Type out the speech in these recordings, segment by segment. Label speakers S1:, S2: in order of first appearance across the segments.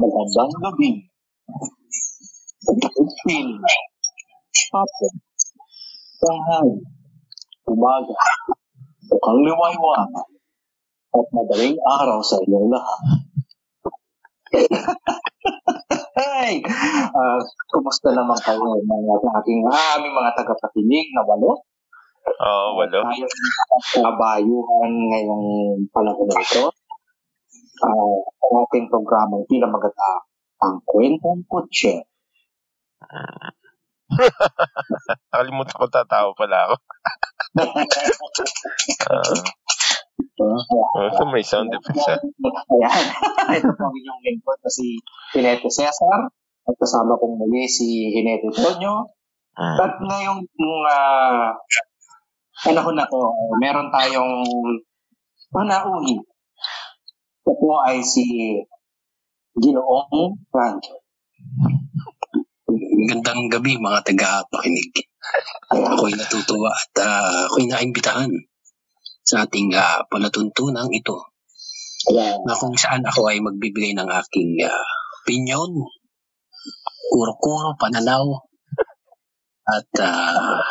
S1: Magandang gabi. Upin. Hapon. Bahay. Umaga. Bukang liwayway. At madaling araw sa inyong lahat. Hey! Ah, kumusta naman kayo mga aking ah, aming mga tagapakinig na walo?
S2: Oo, Oh, walo.
S1: Tayo sa kabayuhan ngayong panahon na ito. Ah, ang ating programang pinamaganda ang kwentong kutse.
S2: Nakalimutan ko tatawa pala ako. Ah, ito may sound effects ah.
S1: Ayan. Ito po ang inyong lingkod na si Hinete Cesar. At kasama kong muli si Hinete Tonyo.
S2: Mm.
S1: At ngayong mga panahon na to, meron tayong panauhi. Ito po ay si Ginoong Frank.
S3: Magandang gabi mga taga-pakinig. Ako'y natutuwa at ah, ako'y naimbitahan sa ating ah, palatuntunang ito
S1: Ayan.
S3: na kung saan ako ay magbibigay ng aking ah, opinion, kuro-kuro, pananaw, at ah,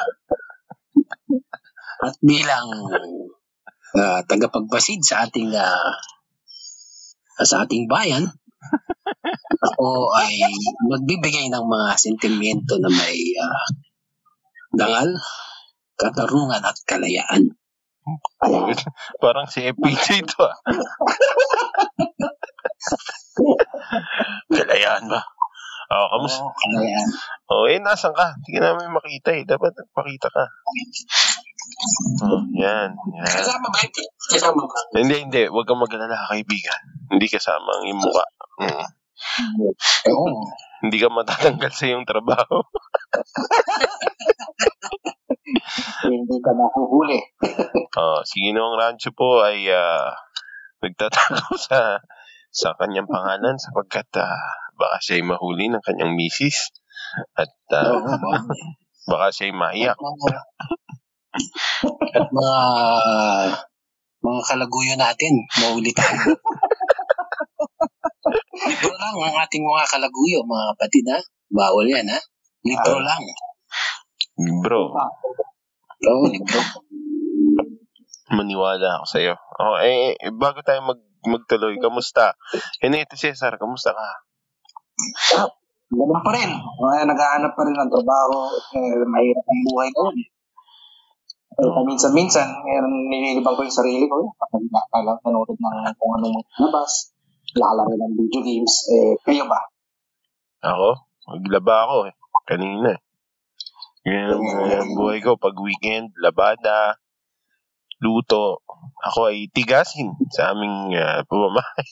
S3: at bilang ah, tagapagbasid sa ating ah, sa ating bayan, ako ay magbibigay ng mga sentimento na may ah, dangal, katarungan at kalayaan.
S1: Ayan.
S2: Parang si FPJ ito ah. Kalayaan ba? Oo, kamusta?
S1: Oo, kalayaan.
S2: Oo, eh, nasan ka? Hindi ka namin makita eh. Dapat nagpakita ka. Oh, yan, yan.
S3: Kasama ba? Kasama ba?
S2: Hindi, hindi. Huwag kang mag-alala, kaibigan. Hindi kasama ang iyong mukha. Mm.
S3: Oo.
S2: Hindi ka matatanggal sa iyong trabaho.
S1: Hindi ka mahuhuli.
S2: Oh, si Ginoong Rancho po ay ah, nagtatago sa sa kanyang pangalan sapagkat ah, baka siya ay mahuli ng kanyang misis at ah,
S3: Oo ba?
S2: baka siya ay maiyak.
S3: At mga mga kalaguyo natin, mauli tayo. Libro lang ang ating mga kalaguyo, mga kapatid ha. Bawal yan ha. Libro lang.
S2: Bro,
S3: Oo, libro.
S2: maniwala ako sa iyo. Oh, eh, eh, bago tayo mag magtuloy, kamusta? Hinete Cesar, kamusta ka?
S1: Ganun pa rin. Kaya naghahanap pa rin ng trabaho. Eh, mahirap ang buhay ko. Eh, paminsan-minsan, eh, nililibang ko yung sarili ko. Kapag nakalang nanonood ng kung anong labas, lalaro ng video games. Eh, kayo ba?
S2: Ako? Maglaba ako eh. Kanina eh. Ganyan ang buhay- ang buhay ko. Pag weekend, labada, luto. Ako ay tigasin sa aming uh, pamamahay.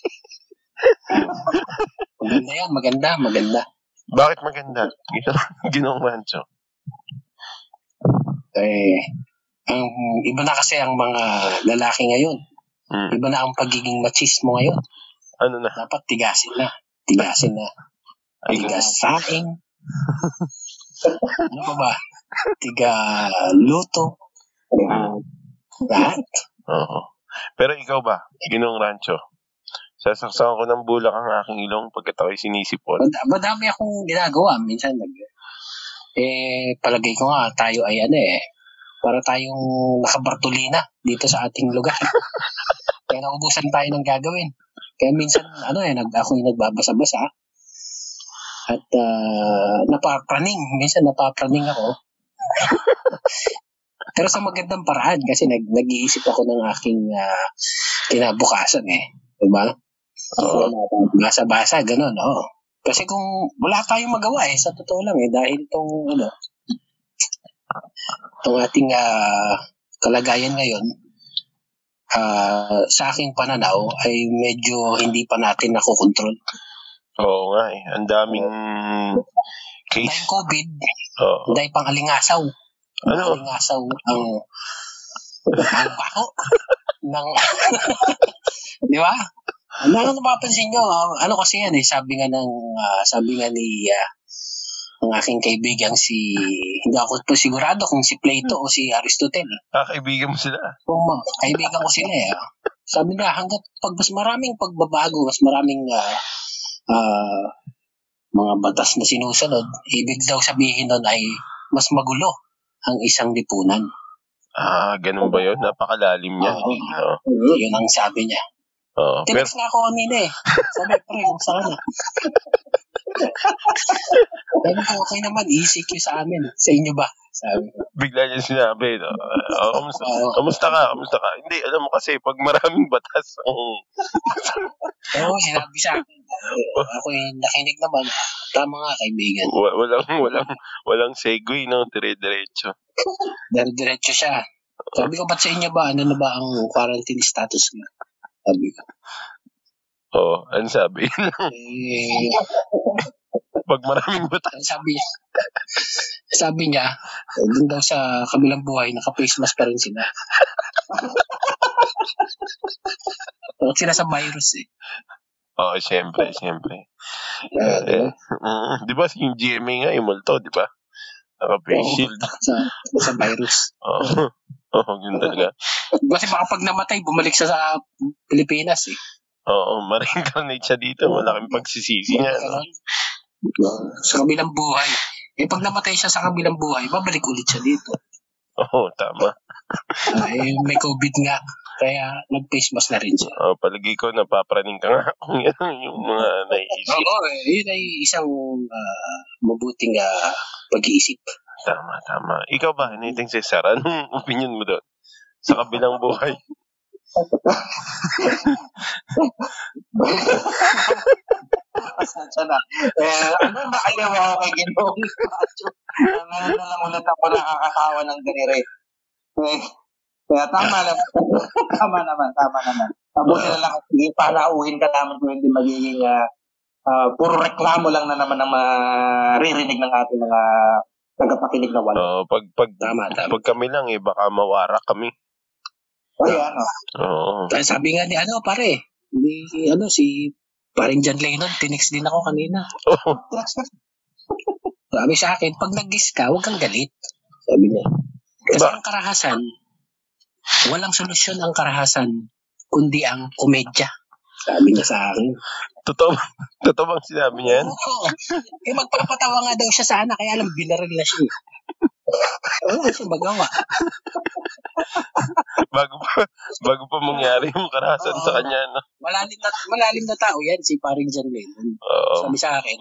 S3: Maganda yan, maganda, maganda.
S2: Bakit maganda? Gino- Ginong Rancho.
S3: Eh, ang iba na kasi ang mga lalaki ngayon.
S2: Mm.
S3: Iba na ang pagiging machismo ngayon.
S2: Ano na?
S3: Dapat tigasin na. Tigasin na.
S2: Ay,
S3: Tigasaing. ano pa ba? Tiga luto.
S1: Eh,
S3: Lahat.
S2: Oo. Pero ikaw ba? Ginong Rancho. Sasaksakan ko ng bulak ang aking ilong pagkat ako'y sinisipon.
S3: Mad- madami akong ginagawa. Minsan nag... Eh, palagay ko nga, tayo ay ano eh, para tayong nakabartolina dito sa ating lugar. Kaya naubusan tayo ng gagawin. Kaya minsan, ano eh, nag, ako yung nagbabasa-basa. At ah, napapraning. Minsan napapraning ako. Pero sa magandang paraan kasi nag, nag-iisip ako ng aking ah, kinabukasan eh. Diba?
S2: Oo.
S3: Basa-basa, ganun, oo. Kasi kung wala tayong magawa eh, sa totoo lang eh, dahil itong, ano, itong ating ah, kalagayan ngayon, ah, sa aking pananaw, ay medyo hindi pa natin nakokontrol.
S2: Oo nga eh. Ang daming
S3: Dahil
S2: case.
S3: COVID,
S2: Oo.
S3: dahil pang alingasaw,
S2: Ano?
S3: alingasaw ang, ang bako ng, di ba? Ano ano napapansin nyo? ah, Ano kasi yan eh, sabi nga ng, ah, sabi nga ni, ah, ng aking kaibigan si, hindi ako po sigurado kung si Plato o si Aristotle.
S2: Ah, kaibigan mo sila.
S3: Kung ma- kaibigan ko sila eh. ah. Sabi na hanggat pag mas maraming pagbabago, mas maraming ah, ah, mga batas na sinusunod, ibig daw sabihin nun ay mas magulo ang isang lipunan.
S2: Ah, ganun ba yun? Napakalalim niya.
S3: Oo.
S2: Oo.
S3: Yun ang sabi niya.
S2: Oo. Pero,
S3: Tinex na ako kanina eh. Sabi, pre, kung saan na. Sabi ko, okay naman, easy Q sa amin. Sa inyo ba? Sabi ko.
S2: bigla niya sinabi, no? Ah, kamusta,
S3: Oo.
S2: kamusta ka? Kamusta ka? Hindi, alam mo kasi, pag maraming batas ang
S3: Oo, sinabi sa akin. Eh, Ako yung nakinig naman. Tama nga, kaibigan.
S2: wa- walang, walang, walang segue, no? Dire-diretso.
S3: Diretso siya. Sabi ko, ba't sa inyo ba? Ano na ba ang quarantine status niya? Sabi ko.
S2: Oo, ano sabi?
S3: Eh,
S2: pag maraming batas,
S3: Ang sabi niya, sabi niya, dun daw sa kabilang buhay, naka-face mask pa rin sila. Takot Oh, sila sa virus eh.
S2: Oo, siyempre, siyempre.
S3: Ah, di
S2: Eh, mm, di ba yung GMA nga, yung multo, di ba? Naka-face
S3: Oo.
S2: shield.
S3: Sa, sa virus.
S2: Oo, Oo, yun talaga.
S3: Kasi baka pag namatay, bumalik siya sa Pilipinas eh.
S2: Oo, ma-reincarnate siya dito. Malaking pagsisisi niya. No?
S3: Ganun. Sa kabilang buhay. Eh pag namatay siya sa kabilang buhay, babalik ulit siya dito.
S2: Oo, tama.
S3: Ah, eh, may COVID nga. Kaya nag-face mask na rin siya.
S2: Oo, palagi ko, napapraning ka nga kung yan ang yung mga
S3: Oo,
S2: naiisip.
S3: eh, yun ay isang ah, mabuting ah, pag-iisip.
S2: Tama, tama. Ikaw ba, anything si Sarah? Anong opinion mo doon? Sa kabilang buhay.
S1: Pasensya na. Eh, ano na kayo ako kay Ginoong Macho? Ngayon na lang ulit ako nakakatawa ng ganire. Eh, kaya tama naman. tama naman, tama naman. Mabuti na lang kasi palauhin ka naman kung hindi magiging ah, ah, puro reklamo lang na naman ang maririnig ng ating mga tagapakinig na wala.
S2: Oo, pag, pag,
S3: Tama, tama.
S2: pag kami lang eh, baka mawara kami.
S1: Kaya ano,
S2: Oo.
S3: Tapos sabi nga ni ano, pare, ni ano si paring John Lennon, tinext din ako kanina.
S2: Oo.
S3: Sabi sa akin, pag nag-guess ka, huwag kang galit. Sabi niya. Kasi
S2: Ba-
S3: ang karahasan, walang solusyon ang karahasan, kundi ang komedya. Sabi niya sa akin.
S2: Totoo, ba- totoo bang sinabi niya yan?
S3: Oo. Eh, magpapatawa nga daw siya sa anak, kaya alam, binaril na siya. eh. Wala siya magawa.
S2: Bago pa, bago pa mangyari yung karahasan sa kanya, no?
S3: Malalim na, malalim na tao yan, si paring John Lennon.
S2: Oo.
S3: Sabi sa akin,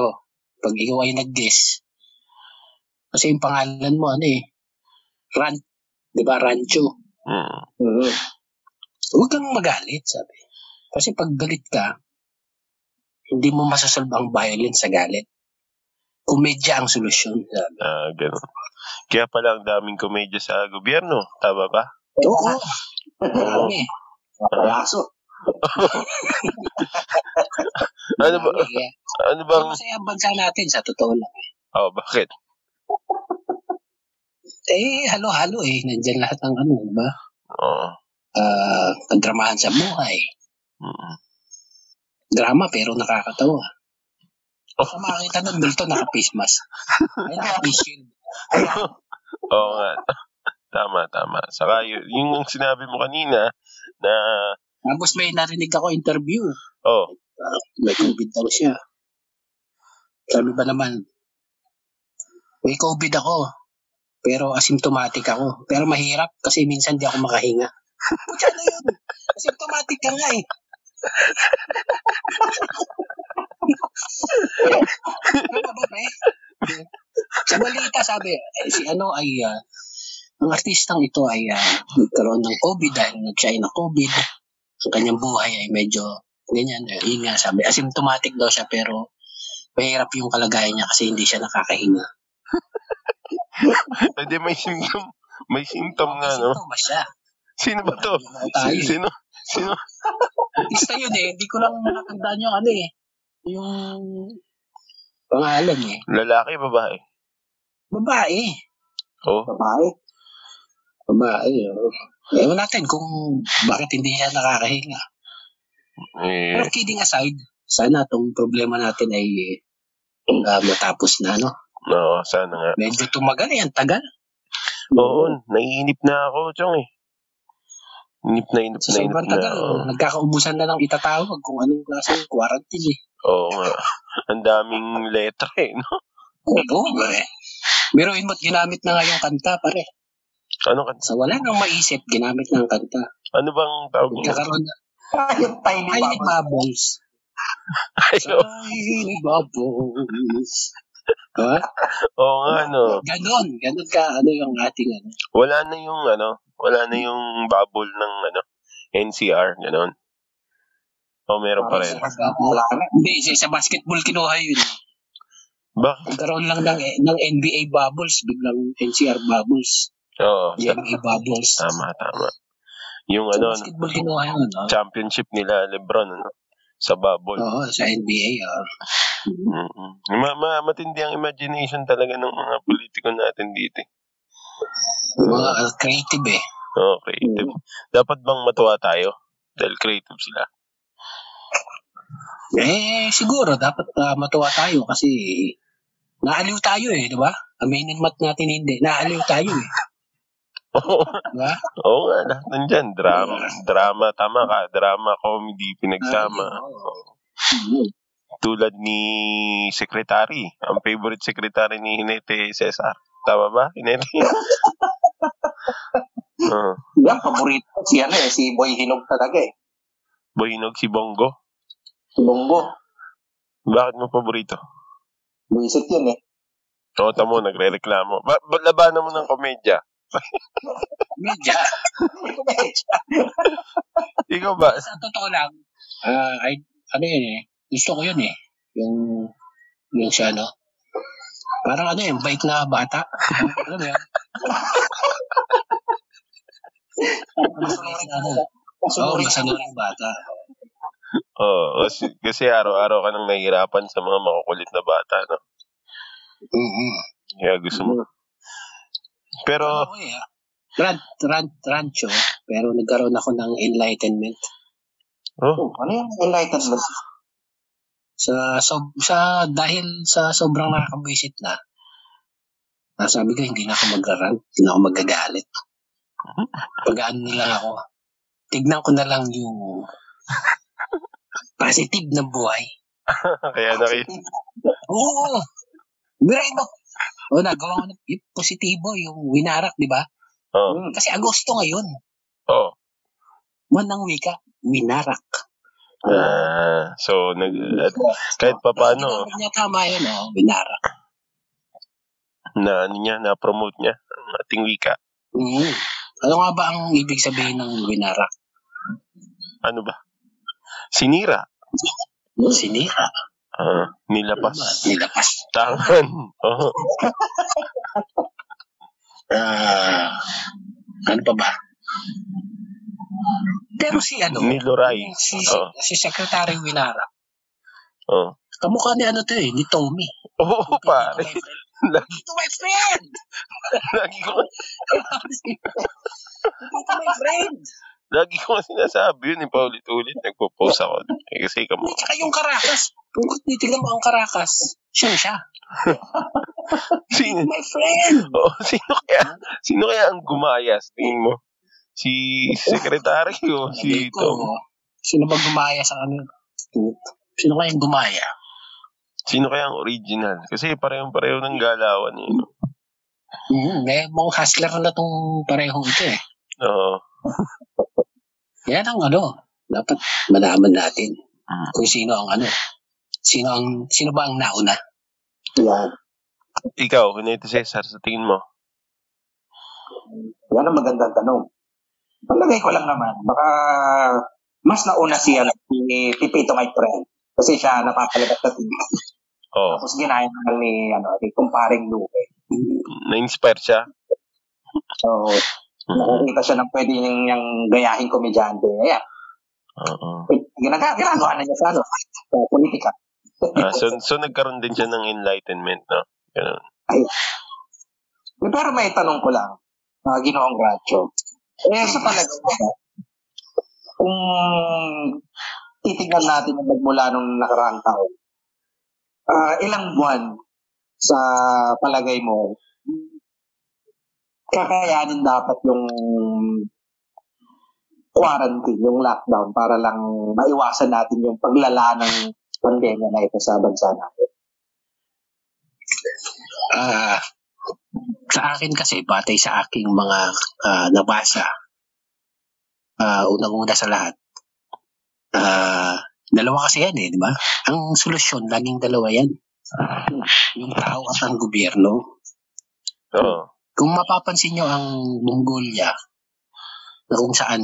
S3: oh, pag ikaw ay nag-guess, kasi yung pangalan mo, ano eh, Ran, di ba, Rancho.
S2: Mm.
S1: Mm-hmm.
S3: Huwag kang magalit, sabi. Kasi pag galit ka, hindi mo masasolve ang violence sa galit. Komedya ang solusyon. Sabi.
S2: Ah, ganun. Kaya pala ang daming komedya sa gobyerno. Tama ba?
S3: Oo,
S2: Oo.
S3: marami.
S1: kayaso.
S2: Ano ba,
S3: marami, kaya-
S2: ano
S3: Kaya
S2: bang,
S3: masaya ang bansa natin, sa totoo lang.
S2: oh, bakit?
S3: Eh, halo-halo eh. Nandyan lahat ng ano, di ba?
S2: Oo.
S3: Ah, kadramahan sa buhay.
S2: Mm.
S3: drama pero nakakatawa.
S2: Oh.
S3: Kung makakita nun, Milton, naka-face mask. Ay, naka-face shield.
S2: Oo nga. Tama, tama. Saka yun, yung sinabi mo kanina na,
S3: Tapos may narinig ako interview.
S2: oh,
S3: May COVID daw siya. Sabi ba naman, may COVID ako, pero asymptomatic ako. Pero mahirap kasi minsan di ako makahinga. Pucha na yun. Asymptomatic ka nga eh. Ano ba, pre? Sa balita sabi, eh, si ano ay, ah, ang artistang ito ay ah, nagkaroon ng COVID dahil nag-siya ay na COVID. Ang kanyang buhay ay medyo ganyan. Eh, Yun nga sabi, asymptomatic daw siya pero mahirap yung kalagayan niya kasi hindi siya nakakahinga.
S2: pwede may symptom, may symptom nga, no?
S3: Asymptoma siya.
S2: Sino ba to?
S3: Ano tayo eh.
S2: Sino? Sino?
S3: Artista yun eh. Hindi ko lang nakatandaan yung ano eh. Yung pangalan eh.
S2: Lalaki, babae?
S3: Babae.
S2: Oh,
S1: Babae.
S3: Babae. oh. Ewan natin kung bakit hindi siya nakakahinga. Pero
S2: eh,
S3: kidding aside, sana tong problema natin ay ah, matapos na, no?
S2: no, sana nga.
S3: Medyo tumagal eh, ang tagal.
S2: Oo, naiinip na ako, Chong eh. Inip na inip
S3: Sa
S2: na inip
S3: sobrang
S2: na.
S3: tagal,
S2: Oo
S3: nagkakaubusan na ng itatawag kung anong klase ng quarantine eh.
S2: Oo nga. Ang daming letra eh. No?
S3: Oo, eh. Biruin mo't ginamit na nga yung kanta, pare.
S2: Ano, kan-
S3: Sa wala nang maisip, ginamit na ang kanta.
S2: ano bang tawag mo?
S3: Nagkakaroon na,
S1: Ah, yung tiny
S3: ay,
S1: bubble.
S3: bubbles.
S2: Ayo.
S3: Ay, bubbles. Diba?
S2: Oo nga, ano.
S3: Ganon, ganon ka, ano yung ating, ano,
S2: Wala na yung, ano, wala na yung bubble ng, ano, NCR, gano'n. O, meron pa rin.
S1: Wala na.
S3: Hindi, sa, sa basketball kinuha yun. eh.
S2: Bakit?
S3: Nagkaroon lang ng, eh, ng NBA bubbles, biglang NCR bubbles,
S2: Oo, ta-
S3: GMA bubbles.
S2: tama, tama. Yung,
S3: Sa
S2: ano, ano,
S3: basketball kinuha yun, no? Oh.
S2: championship nila, Lebron, ano, sa bubble.
S3: Oo, sa NBA. ah.
S2: mm Ma- ma- matindi ang imagination talaga ng mga politiko natin dito. eh.
S3: Mga ah, creative eh.
S2: Oo, creative. Dapat bang matuwa tayo? Dahil creative sila.
S3: Eh, siguro, dapat ah, matuwa tayo kasi naaliw tayo eh, di ba? Aminin mat natin hindi. Naaliw tayo eh,
S2: Oo
S3: di ba?
S2: oo nga, lahat nandyan. Drama, drama, tama ka. Drama, comedy, pinagsama.
S3: Naaliw, oo.
S2: Tulad ni Secretary. Ang favorite secretary ni Hinete Cesar. Tama ba, Hinete? Oo.
S1: Yan, paborito ko si ano eh, si Boy Hinog talaga eh.
S2: Bohinog si Bongo.
S1: Si Bongo.
S2: Bakit mo paborito?
S1: Buisit yun eh.
S2: Tota mo, nagre-reklamo. Ba- ba- labanan mo ng komedya.
S3: Medya,
S2: Ikaw ba?
S3: sa totoo lang, ah, ay, ano yun eh, gusto ko yun eh. Yung, yung siya, ano, parang ano yung bait na bata. Alam mo yun? Masunurin ano. Oo, masunuring bata.
S2: Oo, kasi, kasi araw-araw ka nang nahihirapan sa mga makukulit na bata, no?
S3: Mm-hmm.
S2: Kaya gusto mo. Pero,
S3: Ako eh, ah. Rant, rant, rancho. Pero nagkaroon ako ng enlightenment.
S2: oh,
S1: Oh, ano yung enlightenment?
S3: Sa, so, sa, dahil sa sobrang nakakabwisit na, ah, sabi ko, hindi na ako magrarant, hindi na ako magagalit. Pagaan nila ako. Tignan ko na lang yung positive ng buhay.
S2: kaya na
S3: Oo! Miray mo! O, nagawa ko na, yung positibo, yung winarak, di ba?
S2: Oo.
S1: Hmm.
S3: Kasi Agosto ngayon,
S2: Oo.
S3: buwan ng wika, winarak.
S2: Ah, so, nag, at, kahit pa paano,
S3: Tinawag niya tama yun, oh, winarak.
S2: na ano niya, na-promote niya ang ating wika.
S3: Mm. Ano nga ba ang ibig sabihin ng winarak?
S2: Ano ba? Sinira.
S3: Sinira.
S2: Ah, nilapas.
S3: Nilapas.
S2: Tangan. Oo.
S3: Ah, ano pa ba? Pero si ano,
S2: Niluray.
S3: si,
S2: Oo.
S3: si Secretary Winara,
S2: Oo.
S3: kamukha ni ano to eh, ni Tommy.
S2: Oo, pare.
S3: Dito my friend!
S2: Lagi ko,
S3: Dito my friend!
S2: lagi ko nga sinasabi yun, eh, paulit-ulit. Nagpo-post ako. Eh, Kasi kamo,
S3: At saka yung Caracas. Kung titignan mo ang Caracas, siya siya.
S2: sino,
S3: My friend!
S2: oo, sino kaya, sino kaya ang gumayas? Tingin mo? Si Secretary o si
S3: Sabi ko,
S2: Tom?
S3: Sino ba gumaya sa ano? Sino kayang gumaya?
S2: Sino kaya ang original? Kasi parehong-pareho ng galawan eh. no?
S3: Mm, may mga hustler na tong parehong ito eh.
S2: Oo.
S3: Yan ang ano, dapat malaman natin
S2: Mm.
S3: kung sino ang ano. Sino ang sino ba ang nauna?
S1: Yan.
S2: Ikaw, Juanito Cesar, sa tingin mo?
S1: Yan ang magandang tanong. Palagay ko lang naman, baka mas nauna siya na si Pipito my friend. Kasi siya napapalabas sa team.
S2: Oo.
S1: Tapos ginaya naman ni, ano, ni kumparing Luke.
S2: Na-inspire siya?
S1: So,
S2: Oo.
S1: nakakita siya ng pwede niyang niyang gayahing komedyante. Ayan. Ginaga, ginagawa na niya sa ano, sa politika.
S2: Ah, so, so, nagkaroon din siya ng enlightenment, no? Ganun.
S1: Eh, Pero may tanong ko lang, uh, ginoong Gracho. Eh, sa palagay mo ba, kung titignan natin ang nagmula nung nakaraang taon, ah, ilang buwan sa palagay mo, kakayanin dapat yung quarantine, yung lockdown, para lang maiwasan natin yung paglala ng pandemya na ito sa bansa natin.
S3: Ah, sa akin kasi, batay sa aking mga ah, nabasa, ah, unang-una sa lahat, ah, dalawa kasi yan eh, di ba? Ang solusyon, laging dalawa yan. Yung tao at ang gobyerno.
S2: Oo.
S3: Kung mapapansin nyo ang Mongolia, na kung saan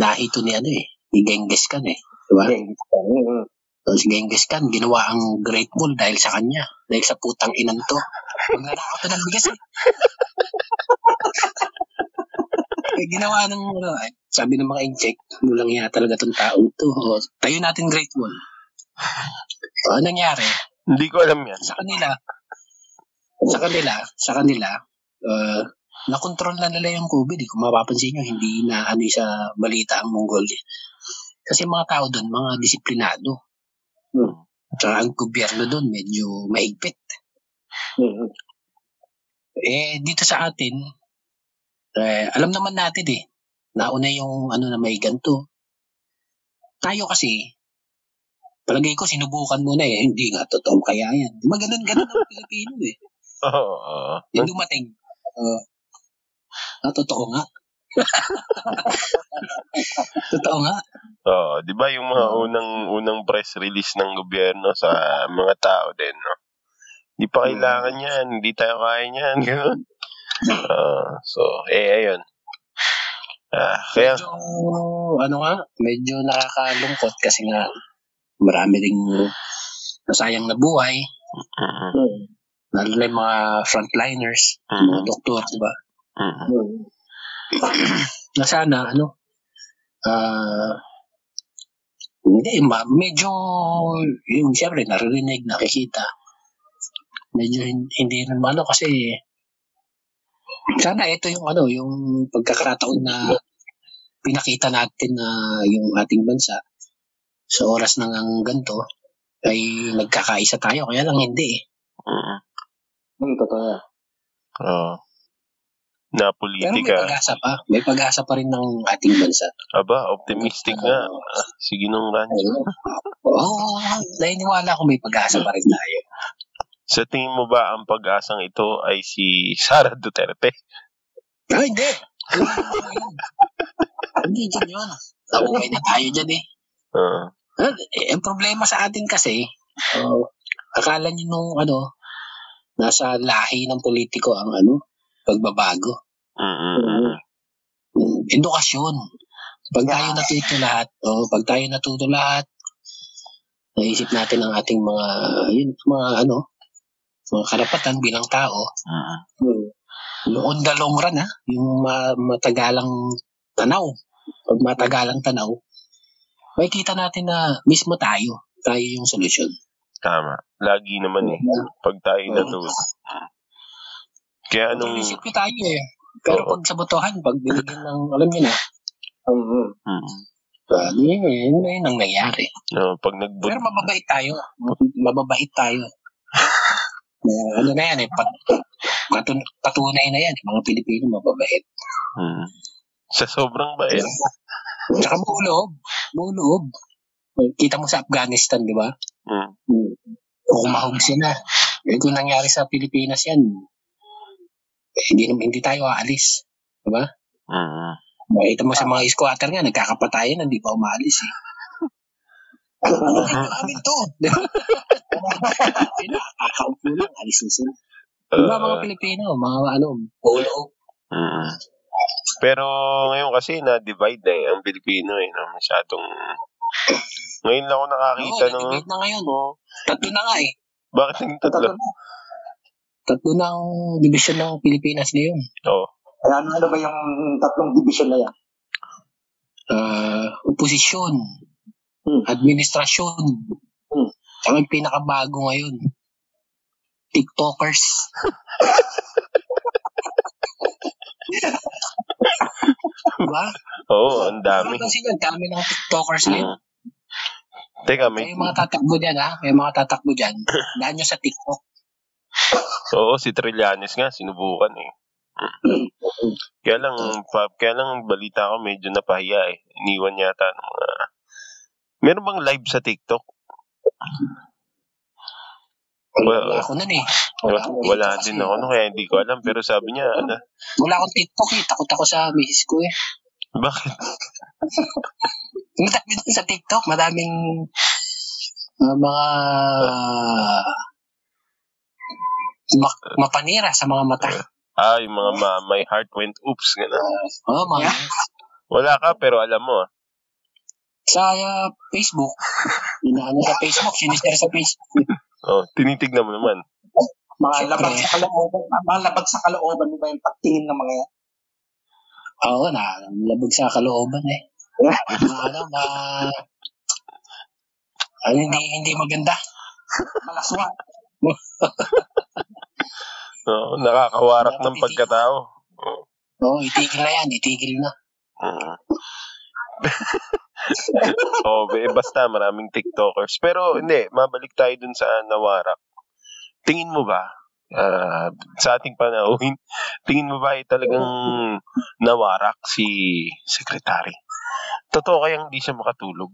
S3: lahi ito ni ano eh, ni Genghis Khan eh. Di ba?
S1: Genghis Khan. Mm-hmm.
S3: So, si Genghis Khan, ginawa ang Great Wall dahil sa kanya. Dahil sa putang inan to. Magnanakaw to ng bigas eh. Eh, ginawa ng, ano, eh, sabi ng mga inject, mulang niya talaga tong taong to. O, tayo natin Great Wall. So, ano nangyari?
S2: Hindi ko alam yan.
S3: Sa kanila, sa kanila, sa kanila, uh, nakontrol na nila yung COVID. Eh. Kung mapapansin nyo, hindi na ano yung sa balita ang Mongol. eh. Kasi mga tao doon, mga disiplinado. Tsaka ang gobyerno doon medyo mahigpit.
S1: Mm-hmm.
S3: Eh, dito sa atin, eh, alam naman natin eh, nauna yung ano na may ganito. Tayo kasi, palagay ko sinubukan muna eh, hindi nga totoong kaya yan. Di ba ganun, ganun ang Pilipino eh.
S2: Oo. oo.
S3: Yung dumating, uh, ah, totoo nga. totoo nga.
S2: Oo. Di ba yung mga
S3: Mm.
S2: unang unang press release ng gobyerno sa mga tao din, no? Hindi pa
S3: Mm.
S2: kailangan yan. Hindi tayo kaya yan. Ganun. Ah, so, eh, ayun. Ah, kaya,
S3: Medyo, ano nga, medyo nakakalungkot kasi nga, marami ring nasayang na buhay.
S2: mm,
S3: lalo na yung mga frontliners, mga
S2: mm,
S3: doktor, di ba?
S2: mm,
S1: Mm-hmm.
S3: Na sana, ano, ah, hindi, ma- medyo, yung siyempre, naririnig, nakikita. Medyo hin- hindi rin malo kasi, sana ito yung ano, yung pagkakataon na pinakita natin na yung ating bansa sa oras ng ang ganito ay nagkakaisa tayo. Kaya lang hindi eh.
S2: mm.
S1: Mm, totoo yan.
S2: Oo.
S3: Pero may
S2: Napolitika.
S3: pag-asa pa. May pag-asa pa rin ng ating bansa. Ah,
S2: Aba, optimistic nga. Sige nung Ran.
S3: Ayun. Oo, oh, naniniwala ako may pag-asa pa rin tayo.
S2: Sa tingin mo ba ang pag-asang ito ay si Sara Duterte?
S3: Pero hindi. hindi dyan yun. Nabuhay na tayo dyan eh.
S2: Oo.
S3: Ah, eh, Ang problema sa atin kasi, oh, akala nyo nung ano, nasa lahi ng politiko ang ano, pagbabago.
S2: mm, Mm-mm.
S3: Mm, Edukasyon. Pag tayo natuto lahat, oh, pag tayo natuto lahat, naisip natin ang ating mga, yun, mga ano, mga karapatan bilang tao,
S2: Mm-mm.
S1: Mm.
S3: on the long run, ha? Yung ma- matagalang tanaw. Pag matagalang tanaw, makikita natin na mismo tayo. Tayo yung solusyon.
S2: Tama. Lagi naman eh. Pag tayo natuto. Kaya
S3: Anong...
S2: anong...
S3: Isip ko tayo eh. Pero
S2: Oo.
S3: pag sa botohan, pag binigyan ng, alam niyo na,
S1: Mm-hmm.
S2: Mm.
S3: ah, yun, yun, yun ang nangyari.
S2: No, oh, pag nagbut...
S3: Pero mababait tayo. Mababait tayo. Eh, ano na yan eh, pat, patun- patunay na yan, mga Pilipino mababait.
S2: Mm. Sa sobrang bait.
S3: Tsaka buo loob, buo loob. Ah, Kita mo sa Afghanistan, di ba?
S2: Mm.
S1: Mm.
S3: umahog sila. Eh, kung nangyari sa Pilipinas yan, eh, hindi, naman- hindi tayo aalis.
S2: Mm.
S3: Makita mo sa mga squatter nga, nagkakapatayan, hindi pa umaalis eh. Ano kayo namin to? Sila, kakaupo lang, alis na sila. Diba mga
S2: Ah,
S3: Pilipino, mga ano, polo.
S2: mm. Pero ngayon kasi na-divide na eh ang Pilipino eh. No? Masyadong... Ngayon lang ako nakakita
S3: Oo,
S2: ng...
S3: nag-debate na ngayon.
S2: Oh,
S3: Tatlo na nga eh.
S2: bakit naging tatlo?
S3: Tatlo na ang division ng Pilipinas ngayon.
S2: Oo.
S1: Ay, Ano, ano ba yung tatlong division na yan?
S3: Ah, oposisyon,
S1: Hmm.
S3: administrasyon,
S1: Hmm.
S3: tsaka yung pinakabago ngayon, TikTokers. diba? Ano
S2: Oo, ang dami.
S3: Kasi ang dami ng TikTokers ngayon.
S2: Mm. Teka, may...
S3: May mga tatakbo dyan ha, may mga tatakbo dyan. Daan nyo sa TikTok.
S2: Oo, si Trillanes nga, sinubukan eh. Kaya lang, pa, kaya lang balita ko medyo napahiya eh. Iniwan yata ng mga... Meron bang live sa TikTok?
S3: Wala
S2: Well,
S3: ako nun eh.
S2: wala,
S3: akong
S2: wala
S3: TikTok
S2: din
S3: kasi.
S2: ako. No, kaya hindi ko alam. Pero sabi niya, ano,
S3: Wala akong TikTok eh. Takot ako sa misis ko eh.
S2: bakit?
S3: Madami dun sa TikTok. Madaming ah, mga ma- mapanira sa mga mata.
S2: Ah, yung mga ma- my heart went oops. Ganun.
S3: Oh, mga
S2: Wala ka, pero alam mo. ah.
S3: sa ah, Facebook. Inaano sa Facebook, sinishare sa Facebook.
S2: Oh, tinitignan mo naman.
S1: Mga
S3: Siyempre.
S1: labag sa kalooban, mga labag sa kalooban mo ba yung pagtingin ng mga yan?
S3: Oo, na labog sa kalooban eh. Mga ano, ma... Ano, hindi, hindi maganda.
S1: Malaswa.
S2: Oh, nakakawarak ng pagkatao.
S3: Oo, itigil na yan, itigil na.
S2: Mm. oh, eh, basta maraming TikTokers. Pero hindi, mabalik tayo dun sa Nawarak. Tingin mo ba, ah, sa ating panahon, tingin mo ba ay talagang Nawarak si Secretary? Totoo kayang hindi siya makatulog?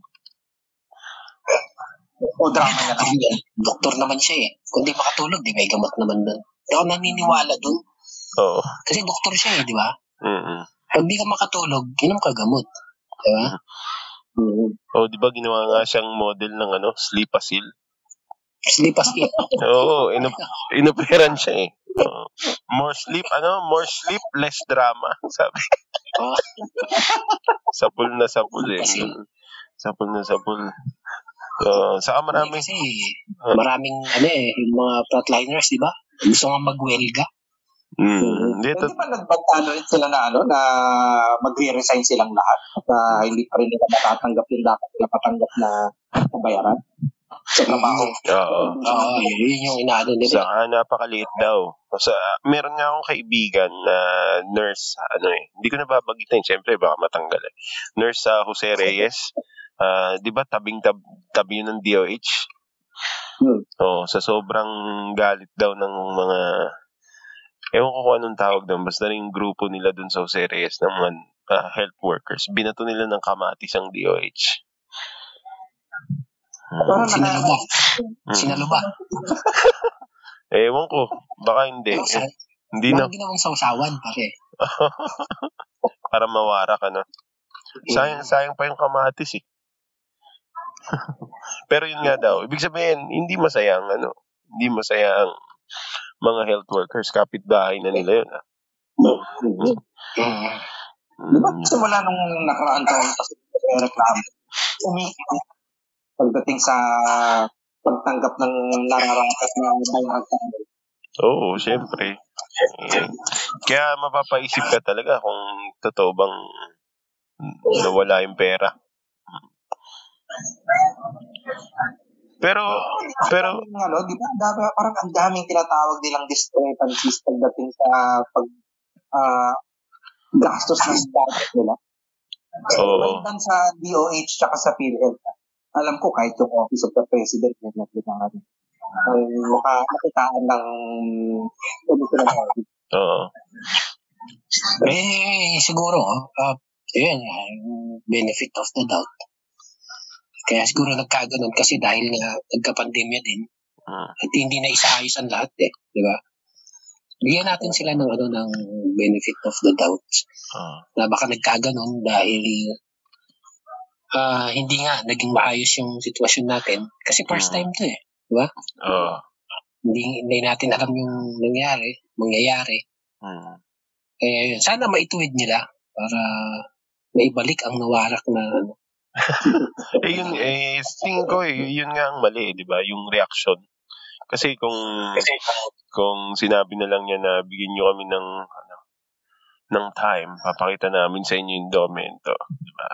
S3: Oh,
S1: O drama na lang.
S3: Doktor, doktor naman siya eh. Kung di makatulog, di may gamot naman doon. Ako naniniwala doon.
S2: Oo.
S3: Kasi doktor siya eh, di ba?
S2: Mm-mm.
S3: Pag di ka makatulog, inom ka gamot. Di ba?
S2: Oh, di ba ginawa nga siyang model ng ano, sleep asil?
S3: Sleep as in.
S2: Oo, oh, inoperan siya eh. Oo. more sleep, ano? More sleep, less drama, sabi.
S3: Ah.
S2: sapul na sapul eh.
S3: Kasi-
S2: Sapul na sapul. Uh, saka marami.
S3: Kasi maraming ano eh, yung mga frontliners, di ba? Gusto nga magwelga.
S2: Mm,
S1: Eh,
S2: dito,
S1: di ba nagbantalo rin sila na ano, na magre-resign silang lahat at ah, hindi pa rin nila matatanggap yung dapat nila patanggap na kabayaran sa trabaho.
S2: oo.
S3: Oo, yun, yun yung inaano nila.
S2: Saka ah, napakaliit daw. Sa, meron nga akong kaibigan na nurse, ano eh, hindi ko nababagitin, syempre baka matanggal eh. Nurse sa Jose Reyes, Ah, di ba tabing tab, tabi yun ng DOH?
S1: Hmm.
S2: Oo, sa sobrang galit daw ng mga, ewan ko kung anong tawag doon, basta rin yung grupo nila doon sa Jose Reyes ng mga ah, health workers, binato nila ng kamatis ang DOH.
S1: Pero
S2: Hmm.
S1: naka,
S3: Sinalo ba?
S2: Hmm.
S3: Sinalo ba?
S2: Ewan ko, baka hindi.
S3: Pero sa,
S2: Hindi Eh, na
S3: parang ginawang sausawan, pare.
S2: para mawara ka na. Sayang,
S1: Mm.
S2: sayang pa yung kamatis eh. Pero yun nga daw, ibig sabihin, hindi masaya ang ano, hindi masaya ang mga health workers, kapitbahay na nila yun. Ah.
S3: Mm.
S1: di ba
S2: Mm.
S1: simula nung nakaraan taon kasi may reklamo, umiikot pagdating sa pagtanggap ng nararangkat na bayaran.
S2: Oo, syempre. Eh, Kaya mapapaisip ka talaga kung totoo bang nawala yung pera. Pero, pero,
S1: Ang ano, di ba, dami, parang ang daming tinatawag nilang discrepancies pagdating sa pag ah, gastos ng budget nila.
S2: Oo.
S1: Well done sa DOH tsaka sa PhilHealth. Alam ko kahit yung Office of the President ganyan din ang ano. Ang maka- makitaan ng Commissioner ng Office.
S2: oo.
S3: Eh, siguro, ah, yun, ah, yung benefit of the doubt. Kaya siguro nagkaganon kasi dahil nga nagka-pandemya din
S2: Mm.
S3: at hindi na isaayos ang lahat eh, di ba? Bigyan natin sila ng ano ng benefit of the doubt
S2: oo.
S3: na baka nagkaganon dahil ah, hindi nga naging maayos yung sitwasyon natin kasi first time to eh.
S2: Oo.
S3: Hindi, hindi natin alam yung nangyari, mangyayari.
S2: Mm.
S3: Eh, sana maituwid nila para maibalik ang nawarak na ano.
S2: Eh, yun, eh, tingin ko, eh, yun nga ang mali, eh, di ba? Yung reaction. Kasi kung, kung sinabi na lang niya na bigyan niyo kami ng, ano, ng time, papakita namin sa inyo yung dokumento, di ba?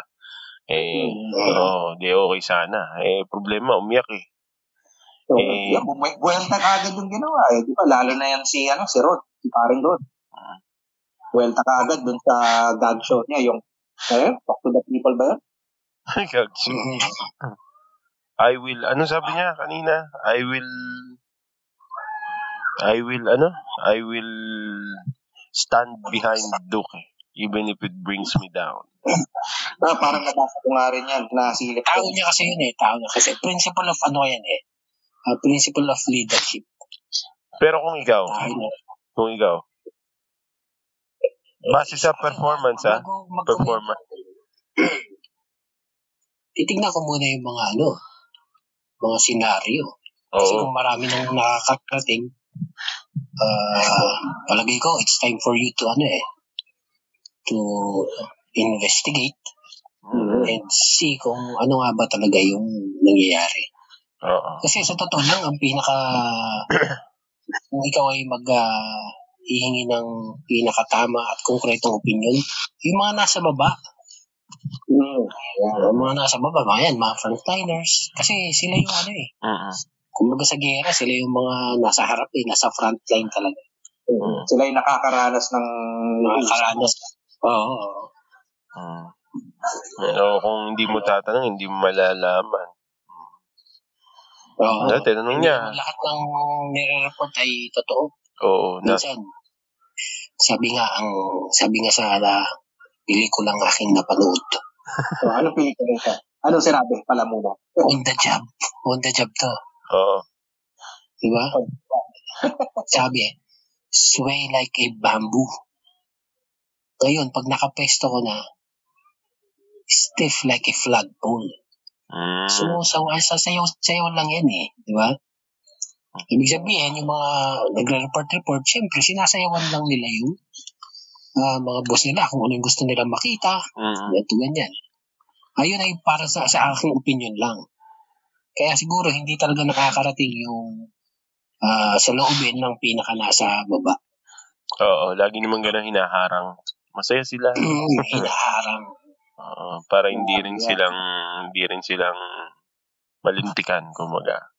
S2: Eh, oo, di okay sana. Eh, problema, umiyak eh.
S1: So,
S2: Eh.
S1: yan, bumwe- buwelta kaagad yung ginawa eh. Di ba? Lalo na yan si, ano, si Rod, si paring Rod.
S3: Hmm.
S1: Buwelta kaagad dun sa gag show niya, yung, eh, talk to the people ba yun?
S2: Gag-
S3: Mhm.
S2: I will, ano sabi niya kanina? I will, I will, ano? I will stand behind Duke, eh, even if it brings me down.
S1: Ah, parang nabasa ko nga rin yan, nasilip
S3: Tao
S1: ko.
S3: niya kasi yun eh. Tao niya kasi. Principle of ano yan eh. Ah, principle of leadership.
S2: Pero kung ikaw,
S3: Tao niya.
S2: kung ikaw, base sa performance ah. ha,
S3: Bago mag-
S2: performance.
S3: Titignan ko muna yung mga ano, mga senaryo. Kasi
S2: Oo,
S3: kung marami nang nakakarating, ah, palagay ko, it's time for you to ano eh, to investigate
S1: Mm-hmm.
S3: and see kung ano nga ba talaga yung nangyayari.
S2: oo.
S3: Kasi sa totoo lang, ang pinaka, kung ikaw ay mag, ah, hihingi ng pinakatama at konkretong opinion, yung mga nasa baba, Eh.
S1: Hmm.
S3: yung mga nasa baba, mga yan, mga frontliners, kasi sila yung ano eh,
S2: Mm-mm.
S3: kumbaga sa gera, sila yung mga nasa harap eh, nasa frontline talaga. Hmm.
S1: Sila yung nakakaranas ng...
S3: nakakaranas. Oo. oo.
S2: Mm. Pero kung hindi mo tatanong, hindi mo malalaman.
S3: Oo.
S2: Dati, tanong niya.
S3: Lahat ng nire-report ay totoo.
S2: Oo, na,
S3: Minsan, sabi nga ang sabi nga sa uh, pelikulang aking napanood.
S1: So, anong pelikula ito? Anong sinabi pala muna?
S3: On the job. On the job to.
S2: oo.
S3: Di ba? sabi, sway like a bamboo. Ngayon, pag nakapesto ko na, stiff like a flagpole.
S2: Mm.
S3: So, sa, sa sayo, sayo lang yan eh. Di ba? Ibig sabihin, yung mga nagre-report-report, syempre, sinasayawan lang nila yung ah, mga boss nila kung ano yung gusto nila makita,
S2: Mm.
S3: ganito, ganyan. Ayun ay para sa, sa aking opinion lang. Kaya siguro, hindi talaga nakakarating yung ah, sa loobin ng pinaka nasa baba.
S2: Oo, lagi naman ganun hinaharang. Masaya sila.
S3: Inaharang.
S2: Oo, para hindi rin silang hindi rin silang malintikan kumbaga.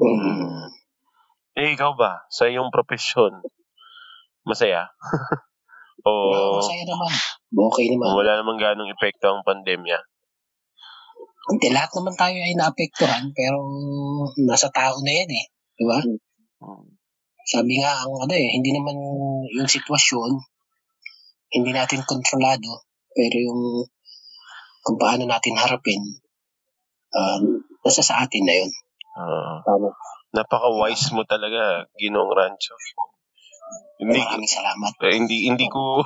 S3: Mm.
S2: Eh ikaw ba sa iyong profesyon masaya? o
S3: Oh, masaya naman. Okay naman.
S2: wala namang ganong epekto ang pandemya?
S3: Hindi, lahat naman tayo ay naapektuhan, pero nasa tao na yan eh. Di ba?
S2: Mm.
S3: Sabi nga, ang ano eh, hindi naman yung sitwasyon, hindi natin kontrolado, pero yung kung paano natin harapin, um, nasa sa atin na yun.
S2: Oo.
S1: Tama.
S2: napaka-wise mo talaga, Ginong Rancho. Hindi
S3: Maraming salamat.
S2: eh, hindi hindi ko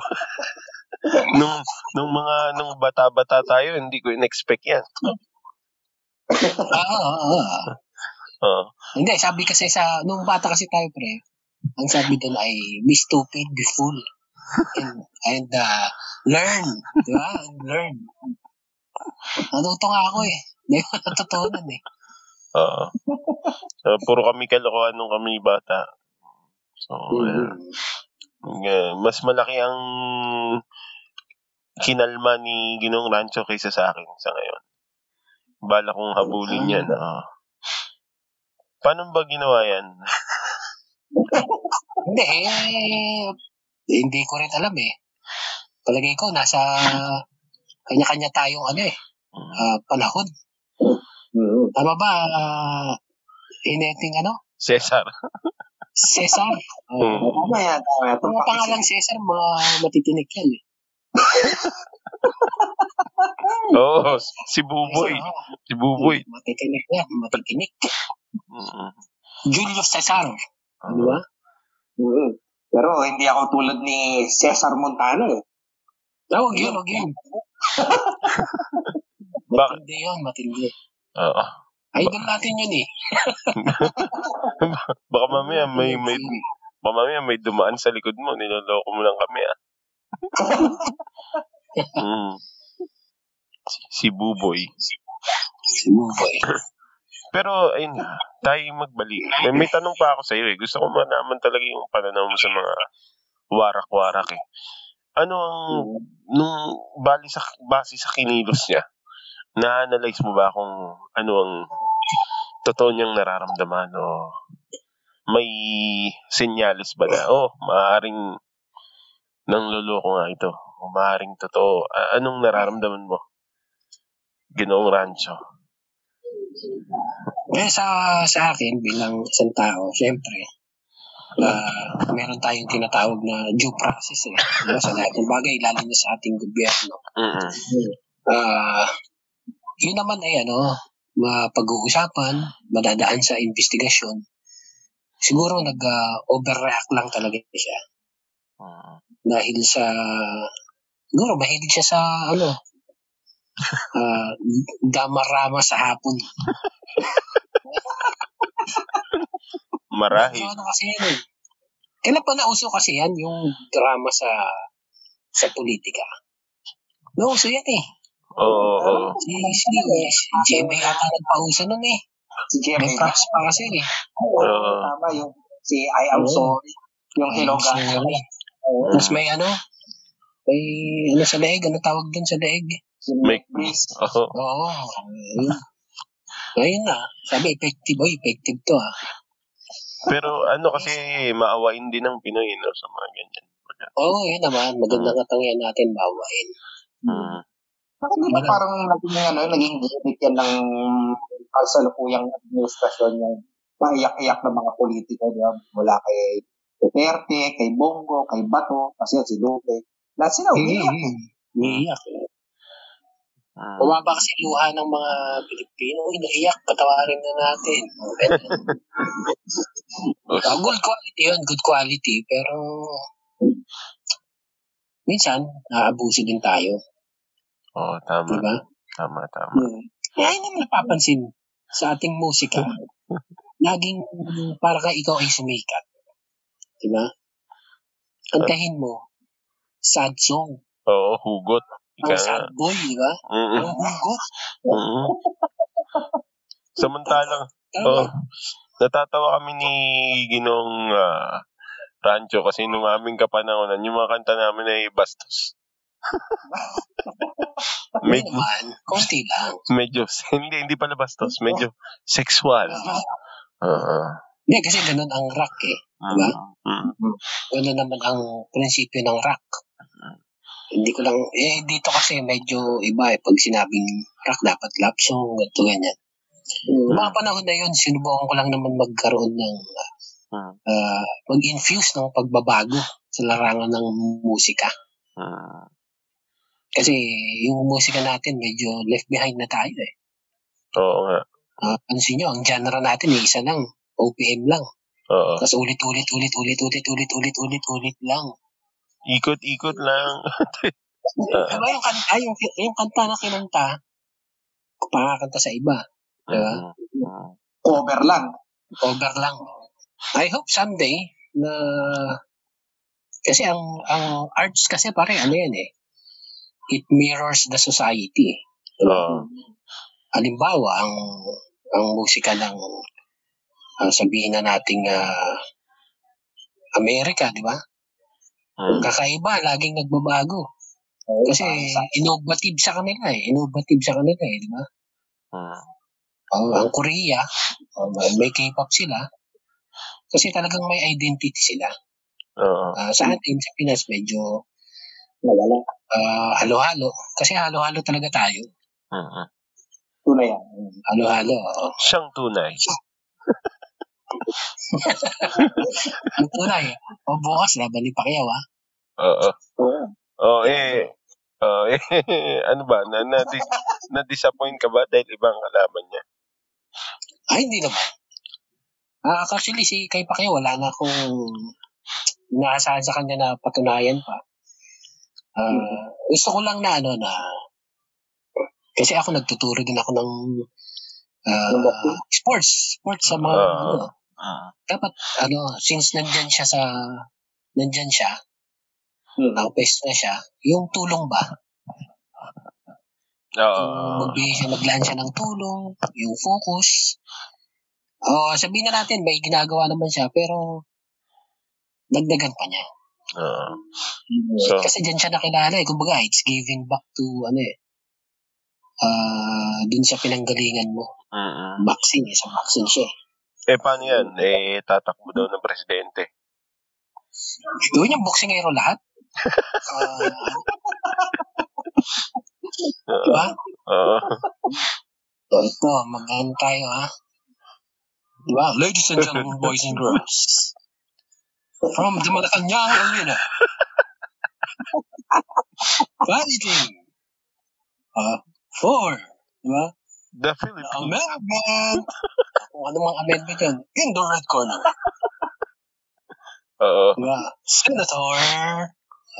S2: nung nung mga nung bata-bata tayo, hindi ko in-expect 'yan.
S3: Oo, oo, oo.
S2: Oo.
S3: Hindi, sabi kasi sa, nung bata kasi tayo pre, ang sabi doon ay, be stupid, be fool. And, and uh, learn. Di ba? And learn. Natuto nga ako eh. Hindi ko natutunan eh.
S2: Oo. Ah, puro kami kalokohan nung kami bata. So,
S3: Oh,
S1: Mm-hmm.
S2: ayan. Yeah, mas malaki ang kinalma ni Ginong Rancho kaysa sa akin sa ngayon. Bala kong habulin yan. ah. Paano ba ginawa yan?
S3: Hindi, eh, hindi ko rin alam eh. Palagay ko, nasa kanya-kanya tayong ano eh, ah, panahon.
S1: Mm-hmm.
S3: Tama ba, uh, ineting ano?
S2: Cesar.
S3: Cesar.
S2: Mm.
S3: Oo.
S1: Oh, Tama yan, tama yan.
S3: mga pangalang Cesar, mga matitinig yan eh.
S2: Oo, si Buboy.
S3: Cesar, oo.
S2: Si Buboy.
S3: Matitinig yan, matitinig.
S2: Mm.
S3: Julius Cesar. Ano ba?
S1: Mm-hmm. Pero hindi ako tulad ni Cesar Montano eh.
S3: Tawag yun, Ah, huwag yun.
S2: Bakit?
S3: Matindi yun, matindi.
S2: Oo.
S3: Idol natin yun eh.
S2: Baka mamaya may, may, baka mamaya may dumaan sa likod mo. Niloloko mo lang kami ah. Mm. Si- Si Buboy.
S3: Buboy.
S2: Pero, ayun nga, tayo yung magbalik. May, may tanong pa ako sa iyo eh. Gusto ko malaman talaga yung pananaw mo sa mga warak-warak eh. Ano ang, nung bali sa, base sa kinilos niya, na-analyze mo ba kung ano ang totoo niyang nararamdaman o may senyales ba na, oh, maaaring nangloloko nga ito. O maaaring totoo. A- anong nararamdaman mo? Ginoong rancho.
S3: Eh, sa, sa akin, bilang isang tao, syempre, ah, meron tayong tinatawag na due process eh. Diba, sa lahat ng bagay, lalo na sa ating gobyerno.
S2: Mm-mm.
S3: Ah, yun naman ay ano, mapag-uusapan, madadaan sa investigasyon. Siguro nag-overreact lang talaga siya
S2: Mm.
S3: dahil sa siguro mahilig siya sa ano ah, damarama sa hapon.
S2: Marahil.
S3: Pero ano kasi yan eh. Kailan pa nauso kasi yan yung drama sa sa politika? Nauso yan eh.
S2: Oo, oo, oo.
S3: Si, si, si Jemmy ata nagpauso nun eh.
S1: Si Jimmy.
S3: May props pa kasi eh.
S1: Oo,
S2: Oo.
S1: tama yung si I am
S3: Oo.
S1: sorry. Yung Hiloga.
S3: Mas may- ano
S1: Oo.
S3: Mas may ano, may ano sa leeg, ano tawag dun sa leeg?
S1: Si
S2: May-
S1: Chris.
S2: Oo.
S3: Oo. ayun. Ayun na. Sabi, effective. Oy, effective to ah.
S2: Pero ano kasi, maawain din ng Pinoy, no? Sa mga ganyan.
S3: Oo, yun naman. Magandang katangian natin, bawain.
S2: Mm.
S1: Bakit di ba
S3: Wala.
S1: parang naging, ano, naging gimmick yan ng kasalukuyang administrasyon yung paiyak-iyak ng mga politiko niya mula kay Duterte, kay Bongo, kay Bato, kasi yan si Duque. Lahat sila umiiyak.
S3: Mm. Iiyak.
S2: Mm.
S3: Bumaba kasi luha ng mga Pilipino. Uy, naiyak. Patawarin na natin. Ganun. Ah, good quality yun. Good quality. Pero, minsan, naabuso din tayo.
S2: Oo, tama.
S3: Diba?
S2: Tama, tama.
S1: Hmm.
S3: Kaya yun naman napapansin sa ating musika. Laging para ka ikaw ay sumikat. Diba? Kantahin mo, sad song.
S2: Oo, hugot. Ika nga.
S3: Ang
S2: Hmm.
S3: sad boy, diba?
S2: Mm-mm.
S3: Ang hugot.
S2: Mm-mm. Samantalang,
S3: Tama.
S2: oo. Natatawa kami ni Ginong ah, Rancho kasi nung aming kapanahonan, yung mga kanta namin ay bastos.
S3: Hindi
S2: medyo,
S3: naman. Konti lang.
S2: medyo, hindi, hindi pala bastos, medyo sexual. Oo.
S3: Hindi, kasi ganun ang rock eh. Diba?
S2: Mm.
S3: Ganun Ano naman ang prinsipyo ng rock. Hindi ko lang, eh dito kasi medyo iba eh. Pag sinabing rock, dapat love song, ganito, ganyan. Noong mga panahon na yun, sinubukan ko lang naman magkaroon ng,
S2: Mm.
S3: ah, mag-infuse ng pagbabago sa larangan ng musika.
S2: Mm.
S3: Kasi yung musika natin, medyo left behind na tayo eh.
S2: Oo nga.
S3: Uh, pansin nyo, ang genre natin, eh, isa lang. OPM lang.
S2: Oo.
S3: Tapos ulit, ulit, ulit, ulit, ulit, ulit, ulit, ulit, ulit lang.
S2: Ikot-ikot lang.
S3: Diba yung kanta, yung, yung kanta na kinanta, pakakanta sa iba. Diba?
S2: Mm.
S1: Cover lang.
S3: Over lang. I hope someday na kasi ang ang arts kasi pare ano yan eh. It mirrors the society.
S2: Oo.
S3: Halimbawa, ang ang musika ng ah, sabihin na nating ah, Amerika, di ba?
S2: Mm.
S3: Kakaiba, laging nagbabago.
S1: Oo,
S3: Kasi
S1: sa-
S3: innovative sa kanila eh. Innovative sa kanila eh, di ba?
S2: Mm.
S3: Oh, ang Korea, oh, may- may K-pop sila. Kasi talagang may identity sila.
S2: Oo.
S3: Ah, sa atin, sa Pinas, medyo
S1: Nawala.
S3: ah, halo-halo. Kasi halo-halo talaga tayo.
S2: Mm.
S1: Tunay yan.
S3: Halo-halo. oo.
S2: Siyang tunay.
S3: Ang tunay, o bukas, laban ni Pacquiao, ah.
S2: Oo.
S1: Oo.
S2: Oh, eh. Oh, eh. ano ba? Na, na, na-disappoint ka ba dahil ibang kalaban niya?
S3: Ay, hindi naman. Ah, actually, si kay Pacquiao, wala na akong inaasahan sa kanya na patunayan pa. Ah, Gusto ko lang na, ano, na, kasi ako nagtuturo din ako ng ah,
S1: Lumaki.
S3: sports. Sports sa mga,
S2: Ah.
S3: ano, dapat, ano, since nandyan siya sa, nandyan siya,
S1: Hmm.
S3: nakapest na siya, yung tulong ba?
S2: Oo.
S3: Yung magbigay siya, Ah, maglaan siya ng tulong, yung focus. O, sabihin na natin, may ginagawa naman siya, pero dagdagan pa niya.
S2: Oo. So,
S3: Kasi dyan siya nakilala eh. Kumbaga, it's giving back to, ano eh, Ah, dun sa pinanggalingan mo.
S2: mm
S3: Boxing eh, sa boxing siya eh.
S2: eh, paano yan? Eh, tatakbo daw ng presidente.
S3: Gawin yung boxingero lahat. Ah, di
S2: Oo.
S3: ba?
S2: Oo.
S3: So, ito, mag-ano tayo ha. Diba? Ladies and gentlemen, boys and girls. From the Malacanang Arena. Fighting. Uh, for, di ba?
S2: The
S3: The
S2: Philippines.
S3: amendment. Kung ano mga amendment yun. In the red corner.
S2: Oo.
S3: Di ba? Senator.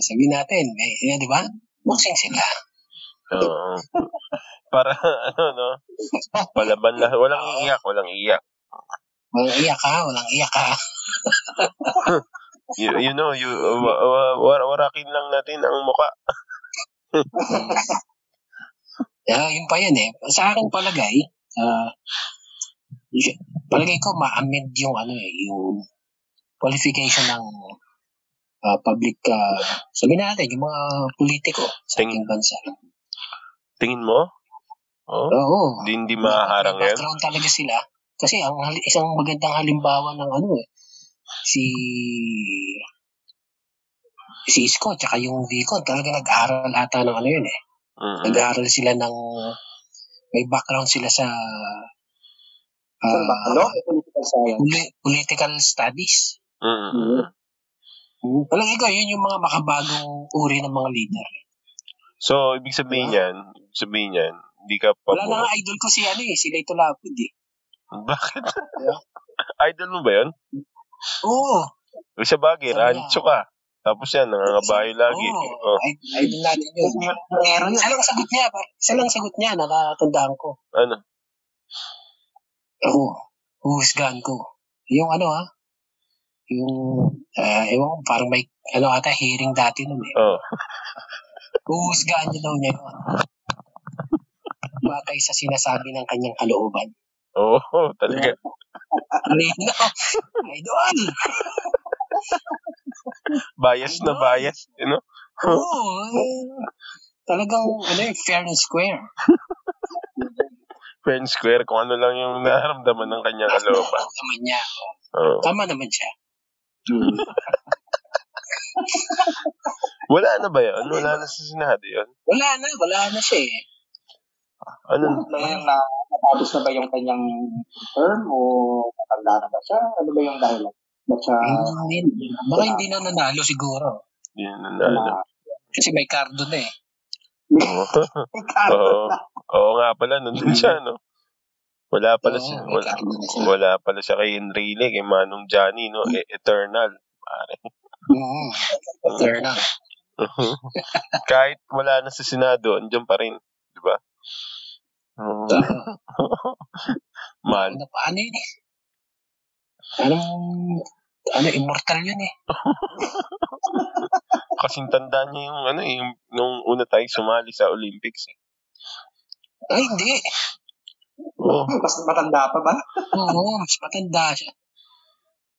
S3: Sabihin natin, may, yun, di ba? Boxing sila.
S2: Oo. Para, ano, no? Palaban lahat. Walang iiyak, walang iiyak.
S3: Walang iyak ha, walang iyak ha.
S2: You, you know, you, uh, wa- wa- wa- warakin lang natin ang muka.
S3: Ah, yun pa yan eh. Sa akin palagay, ah, y- palagay ko ma-amend yung ano eh, yung qualification ng ah, public, ah, sabihin natin, yung mga politiko sa ating bansa.
S2: Tingin mo? Oo.
S3: Oo.
S2: Hindi, hindi maharang
S3: May
S2: yan.
S3: Background talaga sila. Kasi ang hali- isang magandang halimbawa ng ano eh, si si Isko tsaka yung Vicon talaga nag-aral ata ng ano yun eh.
S2: Mm-mm.
S3: Nag-aaral sila ng may background sila sa ah,
S1: Saan ba? Ano? Political science.
S3: poli- political studies.
S2: Mm-mm.
S3: Palagay ko, yun yung mga makabagong uri ng mga leader.
S2: So, ibig sabihin yan, ibig sabihin yan, hindi ka pa
S3: Wala na nga idol ko si ano eh, si Leito Lapid eh.
S2: Bakit? Idol mo ba yun?
S3: Oo.
S2: O Sa bagay,
S3: Sabi niya.
S2: rancho ka. Tapos yan, nangangabahay lagi.
S3: Oo,
S2: Oh.
S3: id- idol natin yun.
S1: Pero yun.
S3: Isa lang sagot niya, par- isa lang sagot niya, nakatandaan ko.
S2: Ano?
S3: Oo, huhusgahan ko. Yung ano ah, yung, ah, ewan ko, parang may, ano ata, hearing dati nun eh.
S2: Oh.
S3: Huhusgahan niya daw niya yun. Batay sa sinasabi ng kanyang kalooban.
S2: Oo, oh, talaga.
S3: Rino, idol!
S2: Bias na bias. You know?
S3: Oo, eh, talagang, ano eh, fair and square.
S2: Friend square, kung ano lang yung nararamdaman ng kanyang Oh. kalooban.
S3: Tama niya.
S2: Oo.
S3: Tama naman siya.
S2: Wala na ba yun? Wala na sa sinado yun?
S3: Wala na, wala na siya eh.
S2: Ano?
S1: Ngayon na natapos na ba yung kanyang term o matanda na ba siya? Ano ba yung dahilan? Ba't siya
S2: Ah,
S3: Hindi, hindi. ah, Baka hindi na nanalo siguro.
S2: Hindi
S1: na
S2: na nanalo.
S3: Kasi may cardo na eh.
S2: Oo. Oo. Oo nga pala, nandun siya, no? Wala pala
S3: Mm. Oo,
S2: siya.
S3: may
S2: Wala,
S3: cardo na siya. Mm.
S2: wala pala siya kay Enrile, kay Manong Johnny, no? E- Eternal. Pare.
S3: Oo. Fair na.
S2: Kahit wala na sa Senado, andyan pa rin. Di ba? Oo.
S3: Tama.
S2: Mahal.
S3: Ano pa? Ano yun eh? Anong... Ano, immortal yun eh.
S2: Kasing tanda niya yung ano eh, yung, nung una tayo sumali sa Olympics eh.
S3: Ay, hindi.
S2: Oo,
S1: Mas matanda pa ba?
S3: Oo, mas matanda siya.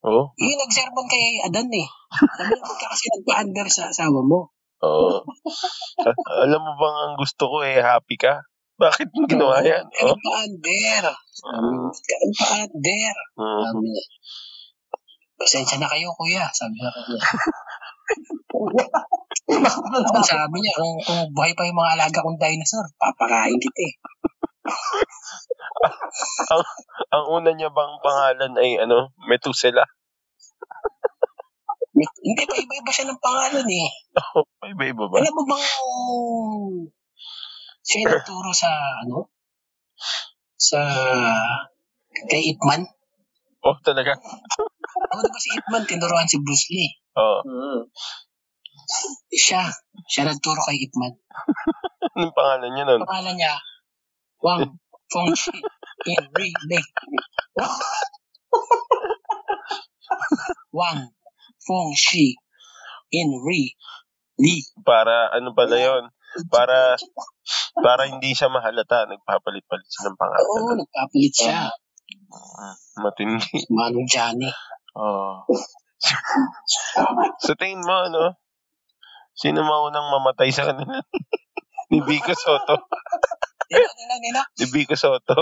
S2: oo,
S3: Yun, nag-sermon kay Adan eh. Sabi niya, "Huwag ka kasi nagpa-under sa asawa mo.
S2: oo. A- Alam mo bang ang gusto ko eh, happy ka? Bakit mo ginawa yan? eh?
S3: Huwag ka
S2: Oo.
S3: nagpa-under. Huwag ka nagpa-under.
S2: Oo.
S3: Sabi niya. Pasensya na kayo, kuya. Sabi niya.
S1: Mas matanda.
S3: Ang sabi niya, kung, kung buhay pa yung mga alaga kong dinosaur, papakain kita eh.
S2: Ang una niya bang pangalan ay ano, Metusela?
S3: Hindi pa iba-iba siya ng pangalan eh.
S2: Oo, iba-iba ba?
S3: Alam mo bang siya yung nagturo sa ano? Sa kay Ipman?
S2: Oo, talaga.
S3: Oo, diba si Ipman tinuruan si Bruce Lee?
S2: Oo.
S1: Hmm.
S3: Siya. Siya nagturo kay Ipman.
S2: Anong pangalan niya nun?
S3: Pangalan niya, Wang Fongchi Enrile. Wang Fongchi Enrile.
S2: Para ano pala yon? Para para hindi siya mahalata, nagpapalit-palit siya ng
S3: Oo,
S2: pangalan.
S3: nagpapalit siya.
S2: Matindi.
S3: Manong Johnny.
S2: Oo. Sa tingin mo, ano? Sino maunang mamatay sa kanila? Ni Vico Soto.
S3: Nila, nila, nila.
S2: Ni Vico Soto.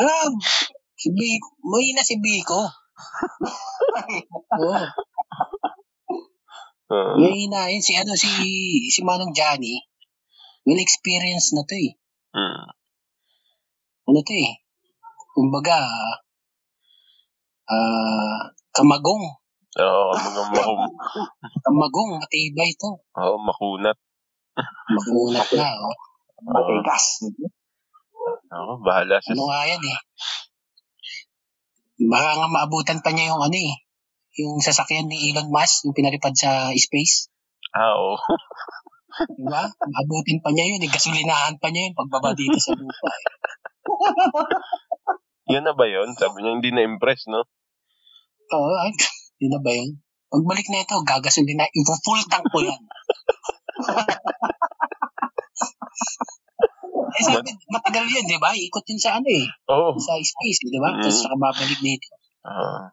S3: Alam, si Biko. Mahina si Biko. Oo.
S2: Oo.
S3: Mahina yun. Si, ano, si, si Manong Johnny. Well, experience na to eh.
S2: Mm.
S3: Ano to eh. Kumbaga, ah, kamagong
S2: Oo, mga makum,
S3: Ang magong, matibay to.
S2: oo, makunat.
S3: Magunat na. oh.
S1: Matigas.
S2: Mm. Oo, bahala sa...
S3: Ano nga yan eh. Baka nga maabutan pa niya yung ano eh. Yung sasakyan ni Elon Musk, yung pinalipad sa space.
S2: Ah, oo.
S3: Diba? Maabutan pa niya yun. eh. Gasolinahan pa niya yun pagbaba dito sa lupa. Eh.
S2: Yan na ba yun? Sabi niya, hindi na-impress, no?
S3: Oo, ay, yun na ba yun? Pagbalik na ito, gagasolin na. Ipo-full tank ko yan. eh, sabi, matagal yun, di ba? Ikot yun sa ano eh.
S2: Oo.
S3: Sa space, di ba? Tapos
S2: Mm.
S3: saka babalik dito.
S2: Ah,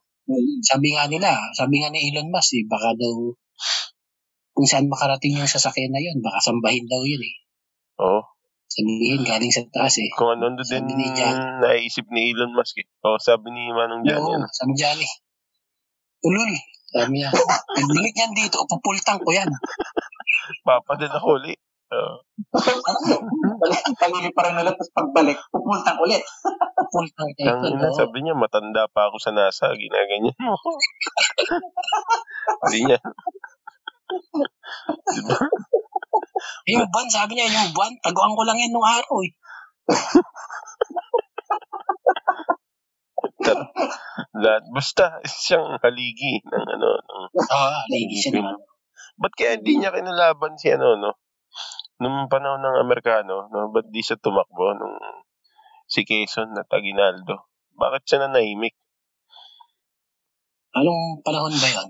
S3: Sabi nga nila, sabi nga ni Elon Musk eh, baka daw kung saan makarating yung sasakyan na yun, baka sambahin daw yun eh.
S2: oo.
S3: Sabihin, galing sa taas eh.
S2: Kung ano ano din
S3: Sabi ni Jan.
S2: naisip ni Elon Musk eh. Oo, sabi ni Manong "Ano, Jan
S3: Oo,
S2: yan.
S3: sabi dyan eh. Ulul, sabi niya. Pagbalik niyan dito, upupultang ko yan.
S2: Papadala ko ulit. Oo.
S1: Pagili pa rin ulit, tapos pagbalik, pupultang ulit.
S3: Upultang ko
S2: Ang ina,
S3: yan.
S2: sabi niya, matanda pa ako sa NASA. Ginaganyan mo. ako. Hindi niya. Diba?
S3: Yung buwan, sabi niya, yung buwan, taguan ko lang yan nung araw eh.
S2: Lahat. Basta, siyang haligi ng ano. Ng,
S3: Ah, lady siya naman.
S2: ba't kaya hindi niya kinalaban si ano, no? Nung panahon ng Amerikano, no? Ba't di siya tumakbo nung si Quezon at Aguinaldo? Bakit siya nanahimik?
S3: Anong panahon ba yun?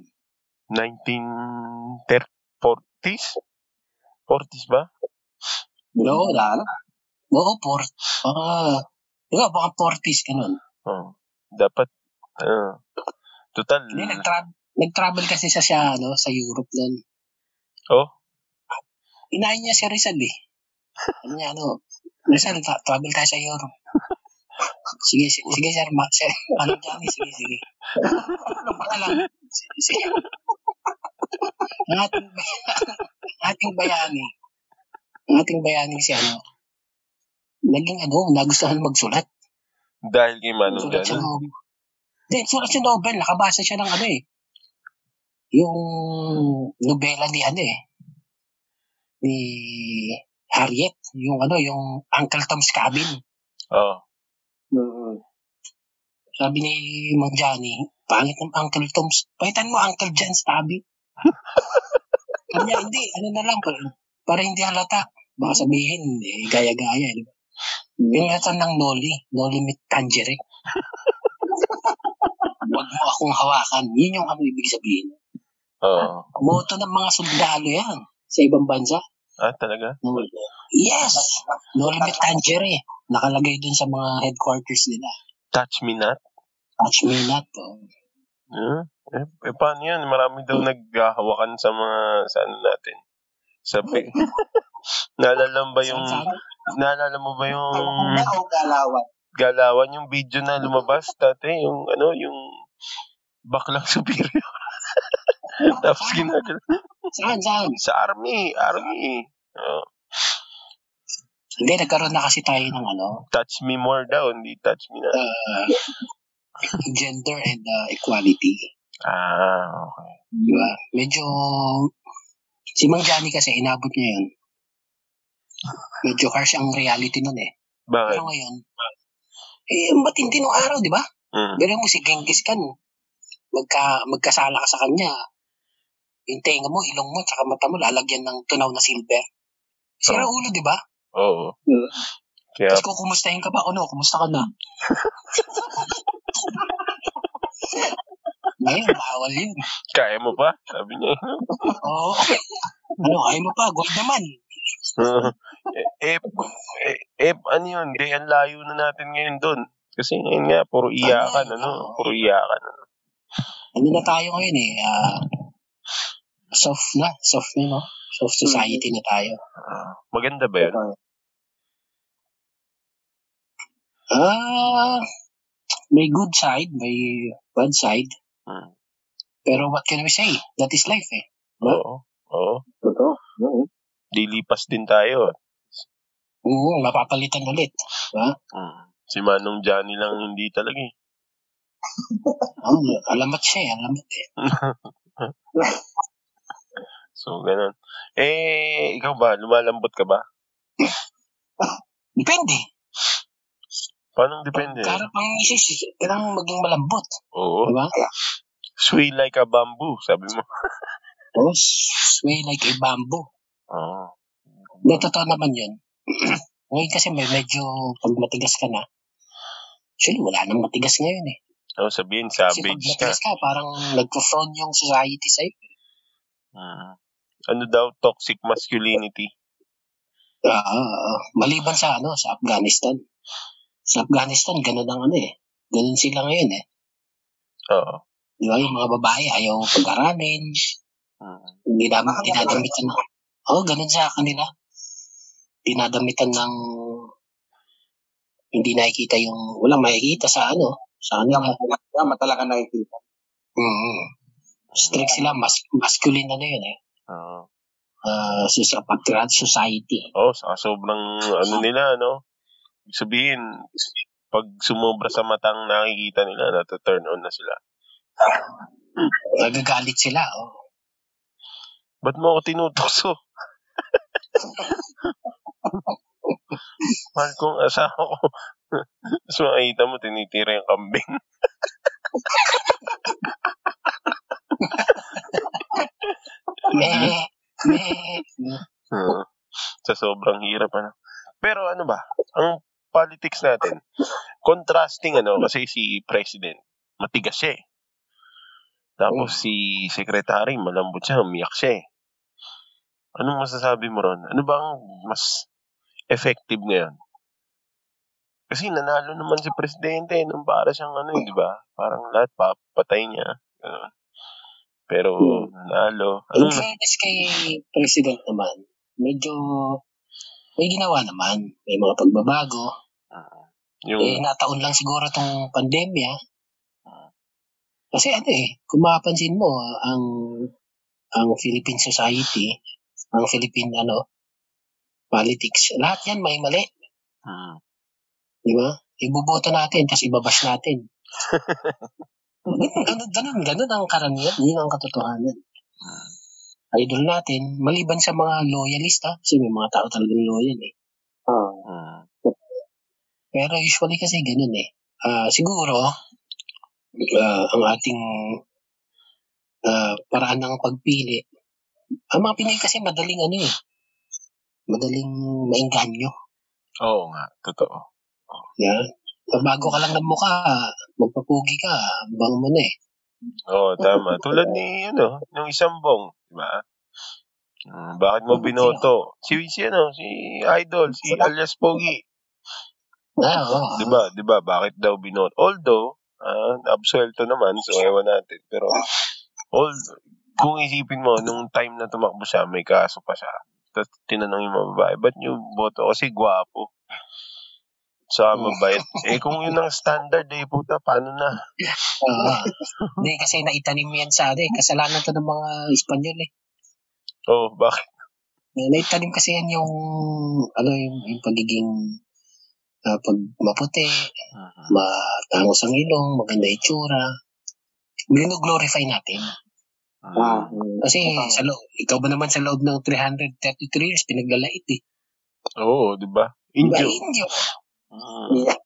S2: 1940s? 40s ba?
S3: Oo, lalo. Oo, port. Baka, di ba, baka 40s ka nun.
S2: Oh. Dapat, ano, total,
S3: Hindi, nag-tra- nag-travel kasi siya siya, ano, sa Europe nun.
S2: Oh.
S3: Inayin niya si Rizal eh. Ano niya, ano, Rizal, tra- travel tayo sa Europe. Sige, si- sige, sir, ma- sir, ano dyan eh, sige, sige. Ano pa lang, sige, sige. Ang ating, bay- ang ating bayani, ang ating bayani si ano, naging ano, nagustuhan magsulat.
S2: dahil kay Manong
S3: Sulat siya
S2: Jan.
S3: ng... Hindi, sulat siya ng novel. Nakabasa siya ng ano eh. Yung nobela ni ano eh. Ni Harriet. Yung ano, yung Uncle Tom's Cabin.
S2: Oh.
S1: Mm-hmm.
S3: Sabi ni Mang Johnny, pangit ng Uncle Tom's. Pahitan mo Uncle John's Cabin. Sabi niya, hindi. Ano na lang. Para, para hindi halata. Baka sabihin, eh, gaya-gaya. Diba? Pinatan ng Noli. Noli with Tangerine. Huwag mo akong hawakan. Yun yung ano ibig sabihin.
S2: Oh.
S3: Moto ng mga sundalo yan sa ibang bansa.
S2: Ah, talaga?
S3: No- Yes! No limit tangerine. Nakalagay dun sa mga headquarters nila.
S2: Touch me not?
S3: Touch me not. Oh.
S2: Huh? Eh, eh, paano yan? Marami
S3: Hmm.
S2: daw naghahawakan sa mga, sa ano natin? Sa, pi- naalala mo ba yung,
S3: Saan-saan?
S2: naalala mo ba yung
S1: Ang na o galawan.
S2: galawan, yung video na lumabas dati, yung ano, yung baklang superior. Tapos ginagala.
S3: Saan, saan?
S2: Sa army, army. Oh,
S3: Hindi, nagkaroon na kasi tayo ng ano,
S2: touch me more daw, hindi touch me na.
S3: uh, gender and uh, equality.
S2: Ah, okay.
S3: Di ba? Medyo, si Mang Johnny kasi inabot niya yun. Medyo harsh ang reality nun eh.
S2: Bakit?
S3: Pero ngayon, eh, matindi nung araw, di ba?
S2: Mm.
S3: Ganun mo si Genghis Khan, magka, magkasala ka sa kanya, yung tenga mo, ilong mo, tsaka mata mo, lalagyan ng tunaw na silver. Sira
S2: Oh.
S3: ulo, di ba?
S2: Oo.
S1: Mm.
S2: Kaya,
S3: Tapos kukumustahin ka ba? Ano, kumusta ka na? Ngayon, bawal yun.
S2: kaya mo pa? Sabi niya.
S3: Oo. Ano, ayaw mo pa, gold naman. Mm.
S2: eh, eh, eh, eh, ano yun? Di, ang layo na natin ngayon doon. Kasi ngayon nga, puro iyakan, ano? Puro iyakan. Ano?
S3: Ano na tayo ngayon eh, ah, soft na, soft na, no? Soft society na tayo.
S2: Ah, maganda ba
S3: Diba?
S2: yun?
S1: eh.
S3: Ah, may good side, may bad side.
S2: Hmm.
S3: Pero what can we say? That is life eh.
S2: Oo. Oo.
S1: Totoo. Mm.
S2: Dilipas din tayo.
S3: Oo, mapapalitan ulit.
S2: Mm. Si Manong Johnny lang hindi talaga eh.
S3: Ang alamat siya eh, alamat eh.
S2: So, ganun. Eh, ikaw ba? Lumalambot ka ba?
S3: Depende.
S2: Paano depende?
S3: Karap ang isis, kailangan maging malambot.
S2: Oo.
S3: Diba?
S2: Sway like a bamboo, sabi mo.
S3: Oh, sway like a bamboo.
S2: Oo.
S3: Hindi, totoo naman yun. ngayon kasi may medyo, pag matigas ka na, actually wala nang matigas ngayon eh.
S2: Ano sabihin,
S3: Kasi pag
S2: savage ka.
S3: matigas ka, parang nagpo-frown yung society sa'yo.
S2: Mm. Ano daw, toxic masculinity?
S3: Ah, maliban sa ano, sa Afghanistan. Sa Afghanistan, ganun ang ano eh. Ganun sila ngayon eh.
S2: Oo.
S3: Di ba? Yung mga babae, ayaw pag-aralin.
S2: Mm.
S3: Hindi namin
S1: Bakit ganun?
S3: tinadamitan ng... Oo, oh, ganun sa kanila. Tinadamitan ng... Hindi nakikita yung... Walang makikita sa ano. Sa
S1: Yung
S3: kanila.
S1: matala, yung matala ka nakikita.
S3: Mm-hmm. Strict sila. Mas, masculine na na yun eh.
S2: Oo.
S3: Ah, so sa pag-grad society.
S2: Oo, saka sobrang ano nila, no? Ibig Sabihin, pag sumobra sa matang nakikita nila, nata-turn on na sila.
S3: Nagagalit sila. Oh.
S2: Ba't mo ako tinutukso? Mahal kong asawa ko. Tapos makikita mo, tinitira yung kambing.
S3: Meh, meh.
S2: Hmm. Sa sobrang hirap, ano. Pero ano ba, ang politics natin, contrasting, ano, kasi si President, matigas siya eh. Tapos si Secretary, malambot siya, umiyak siya eh. Anong masasabi mo ron? Ano ba ang mas effective ngayon? Kasi nanalo naman si Presidente nung para siyang ano, eh, di ba? Parang lahat papatay niya. Ganun. Pero nanalo. Ano
S3: In
S2: Anong
S3: fairness kay President naman, medyo may ginawa naman. May mga pagbabago.
S2: yung...
S3: Eh, nataon lang siguro tong pandemya. Kasi ano eh, kung mapapansin mo, ang ang Philippine society, ang Philippine ano, politics, lahat yan may mali.
S2: Hmm.
S3: Di ba? Ibuboto natin, tapos ibabash natin. ganun, ganun, ganun ang karamihan. Yun ang katotohanan. Idol natin, maliban sa mga loyalista, kasi may mga tao talagang loyal eh.
S1: Oo.
S2: Hmm.
S3: Pero usually kasi ganun eh. Ah, siguro, ah, ang ating ah, paraan ng pagpili, ang mga Pinoy kasi madaling ano eh, madaling maingganyo.
S2: Oo nga, totoo.
S3: Yeah? Bago ka lang ng mukha, magpapugi ka, bang mo na eh.
S2: Oo, tama. Tulad ni, ano, nung isang bong, di ba? Mm, bakit mo binoto? Si, si, ano, si Idol, si alias Pogi.
S3: Ah, oo.
S2: Di ba? Di ba? Bakit daw binoto? Although, ah, absuelto naman, so ewan natin. Pero, all, kung isipin mo, nung time na tumakbo siya, may kaso pa siya. Tapos tinanong yung mga babae, ba't niyo boto? Kasi gwapo. Sa mabait. Eh, kung yun ang standard, eh, puta, paano na?
S3: Oo. Hindi, kasi naitanim yan sa ano eh. Kasalanan to ng mga Espanyol eh.
S2: Oh, bakit?
S3: Naitanim kasi yan yung, ano yung, yung pagiging ah, pag maputi,
S2: Mm-hmm.
S3: matangos ang ilong, maganda itsura. Gino-glorify natin.
S1: Ah.
S2: Mm.
S3: Kasi sa loob, ikaw ba naman sa loob ng 333 years, pinaglalait eh.
S2: Oo, di ba? Indio.
S3: Indio. Indio.
S2: Mm.
S1: Yeah.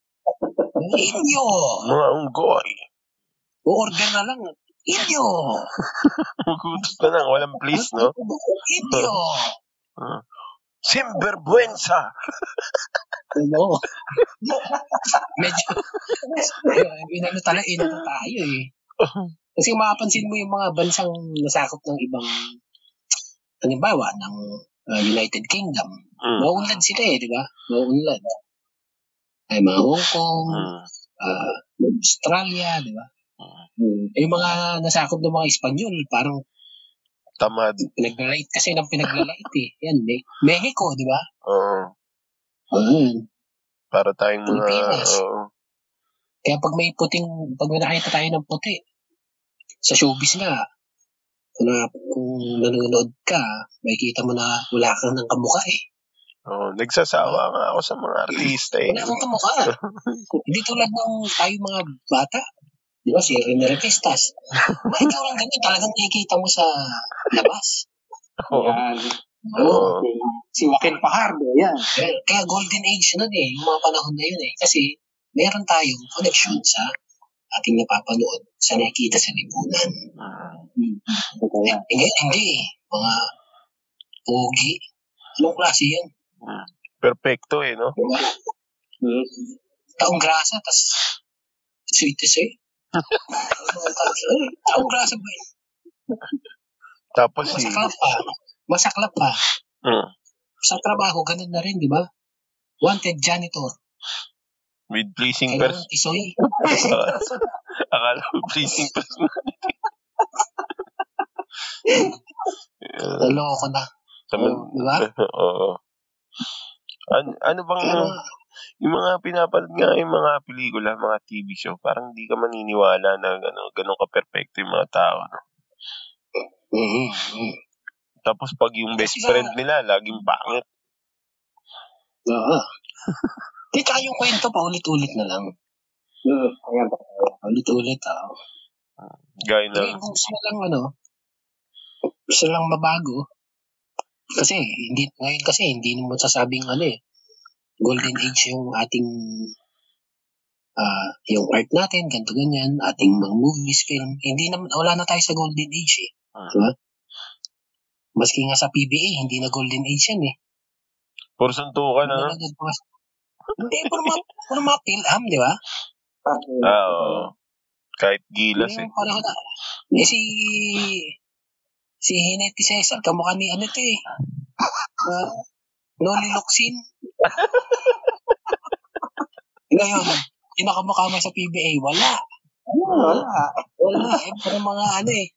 S3: Indio.
S2: Mga unggoy.
S3: O-order na lang. Indio.
S2: Magutos na lang. Walang please, no?
S3: Indio.
S2: Simberbuensa!
S3: Oo. Medyo, inano talaga, inano tayo eh. Kasi kung mapapansin mo yung mga bansang nasakop ng ibang, halimbawa, ng uh, United Kingdom,
S2: Mm.
S3: mauunlad sila eh, di ba? Mauunlad. Ay, mga Hong Kong,
S2: Mm.
S3: ah, Australia, di ba? Eh, yung mga nasakop ng mga Espanyol, parang
S2: Tamad.
S3: pinaglalait kasi ng pinaglalait eh. Yan, Me- Mexico, di ba?
S2: Oo.
S3: Ayun.
S2: para tayong mga...
S3: Pilipinas.
S2: oo.
S3: Kaya pag may puting, pag may nakita tayo ng puti, sa showbiz nga, kung, na, kung nanonood ka, makikita mo na wala kang ng kamukha eh.
S2: Oo, nagsasawa nga ako sa mga artista eh.
S3: Wala kang kamukha. Hindi tulad nung tayo mga bata, Di ba? Si Rene Repistas. Mga ikaw lang ganun. Talagang nakikita mo sa labas.
S2: Oo.
S1: Yan. Oh.
S2: Oo.
S1: Si Joaquin Pajardo, yan.
S3: Kaya, kaya golden age nun eh. Yung mga panahon na yun eh. Kasi meron tayong connection sa ating napapanood sa nakikita sa lipunan.
S1: Ito
S3: Eh,
S1: yan.
S3: eh, ngayon, hindi eh. Mga pogi. Anong klase yan?
S2: Perfecto eh, no?
S3: Diba?
S1: Hmm.
S3: Taong grasa, tas sweet to say. Taong grasa ba yun?
S2: Tapos si...
S3: Masaklap pa. Masaklap pa.
S2: Mm,
S3: Sa trabaho, ganun na rin, di ba? Wanted janitor.
S2: with pleasing person.
S3: Kailangan tisoy.
S2: Akala ko pleasing person.
S3: Naloko na.
S2: Saman,
S3: Di ba?
S2: oo. Ano, ano bang,
S3: Pero,
S2: yung mga pinapanood nga, yung mga pelikula, mga TV show, parang di ka maniniwala na gano'n gano ka-perfecto yung mga tao. no?
S3: mm, mm.
S2: Tapos pag yung best
S3: Kasi nga-
S2: friend nila, laging pangit.
S3: Oo. Di, tsaka yung kwento pa, ulit-ulit na lang.
S1: Hmm. Ayan.
S3: Ulit-ulit, ah.
S2: Gaya
S3: Hindi,
S2: na,
S3: kung gusto mo lang ano, gusto lang mabago. Kasi hindi ngayon kasi hindi mo sasabing ano eh. Golden age yung ating ah yung art natin, ganto ganyan, ating mga movies, film. Hindi naman wala na tayo sa golden age eh.
S2: Ah.
S3: Diba? Maski nga sa PBA, hindi na golden age yan eh.
S2: puro suntukan, ano?
S3: Nanonood pa mas- Hindi, puro mga, puro mga film, di ba?
S2: Ah, oo. Kahit gilas eh.
S3: Yung panahon na, eh si, si Hineti Cesar, kamukha ni ano to eh. Uh, Noli Luxin. Ngayon, yung nakamukha mo sa PBA, wala.
S1: Ah,
S2: Ah.
S1: Wala.
S3: Wala. Eh, pero mga ano eh.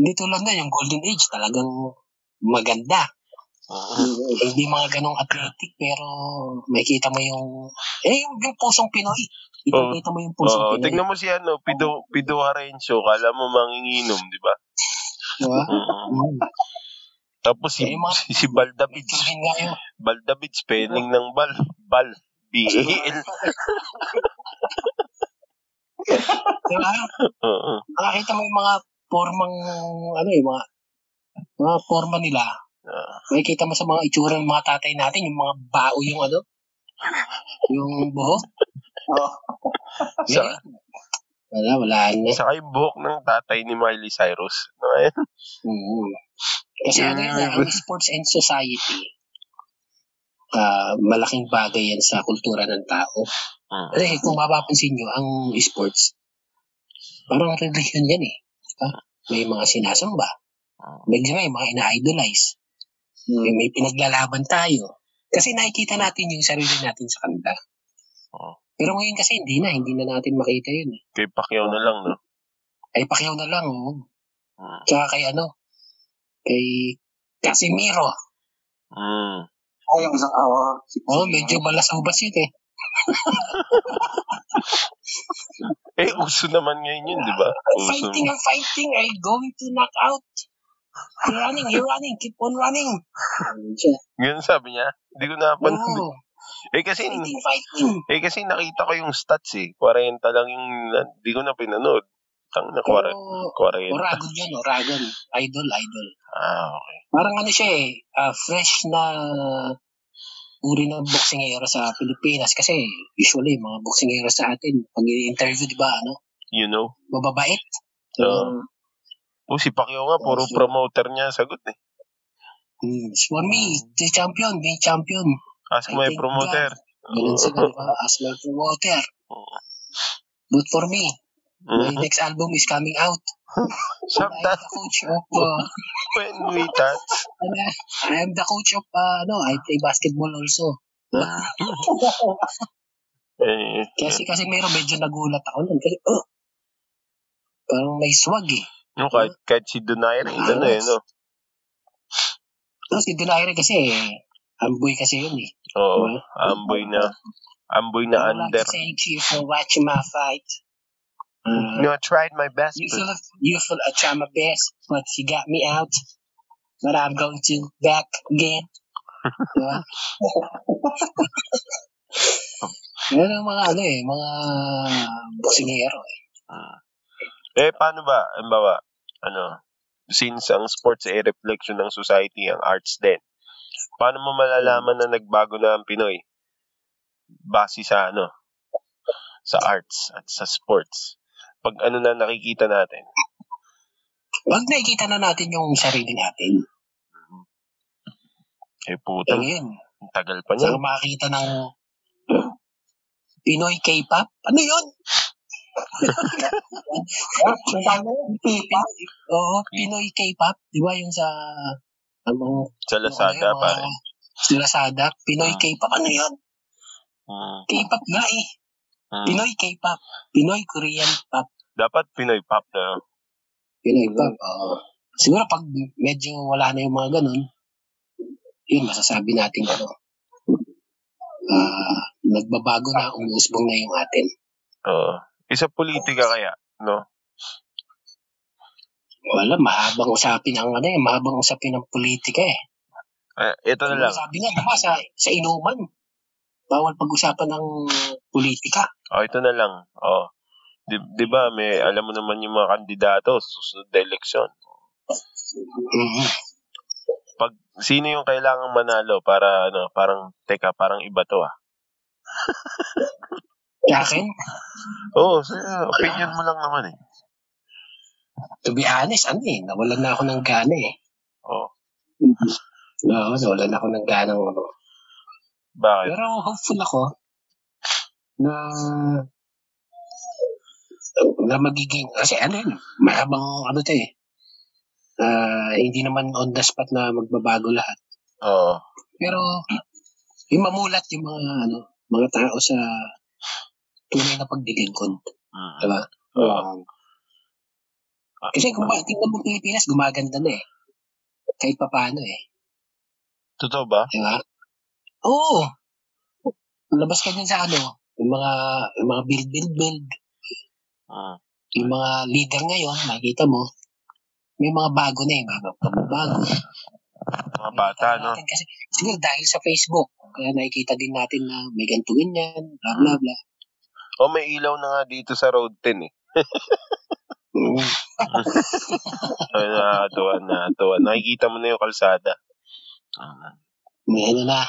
S3: Hindi tulad na yung Golden Age, talagang maganda.
S1: Mm-hmm.
S3: Hindi mga ganong athletic, pero makikita mo yung, eh, yung, yung pusong Pinoy. Ipakita mo yung pusong
S2: Oh. Oo,
S3: Pinoy.
S2: tignan mo si ano, Pido, Pido Harencio, kala mo manginginom, di ba?
S3: Diba?
S2: Oo.
S3: Mm.
S2: Tapos si,
S3: Eh, mga-
S2: si, si Baldavid,
S3: Sabihin nga yun.
S2: Baldavid, spelling ng bal, bal, B-A-L.
S3: Diba?
S2: Oo.
S3: Nakakita mo yung mga formang, ano eh, mga, mga forma nila.
S2: Ah.
S3: Makikita mo sa mga itsura ng mga tatay natin, yung mga bao yung ano, yung buhok.
S1: Oh.
S2: Sa,
S3: Ngayon, Wala, wala na.
S2: sa yung buhok ng tatay ni Miley Cyrus. Ano nga yan?
S3: Mm. Kasi ano yan,
S2: Yeah.
S3: ang sports and society, ah, malaking bagay yan sa kultura ng tao.
S2: Mm.
S3: Kasi kung mapapansin nyo, ang sports, parang religion yan eh. Diba? May mga sinasamba.
S2: Ah.
S3: May, may mga ina-idolize.
S1: Mm-hmm.
S3: May, may pinaglalaban tayo. Kasi nakikita natin yung sarili natin sa kanila.
S2: Oo.
S3: Pero ngayon kasi hindi na, hindi na natin makita yun eh.
S2: Kay Pacquiao na lang, no?
S3: Ay, Pacquiao na lang, oh.
S2: Mm.
S3: Tsaka kay ano, kay Casimiro.
S2: Mm.
S1: Oh, yung isang awa. Si-
S3: Oh, medyo balasubas yun eh.
S2: Eh, uso naman ngayon yun, di ba? Uso.
S3: Fighting and fighting, are going to knock out? You're running, you're running, keep on running. Ayun siya.
S2: Yun sabi niya. Hindi ko napanood.
S3: Oo,
S2: Eh, kasi,
S3: fighting, fighting.
S2: eh, kasi nakita ko yung stats eh. 40 lang yung, hindi ko na pinanood. Tang na 40.
S3: Oo,
S2: 40.
S3: Oh, Oragon yun, Oragon. Idol, idol.
S2: Ah, okay.
S3: Parang ano siya eh, ah, fresh na uri ng boksingero sa Pilipinas kasi usually mga boksingero sa atin pag i-interview di ba ano
S2: You know?
S3: mababait
S2: Oo. Oh, si Pacquiao nga, puro
S3: Mm. Uso.
S2: promoter niya ang sagot eh.
S3: mm, for me the champion may champion
S2: Ask
S3: I
S2: my
S3: think
S2: promoter.
S3: ganun sila di ba as my promoter
S2: Oo.
S3: but for me my
S2: Mm.
S3: next album is coming out I am
S2: Sometimes
S3: the coach of uh,
S2: when we touch.
S3: I am the coach of uh, ano I play basketball also Ah.
S2: Eh,
S3: kasi kasi meron medyo nagulat ako nun kasi oh parang may swag eh
S2: yung kahit, kahit si Donaire, ano eh, no?
S3: Tapos si Delire kasi, amboy kasi yun eh.
S2: Oo, amboy na. Amboy na under.
S3: Like thank you for watching my fight. Uh,
S2: No, I tried my best.
S3: you
S2: but-
S3: feel, you feel I try my best, but you got me out. But I'm going to back again. Diba? Yan ang mga ano eh, mga boksingero eh.
S2: Mm. Eh, paano ba? Ang bawa, ano, since ang sports ay reflection ng society, ang arts din. Paano mo malalaman na nagbago na ang Pinoy? Base sa ano? Sa arts at sa sports. Pag ano na nakikita natin.
S3: Wag nakikita na natin yung sarili natin.
S2: Eh,
S3: Eh
S2: putang,
S3: ngayon,
S2: ang tagal pa
S3: sa
S2: niya.
S3: makakita ng Pinoy K-pop, ano yun?
S1: Ang tawag na yun, pipa.
S3: Oo, Pinoy K-pop, di ba yung sa ano,
S2: Sa Lazada, pare.
S3: Sa Lazada, Pinoy
S2: Mm.
S3: K-pop, ano yun?
S2: Mm,
S3: K-pop nga eh.
S2: mm.
S3: Pinoy K-pop, Pinoy Korean pop,
S2: Dapat Pinoy pop na.
S3: Pinoy pop. oo. Siguro pag medyo wala na yung mga ganun, yun masasabi natin ano. ah, nagbabago na, umusbong na yung atin.
S2: Oo. oh. Isa politika kaya, no?
S3: Wala, mahabang usapin ang ano eh, mahabang usapin ang politika eh.
S2: Eh, ito na lang.
S3: Sabi nga, diba, sa, sa inuman, bawal pag-usapan ng politika.
S2: Oh, ito na lang. Oh. 'Di, 'di ba may alam mo naman yung mga kandidato sa susunod na eleksyon.
S3: Mhm.
S2: Pag sino yung kailangang manalo para ano, parang teka, parang iba to ah.
S3: Sa akin,
S2: Oo, so, opinion mo lang naman eh.
S3: to be honest, ano eh, nawalan na ako ng gana eh.
S2: Oh.
S3: Oo, nawalan ako ng gana. Ano.
S2: Bakit?
S3: Pero hopeful ako na na magiging kasi ano yun, mahabang ano to eh. Ah, hindi naman on the spot na magbabago lahat.
S2: Oo.
S3: Pero yung mamulat yung mga ano, mga tao sa tunay na pagdilingkod,
S2: Mm. Ah,
S3: di ba?
S2: Oo.
S3: Um, kasi kung bakit tingnan mo Pilipinas, gumaganda na eh. Kahit pa paano eh.
S2: Totoo ba?
S3: Di ba? Oo. Labas ka din sa ano, yung mga, yung mga build, build, build.
S2: Mm.
S3: Yung mga leader ngayon, makikita mo, may mga bago na eh, mga bago.
S2: Mga bata, no?
S3: Natin Kasi, siguro dahil sa Facebook, kaya nakikita din natin na may ganito ganyan, bla bla bla.
S2: Oh, may ilaw na nga dito sa road 10 eh. Mm.
S3: Oo.
S2: Ay, nakakatuwa, nakakatuwa. Nakikita mo na yung kalsada. Ah.
S3: May ano na.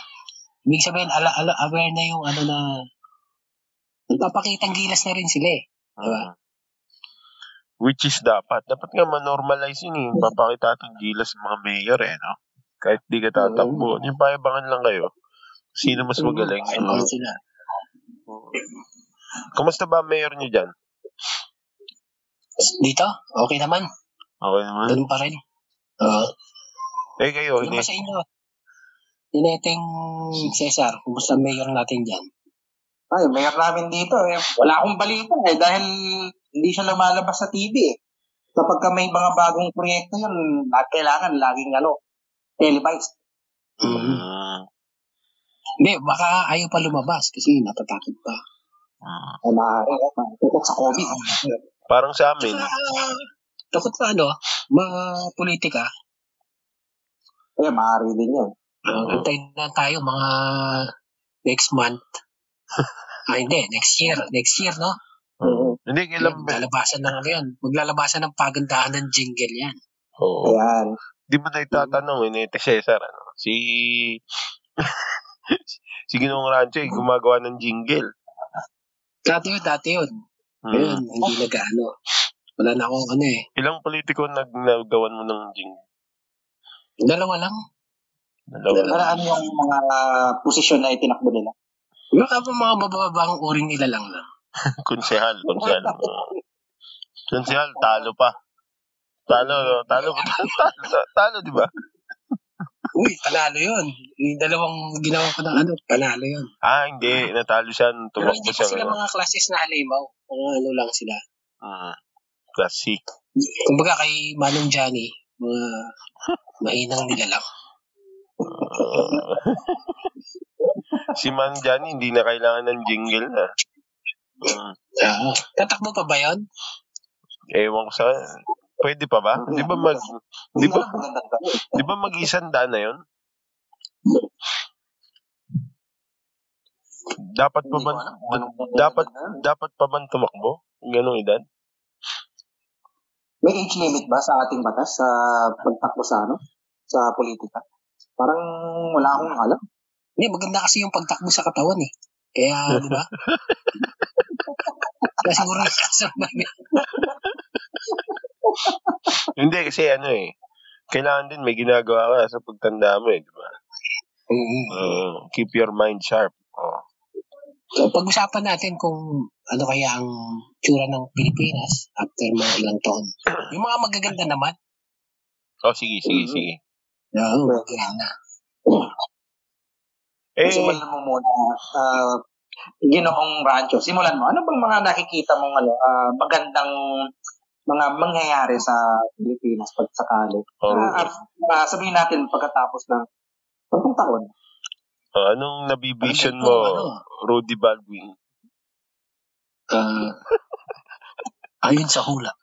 S3: Ibig sabihin, ala, ala, aware na yung ano na, nagpapakitang gilas na rin sila eh. Diba?
S2: Mm. Which is dapat. Dapat nga manormalize yun eh. Yung Papakita itong gilas sa mga mayor eh, no? Kahit di ka tatakbo. Yung
S3: Mm.
S2: payabangan lang kayo. Sino mas magaling?
S3: Ayun
S2: Ano?
S3: sila.
S2: Kumusta ba ang mayor nyo dyan?
S3: Dito, okay naman.
S2: Okay naman.
S3: Ganun pa rin. Oo.
S2: Eh kayo,
S3: Ano
S2: hindi.
S3: ba sa inyo? Dineteng Cesar, kumusta ang mayor natin dyan?
S1: Ay, mayor namin dito eh. Wala akong balita eh dahil hindi siya lumalabas sa TV eh. Kapag ka may mga bagong proyekto yun, lahat kailangan laging ano, televised.
S2: Mm.
S3: Hindi, baka ayaw pa lumabas kasi natatakot pa.
S2: Mm.
S1: Ay, maaari eh, tutok sa COVID.
S2: Parang sa amin,
S3: Tsaka, ah, takot na ano, mga politika.
S1: Ay, eh, maaari din yan.
S3: Uh,
S2: Oo.
S3: antayin na tayo mga next month. ah, hindi, next year. Next year, no?
S1: Oo.
S2: hindi kailan ba?
S3: Maglalabasan ng ano yan. Maglalabasan ng pagandahan ng jingle yan.
S2: Oo.
S1: Ayan.
S2: Di mo na
S3: Mm.
S2: itatanong eh, ni Cesar, ano? Si... si Ginong Rancho eh, gumagawa ng jingle.
S3: Dati yun, dati yun.
S2: Mm.
S3: Ayun, hindi nag-ano. Wala na akong ano eh.
S2: Ilang politiko nag- nagawan mo ng jingle?
S3: Dalawa lang.
S2: Dalawa.
S1: Para ano yung mga posisyon na itinakbo nila.
S3: Baka pa mga mabababang uring nila lang lang.
S2: Kunsehal, kunsehal. Kunsehal, talo pa. Talo, no? talo, talo, talo, talo, di ba?
S3: Uy, panalo yun. Yung dalawang ginawa ko ng ano, panalo yun.
S2: Ah, hindi. Natalo siya. nung
S3: Pero
S2: Tumakbo
S3: hindi
S2: siya.
S3: pa sila
S2: ngayon.
S3: mga classes na halimaw. Mga ano lang sila.
S2: Mm. Kasi.
S3: Kumbaga kay Manong Johnny, mga mainang nila lang.
S2: ah, si Mang Johnny, hindi na kailangan ng jingle ah. na. Mm.
S3: Oo. Tatakbo pa ba yun?
S2: Ewan ko sa... Pwede pa ba? Di ba mag... Di ba,
S1: Magandang gabi.
S2: di ba mag-isanda na yun? Dapat pa
S1: Hindi ko
S2: ba,
S1: alam kung anong-
S2: dapat, dapat pa ba tumakbo? Ganong edad?
S1: May age limit ba sa ating batas sa pagtakbo sa ano? Sa politika? Parang wala akong alam.
S3: Hindi, maganda kasi yung pagtakbo sa katawan eh. Kaya, di ba? Kaya siguro nakasabay.
S2: Hindi kasi ano eh. Kailangan din may ginagawa ka sa pagtanda mo eh, di ba?
S3: Mm.
S2: Oo. keep your mind sharp. Oh, Oo.
S3: So, pag-usapan natin kung ano kaya ang tsura ng Pilipinas after mga ilang taon. Yung mga magaganda naman,
S2: Oh, sige, sige,
S1: Mhm.
S2: sige.
S3: no, magaganda.
S2: Eh,
S1: Simulan mo muna. ah, ginoong rancho. Simulan mo. Ano bang mga nakikita mong ano, ah, magandang mga mangyayari sa Pilipinas pag sakali?
S2: or,
S1: Ah, ah, sabihin natin pagkatapos ng tatlong taon.
S2: oh, anong nabibision
S3: Parang ganito,
S2: mo, Rudy Baldwin?
S3: ah, ayon sa hula.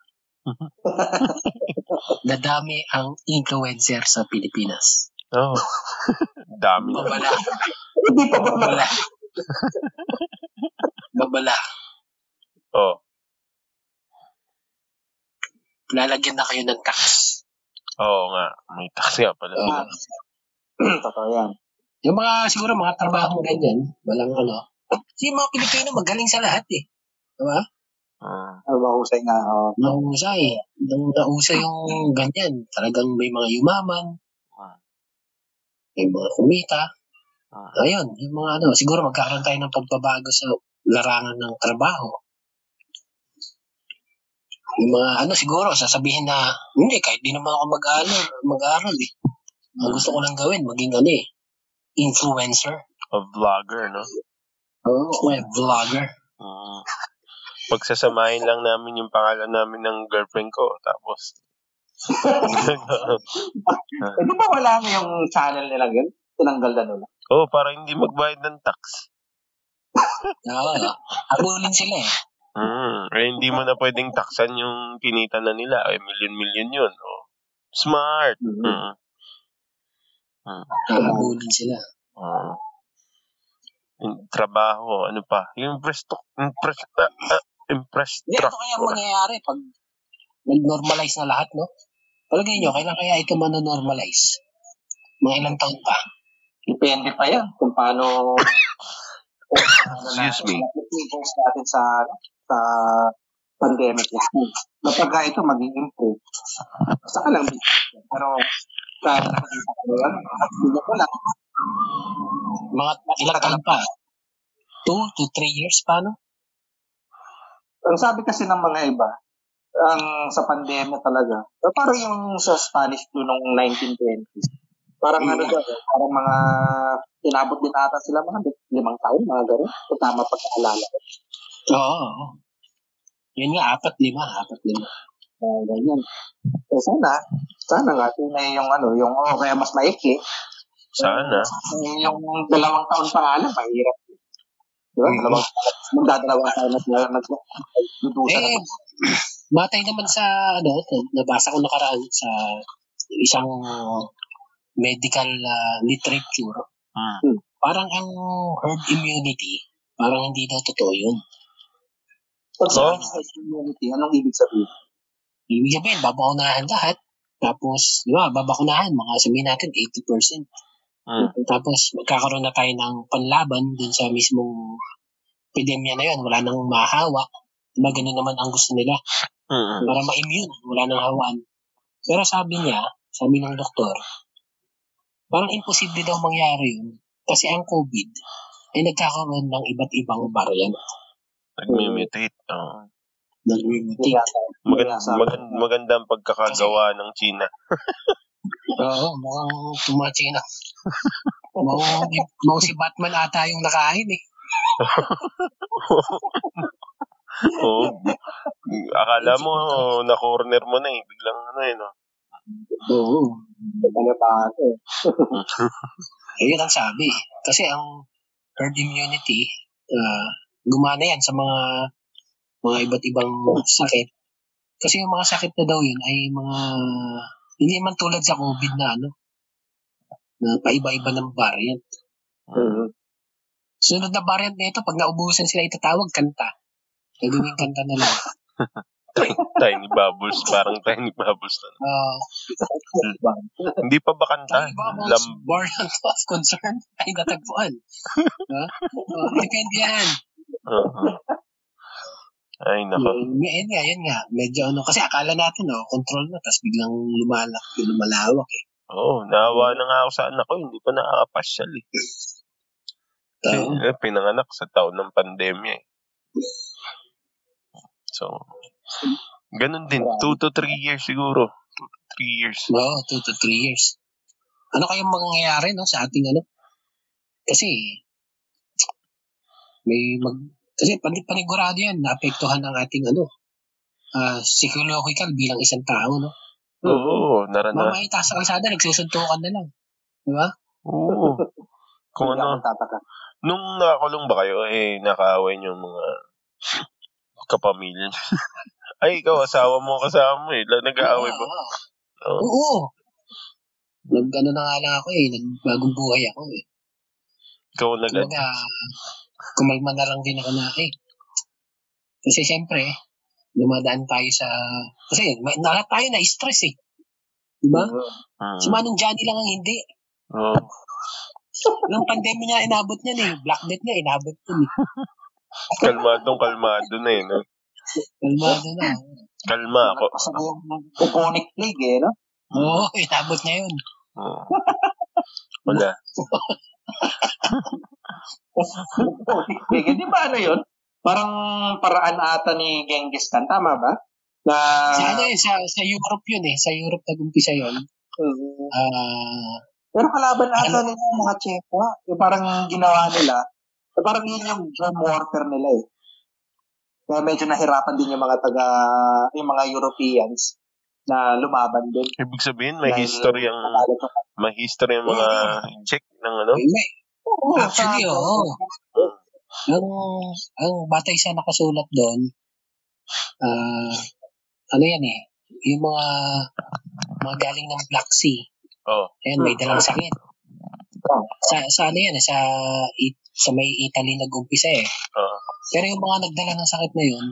S3: Dadami ang influencer sa Pilipinas.
S2: Oh. Dami na.
S3: Babala.
S1: Hindi Eh, pa ba
S3: Babala. Babala.
S2: Oh.
S3: Lalagyan na kayo ng tax.
S2: Oo nga. May taxi nga pala.
S1: Oh.
S3: Ah,
S1: Totoo yan.
S3: yung mga siguro mga trabaho ganyan, walang ano. Kasi yung mga Pilipino magaling sa lahat eh. Diba?
S2: Ah.
S1: Ano ba husay nga? oh.
S3: Nausa eh. Nung nausa yung ganyan, talagang may mga yumaman,
S2: Ah.
S3: may mga kumita.
S2: Ah.
S3: Ayun, yung mga ano, siguro magkakaroon tayo ng pagbabago sa larangan ng trabaho. Yung mga ano siguro, sasabihin na, hindi, kahit di naman ako mag-aaral, mag-aaral eh. Ang gusto ko lang gawin, maging ano eh, influencer.
S2: A vlogger, no?
S3: Oo, may vlogger.
S2: Mm. Pagsasamahin lang namin yung pangalan namin ng girlfriend ko. Tapos,
S1: Eh, di ba wala na yung channel nila yun? Tinanggal na nila.
S2: oh, para hindi magbayad ng tax.
S3: Oo, abulin sila eh.
S2: Mm. Eh, hindi mo na pwedeng taksan yung kinita na nila. Ay, million-million yun. Oh. Smart.
S3: Hmm.
S2: Mm.
S3: Abulin sila.
S2: Oh. Yung trabaho, ano pa? Yung presto, impress, ah, ah, impress
S3: Hindi,
S2: truck.
S3: ano kaya mangyayari pag nag-normalize na lahat, no? Palagay nyo, kailan kaya ito manonormalize? Mga ilang taon pa?
S1: Depende pa yan kung paano... kung paano
S2: Excuse me.
S1: Features natin sa, ano, sa pandemic. Kapag ka ito magiging improve. Saka lang. Pero kahit nakikita ko yan, at hindi ko lang.
S3: Mga ilang taon pa? Two to three years pa, no?
S1: Ang sabi kasi ng mga iba, ang sa pandemya talaga, eh, parang yung sa Spanish flu nung 1920s. Parang ano daw, eh, parang mga inabot din ata sila mga lim- limang taon, mga gano'n. Kung tama pagkaalala. ko.
S3: Oo. oo. Yun nga, apat lima, apat lima.
S1: Mga ganyan. Eh sana, sana nga, tunay yung ano, yung oh, kaya mas maiki.
S2: Sana.
S1: Eh, Yung dalawang taon pa nga lang, mahirap. Di ba?
S3: Mm.
S1: Dalawang magdadalawang taon na sila nag dudusa na
S3: Eh, batay naman sa, ano, nabasa ko nakaraan sa isang medical ah, literature, Hmm.
S2: Mm.
S3: parang ang herd immunity, parang hindi daw totoo yun.
S1: Pag sa
S2: Oh.
S1: herd immunity, anong ibig sabihin?
S3: Ibig sabihin, babakunahan lahat. Tapos, di ba, babakunahan, mga sabihin natin, 80%.
S2: Mm.
S3: Tapos, magkakaroon na tayo ng panlaban dun sa mismong epidemya na yun. Wala nang mahawa. Di ba, ganun naman ang gusto nila.
S2: Mm.
S3: Ah, Para ma-immune, wala nang hawaan. Pero sabi niya, sabi ng doktor, parang imposible daw mangyari yun. Kasi ang COVID, ay nagkakaroon ng iba't ibang variant.
S2: Nagme-mutate. Oo.
S3: Nag-mutate.
S1: Kaya sa-
S2: Maganda,
S1: Sa-
S2: maganda, magandang pagkakagawa ng China.
S3: Oo, mukhang tumatsi na. Mukhang mukhang si Batman ata yung nakain eh.
S2: Oo. Oh. Akala mo, na-corner mo na eh. Biglang ano eh, no?
S3: Oo.
S1: Ano ba
S2: Ah.
S1: ano eh.
S3: Ayun ang sabi. Kasi ang herd immunity, ah, gumana yan sa mga mga iba't ibang sakit. Kasi yung mga sakit na daw yun ay mga hindi man tulad sa COVID na ano na paiba-iba ng variant.
S1: Mhm.
S3: Sunod na variant nito, pag naubusan sila itatawag kanta. Gagawin kanta na lang.
S2: Tiny Bubbles. Parang Tiny Bubbles. na.
S3: Uh,
S1: Diba?
S2: Hindi pa ba kanta?
S3: Tiny Bubbles,
S2: Lam
S3: born out of concern, ay natagpuan. Ha? Oh, depende yan.
S2: Oo. Ay, nako.
S3: Yun, yun nga, yun nga. Medyo ano, kasi akala natin, oh, control na, tapos biglang lumalak, lumalawak. Eh.
S2: Oo, naawa na nga ako sa anak ko. Hindi pa nakakapasyal eh. Kasi
S3: So,
S2: eh, pinanganak sa taon ng pandemya eh. So, ganun din. 2 to 3 years siguro. 2 to 3 years.
S3: Oo, oh, two to three years. Ano kayang mangyayari no, sa ating ano? Kasi, may mag... Kasi pan- panigurado yan, naapektuhan ang ating ano, ah psychological bilang isang tao, no?
S2: Oo, narana.
S3: Mamaita sa kalsada, nagsusuntukan na lang. Di ba?
S2: Oo. Oh, Kung
S1: Hindi
S2: ano,
S1: ako tataka.
S2: Nung nakakulong ba kayo, eh, nakaaway niyo yung mga kapamilya niyo? Ay, ikaw, asawa mo, kasama mo eh. La- Nag-aaway ba?
S3: Oo.
S2: Oo.
S3: Oo. Nag, ano na nga lang ako eh, nagbagong buhay ako eh.
S2: Ikaw nag
S3: Kumbaga, kumalma na lang din ako na, eh. Kasi syempre, dumadaan tayo sa, kasi may, na, tayo na stress eh. Diba?
S2: Mm.
S3: Si Manong Johnny lang ang hindi.
S2: Hmm. Oo.
S3: Nung pandemya niya, inabot niya eh. Black belt niya, inabot niya eh.
S2: Kalmadong kalmado na eh. No?
S3: Kalmado na.
S2: Kalma Ah, ako.
S1: Kasabayan ng Puponic League eh, no?
S3: Oo, inabot niya yun.
S2: Oo. Wala.
S1: Puponic League. Di ba ano yun? Parang paraan ata ni Genghis Khan, tama ba? Na,
S3: Sa,
S1: Ah.
S3: ano, eh, sa, sa Europe yun eh. Sa Europe nag-umpisa yun.
S1: Mm.
S3: Ah,
S1: pero kalaban ata
S2: Ano?
S1: nila yung mga Chekwa. Eh, parang ginawa nila, eh, parang yun yung drum warfare nila eh. Kaya medyo nahirapan din yung mga taga, yung mga Europeans na lumaban din.
S2: Ibig sabihin, may
S1: Dahil-
S2: history ang,
S1: Panalo pa.
S2: may history ang mga check ng ano.
S3: may,
S1: Oo, sa-
S3: Actually, oo. ang, ang batay sa nakasulat doon, ah, ano yan eh, yung mga, mga galing ng Black Sea.
S2: Oo.
S3: Ayan, may dalang sakit. Sa, sa ano yan eh, sa, it, sa may Italy nag-umpisa eh.
S2: Oo.
S3: Pero yung mga nagdala ng sakit na yun,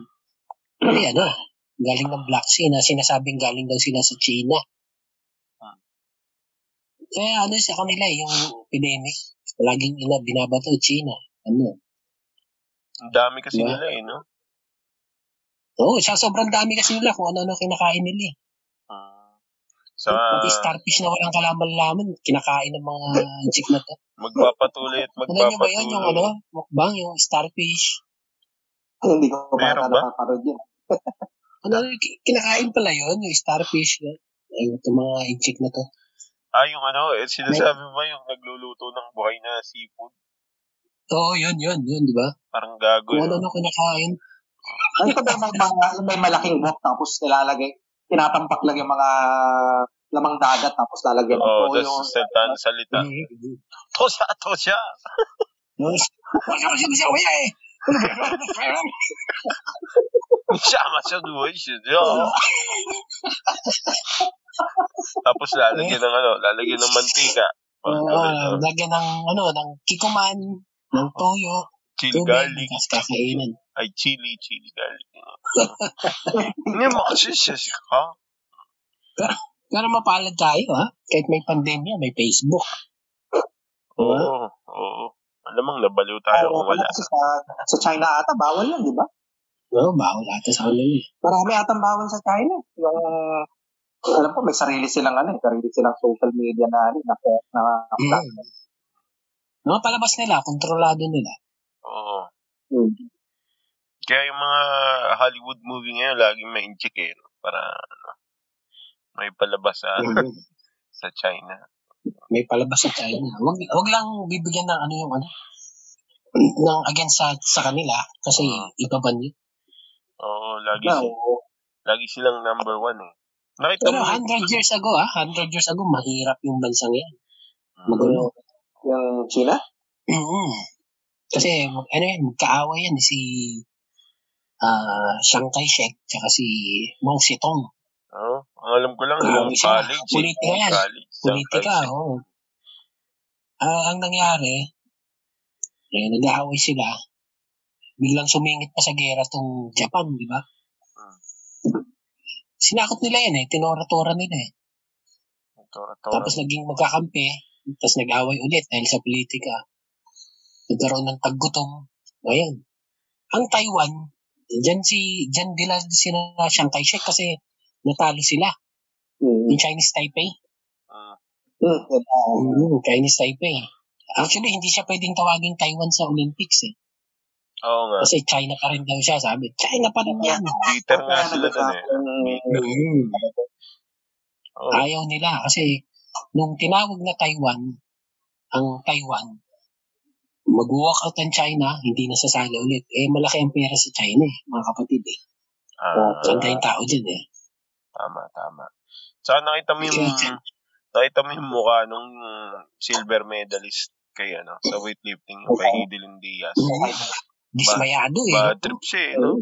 S3: ano yan ah, galing ng Black Sea na sinasabing galing daw sila sa China. Kaya ano sa kanila eh, yung epidemic, laging ina, binabato China. Ano,
S2: Ang dami kasi
S3: Yeah.
S2: nila eh, no?
S3: Oo, sa sobrang dami kasi nila kung ano-ano kinakain nila. eh.
S2: Mm. Sa
S3: Pati starfish na walang kalaman-laman, kinakain ng mga chick na to.
S2: magpapatuloy at
S3: Ano nyo ba yun? Yung ano?
S2: magpapatuloy.
S3: Mukbang, yung starfish.
S1: Hindi ko kumata
S2: Meron ba?
S1: napaparod yun.
S3: Ano, ki- kinakain pala yun, yung starfish. yun. Ayun, itong mga chick na to.
S2: Ah, yung ano, eh, sinasabi mo ba yung nagluluto ng buhay na seafood?
S3: Oo, yun, yun, yun, di ba?
S2: Parang gago.
S3: Kung
S2: yun.
S3: ano-ano kinakain.
S1: Ano ka ba may, mga, may malaking wok tapos nilalagay, tinatampak lang yung mga lamang dagat tapos lalagyan
S2: Oo, oh,
S1: ko
S2: das salita ng salita.
S3: Mm.
S2: Tosya, tosya!
S3: Oo, Wala ko siya kuya eh!
S2: Siyama siya duway siya. Oo. Tapos lalagyan ng ano, lalagyan ng mantika.
S3: Oo,
S2: Oh,
S3: lagyan ng, ano, ng kikuman, ng toyo,
S2: chili
S3: tubig,
S2: garlic.
S3: tapos kakainin.
S2: Ay, chili, chili garlic. Hindi mo kasi siya siya ka.
S3: Pero mapalad tayo, ha? Kahit may pandemya, may Facebook.
S2: Oo, oo. Alamang nabaliw tayo kung wala.
S1: Kasi sa, sa China ata, bawal yun, di ba?
S3: Oo, bawal ata sa kanila. eh.
S1: Marami atang bawal sa China. Yung, alam ko, may sarili silang ano, eh, sarili silang social media na ano, na, na, na
S2: Hmm.
S3: Mm. Mga palabas nila, kontrolado nila.
S2: Oo.
S1: Hmm.
S2: Kaya yung mga Hollywood movie ngayon, laging may inchik eh. no? Para, ano, may palabas sa,
S3: Mm.
S2: sa China.
S3: may palabas sa China. Wag, wag lang bibigyan ng ano yung ano ng against sa, sa kanila kasi
S2: Mm.
S3: iba ba niyo?
S2: Oo, lagi,
S1: na,
S2: si-
S1: oo.
S2: lagi silang number one eh. Nakita mo,
S3: Pero 100 years ago ah, 100 years ago mahirap yung bansang yan.
S2: Mm.
S3: Magulo.
S1: yung China.
S3: Mm. Kasi mag- ano yan, magkaaway yan si ah Chiang Kai-shek tsaka si Mao Zedong.
S2: Oo. ang alam ko lang, yung
S3: Isa,
S2: college. eh.
S3: politika
S2: Yung
S3: yan.
S2: College, sa
S3: Politika,
S2: college.
S3: oo. Ah, ang nangyari, eh, nag-aaway sila. Biglang sumingit pa sa gera tong Japan, di ba? sinakot nila yan eh. Tinora-tora nila eh.
S2: Tora-tora.
S3: Tapos naging magkakampi. Tapos nag-away ulit dahil sa politika. Nagkaroon ng taggutom. Ayan. Ang Taiwan, dyan si, dyan nila sila Chiang Kai-shek kasi natalo sila.
S1: Mm.
S3: Yung Chinese Taipei.
S2: Ah,
S1: Mm. Yan, ah,
S3: Mm, Chinese Taipei. Actually, hindi siya pwedeng tawagin Taiwan sa Olympics eh.
S2: oo nga.
S3: Kasi China pa rin daw siya, sabi. China pa rin yan.
S2: Bitter nga sila dun eh.
S1: Mm.
S3: Mm.
S2: Oo.
S3: Ayaw nila kasi nung tinawag na Taiwan, ang Taiwan, mag-walk out ang China, hindi na sasali ulit. Eh, malaki ang pera sa China eh, mga kapatid eh.
S2: Ah,
S3: Sanda yung tao dyan eh.
S2: tama, tama. Tsaka nakita mo yung, nakita mo yung mukha nung silver medalist kay ano, sa weightlifting, yung kay Idilin Diaz.
S1: Hmm.
S3: Mm. Dismayado eh.
S2: Bad trip siya eh, no?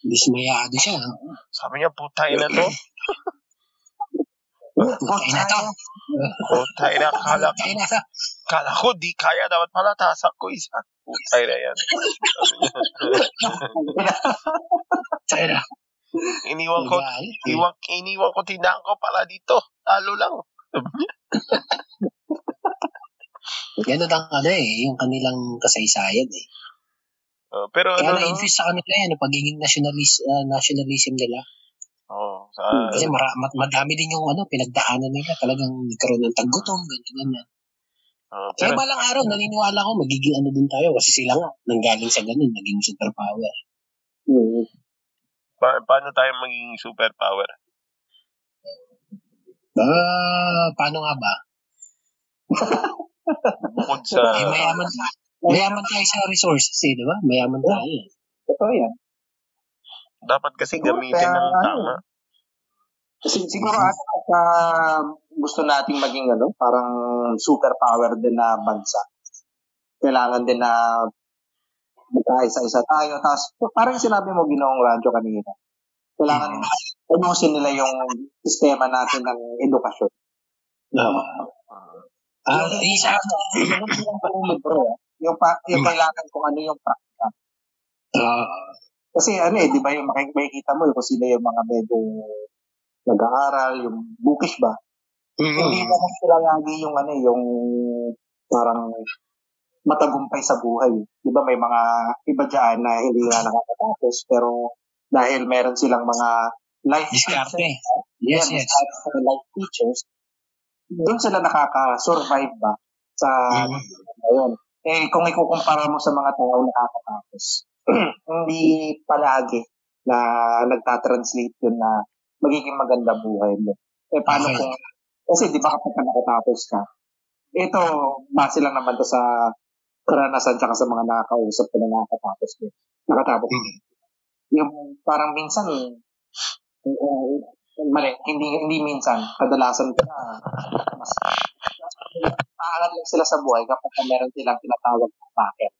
S3: Dismayado siya.
S2: Sabi niya, putay na to.
S3: Putay na to.
S2: Putay na, kala,
S3: Putay na to.
S2: kala ko di kaya, dapat pala tasak ko isa. Putay na yan. Sabi niya.
S3: Putay na.
S2: Iniwan ko,
S3: Diba?
S2: iwan, iniwan ko, tinaan ko pala dito. Talo lang.
S3: Ganun ang ano eh, yung kanilang kasaysayan eh.
S2: Oh, pero
S3: Kaya
S2: ano, no?
S3: na-infuse sa kanila eh, ano, pagiging nationalis, ah, nationalism nila.
S2: Oo, oh, sa, ah,
S3: Kasi mara, ma- madami din yung ano, pinagdaanan nila. Talagang nagkaroon ng taggutom, ganito, ganyan.
S2: oo,
S3: Kaya
S2: oh, pero,
S3: balang araw, naniniwala ko, magiging ano din tayo. Kasi sila nga, nanggaling sa ganun, naging superpower.
S1: Mm.
S2: pa- paano tayo maging superpower?
S3: Ah, paano nga ba?
S2: Bukod sa,
S3: Eh, mayaman tayo. Mayaman tayo sa resources eh, di ba? Mayaman tayo. eh.
S1: Totoo yan.
S2: dapat kasi
S1: Siguro,
S2: gamitin
S1: kaya
S2: ng
S1: ano,
S2: tama.
S1: Kasi siguro ano, pagka gusto nating maging ano, parang superpower din na bansa. Kailangan din na magkaisa-isa tayo. Tapos parang sinabi mo ginoong radyo kanina. Kailangan ubusin nila yung sistema natin ng edukasyon.
S3: Ah, Ah, isa,
S1: Yung panlibro, eh. yung, pa, yung kailangan kung ano yung pra-
S3: ah,
S1: Kasi ano eh, di ba yung makik- makikita mo eh, kung sino yung mga medyo nag-aaral, yung bookish ba? Hindi
S3: mm,
S1: mo kasi sila lagi yung ano eh, yung parang matagumpay sa buhay. Di ba may mga iba dyan na hindi nga nakakatapos pero dahil meron silang mga life
S3: diskarte.
S1: teachers,
S3: Yes,
S1: yeah,
S3: yes.
S1: diskarte, life teachers, doon sila nakaka-survive ba sa
S3: Mm.
S1: Ayun. Eh, kung ikukumpara mo sa mga tao na nakakatapos, hindi palagi na nagtatranslate yun na magiging maganda buhay mo. Eh, paano
S3: Okay.
S1: kung, kasi di ba kapag ka nakatapos ka, ito, base lang naman to sa karanasan tsaka sa mga nakakausap ko na nakatapos din. Nakatapos.
S3: Mm.
S1: Yung parang minsan, eh, eh, mali, hindi, hindi minsan, kadalasan pa, mas, aangat lang sila sa buhay kapag ka meron silang tinatawag na packet.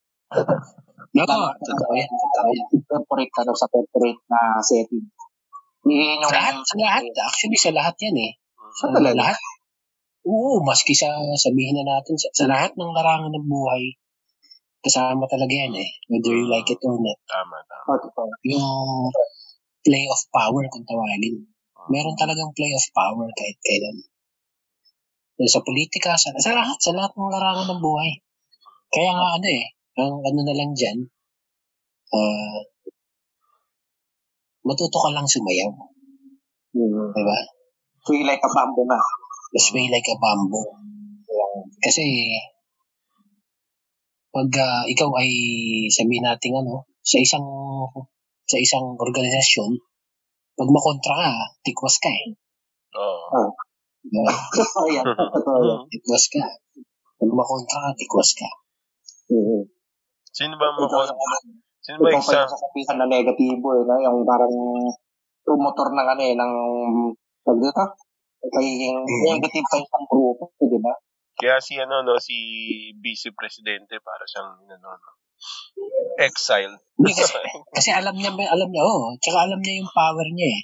S3: Oo, totoo yan, totoo yan.
S1: Corporate ka daw sa corporate na setting. Yun yung
S3: Sa lahat, sa lahat, actually sa lahat yan eh.
S1: Sa talaga.
S3: lahat. Oo, maski sa sabihin na natin, sa, sa lahat ng larangan ng buhay, kasama talaga yan eh. Whether you like it or not.
S2: Tama, tama.
S1: Oh, totoo.
S3: Yung play of power kung tawagin. Meron
S1: Ah.
S3: talagang play of power kahit kailan. Yung Sa politika, sa, sa lahat, sa lahat ng larangan ng buhay. Kaya nga ano eh, ang ano na lang dyan, ah, matuto ka lang sumayaw.
S1: Mm.
S3: Diba?
S1: Feel like a bamboo na.
S3: sway like a bamboo. Kasi, pag ah, ikaw ay, sabihin natin ano, sa isang, sa isang organisasyon, pag makontra ka, tikwas ka eh.
S2: Oo.
S3: Diba?
S1: Totoo yan. Totoo yan.
S3: Tikwas ka. Pag makontra ka, tikwas ka.
S1: Mm.
S2: Sino ba
S3: Ano
S1: Ikaw
S2: ang makon?
S1: yung
S2: Sino ba
S1: Ikaw pa
S2: isa?
S1: yung sasabihan na negatibo, eh, no? yung parang promotor ng ano eh, ng tag dito, pagiging
S3: Mm-hmm.
S1: negative pa yung grupo, eh, di ba?
S2: Kaya si ano no si Vice Presidente para siyang ano no. Exile.
S3: Hindi, kasi, kasi alam niya, alam niya, oh, tsaka alam niya yung power niya eh.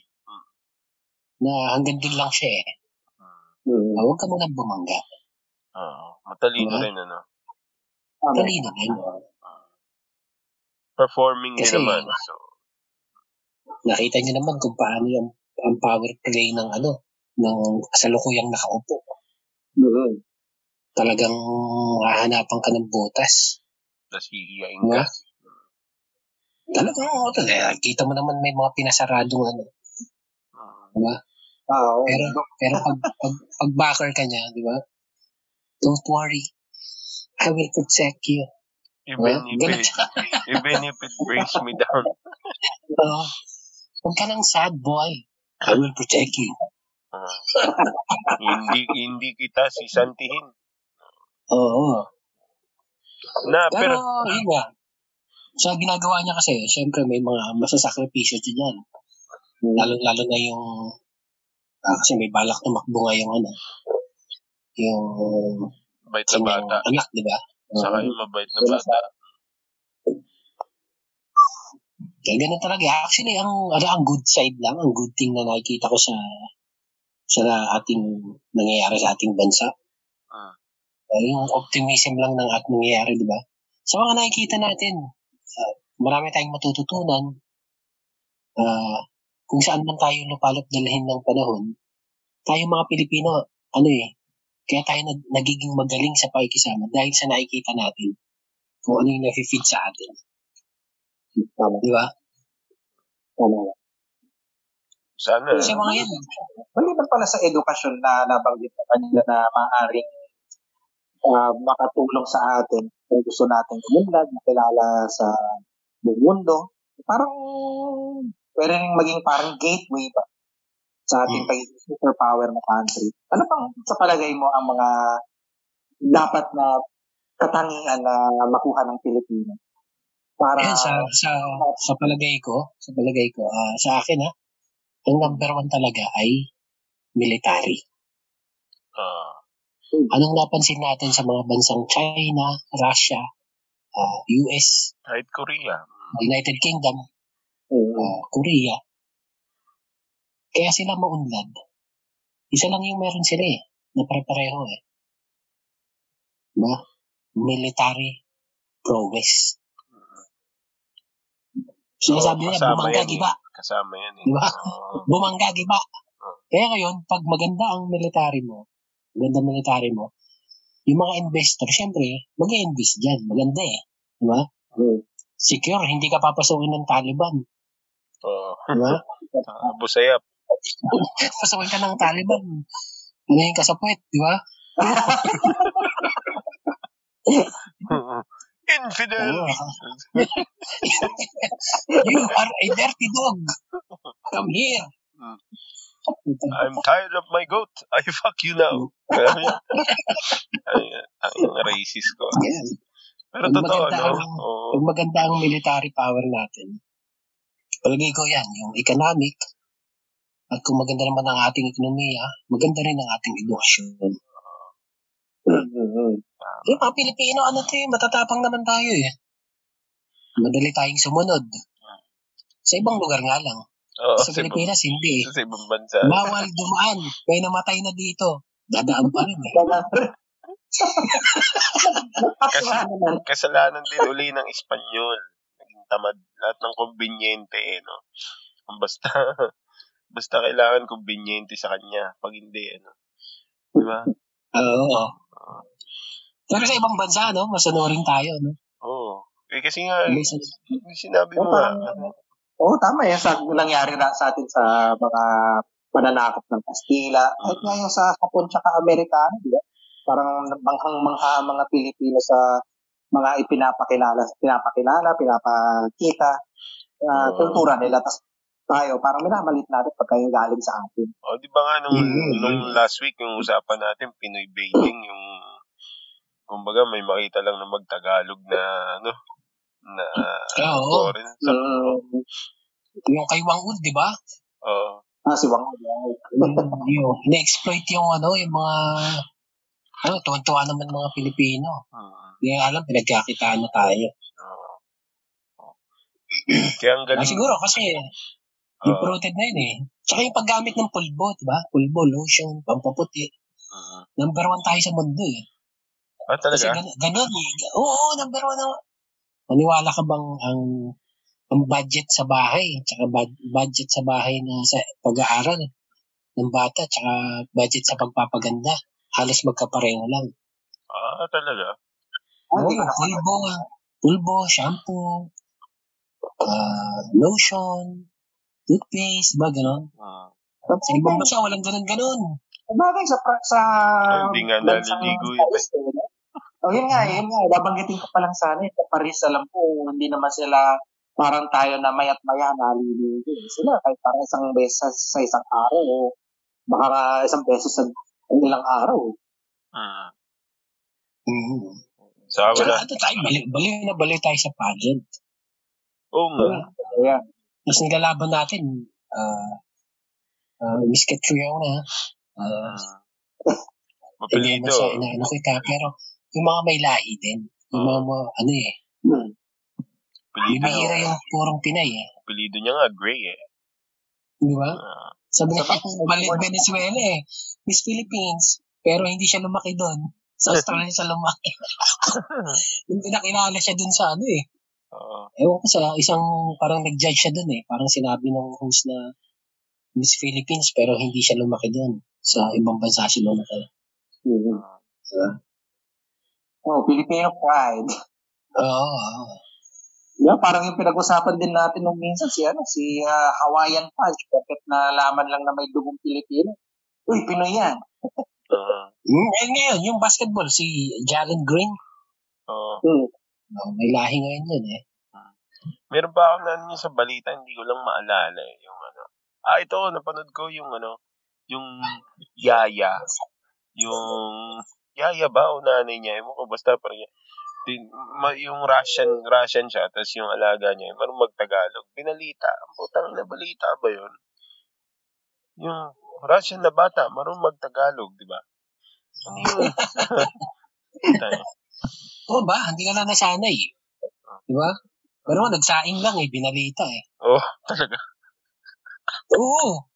S3: Na hanggang din lang siya eh.
S1: Mm.
S3: Ah, Huwag ka munang bumangga.
S2: Hmm. Oo. Matalino
S3: Oo.
S2: rin ano.
S1: Tama.
S3: Talino din.
S2: Performing din
S3: Kasi-
S2: naman. So,
S3: Nakita niyo naman kung paano yung ang power play ng ano, ng kasalukuyang nakaupo.
S1: Oo.
S3: Talagang hahanapan ka ng butas.
S2: Tapos hihiyain ka.
S3: Nga. Talaga, oo, talaga. Kita mo naman may mga pinasaradong ano.
S2: Hmm.
S3: Di ba?
S1: Ah, oo.
S3: Pero, pero pag, pag, pag backer ka niya, di ba? Don't worry. I will protect you.
S2: Even,
S3: Well,
S2: if it, even if it brings me down.
S3: Oo. Huwag ka ng sad boy. I will protect you.
S2: Ah. hindi hindi kita sisantihin.
S3: Oo.
S2: Na,
S3: Pero,
S2: Ah, pero,
S3: yun nga. Sa ginagawa niya kasi, syempre may mga masasakripisyo siya dyan. Lalo-lalo na yung, ah, kasi may balak tumakbo nga yung ano, yung,
S2: mabait na
S3: yung
S2: bata.
S3: anak, di ba?
S2: Saka
S3: Oo.
S2: yung mabait na bata.
S3: Kaya ganun talaga. Actually, ang, ano, ang good side lang, ang good thing na nakikita ko sa sa ating nangyayari sa ating bansa.
S2: Ah.
S3: Eh, yung optimism lang ng at nangyayari, di ba? Sa mga nakikita natin, ah, marami tayong matututunan ah, kung saan man tayo lupalop dalhin ng panahon. Tayo mga Pilipino, ano eh, kaya tayo nag- nagiging magaling sa pakikisama dahil sa nakikita natin kung ano yung nafe-feed sa atin.
S1: Tama.
S3: Di ba?
S1: Tama.
S2: Sana,
S3: Sa mga yan, eh.
S1: Maliban pala sa edukasyon na nabanggit na kanila na maaaring ah, makatulong sa atin kung gusto natin umunlad, makilala sa buong mundo, parang pwede rin maging parang gateway ba sa
S3: Hmm.
S1: ating pagiging superpower na country. Ano pang sa palagay mo ang mga dapat na katangian na makuha ng Pilipinas? Para
S3: Ayan, sa, sa, sa palagay ko, sa palagay ko, ah, sa akin ha, ang number one talaga ay military.
S2: ah,
S3: Anong napansin natin sa mga bansang China, Russia, ah, US,
S2: kahit Korea. hmm,
S3: United Kingdom,
S1: Oo.
S3: ah, Korea, kaya sila maunlad. Isa lang yung meron sila eh, na pare-pareho eh. Diba? Military prowess. Sinasabi nila,
S2: kasama
S3: bumangga,
S2: yan
S3: di ba?
S2: Eh. Kasama yan eh.
S3: Di ba?
S2: Oo.
S3: bumangga, di ba?
S2: Oo.
S3: Kaya ngayon, pag maganda ang military mo, maganda ang military mo, yung mga investor, syempre, mag invest dyan. Maganda eh. Di ba?
S1: Oo.
S2: Hmm.
S3: Secure, hindi ka papasukin ng Taliban. Diba?
S2: Oo.
S3: Di ba?
S2: Abu Sayyaf.
S3: papasukin ka ng Taliban. Ano yung kasapwet, di ba?
S2: Infidel!
S3: Oo. you are a dirty dog. Come here.
S2: Hmm. I'm tired of my goat. I fuck you now. Ang racist ko.
S3: Yan.
S2: Pero
S3: Ang
S2: totoo,
S3: maganda
S2: no?
S3: ang-
S2: Oo.
S3: Pag maganda ang military power natin, palagay ko yan, yung economic, at kung maganda naman ang ating ekonomiya, maganda rin ang ating edukasyon.
S1: Oo.
S3: Yung mga Pilipino, ano to eh, matatapang naman tayo eh. Madali tayong sumunod. Sa ibang lugar nga lang.
S2: Oo,
S3: sa Pilipinas, hindi eh.
S2: Sa ibang bansa.
S3: Bawal dumaan. May namatay na dito. Dadaan pa rin eh.
S1: Kasi,
S2: Kasalanan din uli ng Espanyol. Naging tamad. Lahat ng kumbinyente eh, no? Basta, basta kailangan kumbinyente sa kanya. Pag hindi, ano? Di ba?
S3: Oo. Pero sa ibang bansa, no? Masunurin tayo, no?
S2: Oo. Eh, kasi nga,
S3: May sun-
S2: sinabi mo
S1: Oo,
S2: nga,
S1: parang-
S2: ano,
S1: Oo, tama yan. Sa, nangyari na sa atin sa mga pananakop ng Kastila. Kahit nga yung sa Kapon tsaka Amerikano, di ba? Parang banghang-mangha ang mga Pilipino sa mga ipinapakilala, pinapakilala, pinapakita na
S2: Oo.
S1: kultura nila. Tapos tayo, parang minamalit natin pagka yung galing sa atin.
S2: O, di ba nga nung,
S3: Mm,
S2: nung last week, yung usapan natin, Pinoy baiting, yung, kumbaga, may makita lang na magtagalog na, ano, na,
S3: Ah, Oo.
S2: foreign. Sa,
S1: Mm.
S3: Yung kay Wang Un, di ba?
S2: oo.
S1: Ah, si Wang.
S3: Mm. yung na-exploit yung ano, yung mga ano, tuwan-tuwa naman mga Pilipino.
S2: Mm,
S3: Hindi nga alam, pinagkakitaan na tayo.
S2: oo. Kaya ang
S3: Ah,
S2: galing.
S3: siguro kasi
S2: oo.
S3: deep rooted na yun eh. Tsaka yung paggamit ng pulbo, di ba? Pulbo, lotion, pampaputi.
S2: Mm.
S3: Number one tayo sa mundo eh.
S2: ah,
S3: Kasi
S2: talaga?
S3: gan- ganun eh. Oo, oo, number one. Ako. Maniwala ka bang ang ang budget sa bahay, tsaka bud- budget sa bahay na sa pag-aaral ng bata, tsaka budget sa pagpapaganda. Halos magkapareho lang.
S2: Ah, talaga?
S1: Ah, di
S3: Oo,
S1: ko na-
S3: pulbo, pulbo, shampoo, ah, lotion, toothpaste, ba ganon?
S2: Hmm.
S3: Sa ibang bansa, walang ganon-ganon.
S1: Bagay sa pra- sa
S3: Ah,
S2: Ay, hindi nga
S1: bansang
S2: naliligo yun,
S1: Paris, eh. Oh, yun nga, yun nga. Babanggitin ko pa lang sana eh. Sa Paris, alam ko, hindi naman sila parang tayo na mayat maya naliligo. eh. Sila kahit parang isang beses sa isang araw o baka nga isang beses sa ilang araw. eh.
S2: Hmm.
S3: Mm.
S2: Sa wala.
S3: Tsaka ano tayo, baliw, baliw na baliw tayo sa pageant.
S2: Oo nga.
S1: Ayan.
S3: Tapos nilalaban natin, ah, ah, Miss Catriona,
S2: Hmm.
S3: ah, hindi naman
S2: Mapilito.
S3: sa inaano kita, pero yung mga may lahi din, yung mga, mga ano eh,
S1: Hmm.
S2: Pilito,
S3: bibihira yung purong Pinay eh.
S2: pilito niya nga, gray eh.
S3: Di ba?
S2: Ah,
S3: Sabi niya,
S1: Sa-
S3: balik Venezuela eh. Miss Philippines, pero hindi siya lumaki doon. Sa Australia siya lumaki. Hindi nakilala siya doon sa ano eh.
S2: oo.
S3: Ewan ko sa isang, parang nag-judge siya doon eh. Parang sinabi ng host na Miss Philippines, pero hindi siya lumaki doon. Sa ibang bansa siya lumaki.
S1: Hmm. Oh, Filipino pride.
S3: Oo. oo.
S1: Yeah, parang yung pinag-usapan din natin nung minsan si ano, si ah, Hawaiian Punch, bakit nalaman lang na may dugong Pilipino. Uy, Pinoy yan.
S2: Ah,
S3: Mm, eh, ngayon, yung basketball, si Jalen Green,
S2: oo.
S1: Hmm.
S3: oh, may lahi ngayon yun eh.
S2: Meron pa ako na niya sa balita, hindi ko lang maalala eh, yung ano. Ah, ito, napanood ko yung ano, yung yaya. Yung yaya ba o nanay niya? Ewan ko, basta parang yan. Din, ma- yung Russian, Russian siya, tapos yung alaga niya, parang magtagalog. Binalita, ang putang na balita ba yun? Yung Russian na bata, marunong magtagalog, di ba? Ano yun? Tayo.
S3: Oo ba? Hindi ka na nasanay eh. Di ba? Pero nagsaing lang eh, binalita eh.
S2: oh, talaga.
S3: Oo.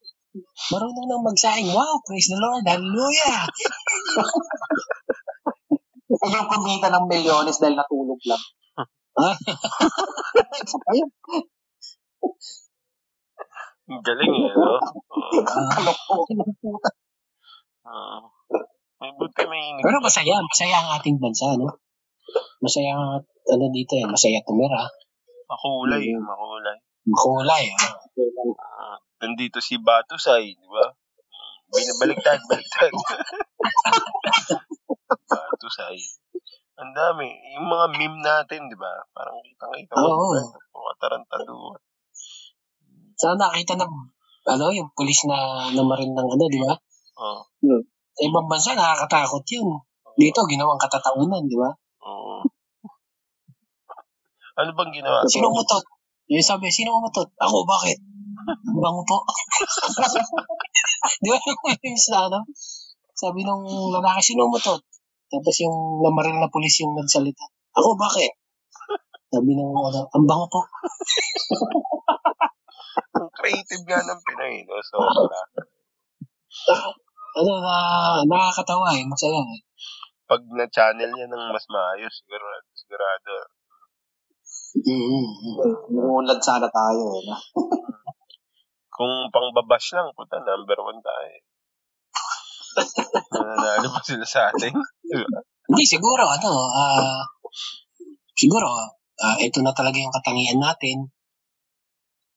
S3: Marunong nang magsaing. Wow, praise the Lord. Hallelujah.
S1: Ay, yung kumita ng milyones dahil natulog lang. Ayun,
S2: Ang galing eh, no? Oo.
S1: kalokohan ng puta.
S2: Oo. Ah. May buti may inig.
S3: Pero masaya. Masaya ang ating bansa, no? Masaya ang ano dito eh. Masaya tumira.
S2: Makulay, makulay.
S3: Makulay. ah.
S2: Ah, nandito si Batusay, di ba? Binabaliktad, baliktad. Batusay. Ang dami. Yung mga meme natin, di ba? Parang kitang-kita mo.
S3: Oo.
S2: di ba? Ito, Mga tarantado.
S3: Sana nakita ng ano, yung pulis na numarin ng ano, di ba?
S2: Oo.
S3: Sa ibang bansa, nakakatakot yun. Dito, ginawang katataunan, di ba?
S2: Oo. Ano bang ginawa?
S3: Sino umutot? Yung sabi, sino umutot? Ako, bakit? Ang Bango po. Di ba yung memes na ano? Sabi nung lalaki, sino umutot? Tapos yung lamaril na pulis yung nagsalita. Ako, bakit? Sabi nung ano, ang bango po.
S2: Ang creative nga ng Pinoy, no? Sobra.
S3: Ano, na, nakakatawa eh, masaya eh.
S2: Pag na-channel niya ng mas maayos, sigurado, sigurado
S3: mm
S1: Nungunlad sana tayo. Eh. no?
S2: Kung pangbabash lang, puta, number one tayo. eh. Nananalo pa sila sa atin.
S3: Hindi, siguro, ano, ah, siguro, ah, ito na talaga yung katangian natin.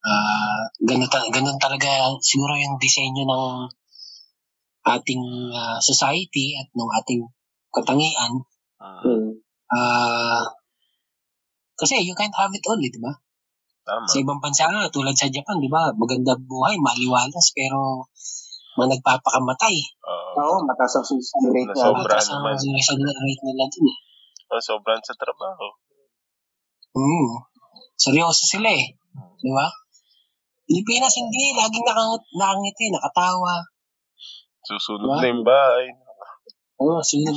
S3: Ah, ganun, ta- ganun talaga siguro yung disenyo ng ating ah, society at ng ating katangian.
S2: Mm,
S1: Hmm.
S3: Ah, kasi you can't have it all, eh, di ba?
S2: tama.
S3: Sa ibang bansa nga, tulad sa Japan, di ba? Maganda buhay, maliwalas, pero mga nagpapakamatay.
S2: Oo.
S1: Oo, mataas ang suicide rate niya.
S2: Sobra
S3: Mataas ang
S2: naman.
S3: suicide rate nila dun eh.
S2: Ang Ah, sobrang sa trabaho.
S3: Mm. Seryoso sila eh. Di ba? Pilipinas hindi. Laging nakangut, nakangiti, nakatawa.
S2: Susunod
S3: Diba?
S2: na yung bahay.
S3: Oo, so yun.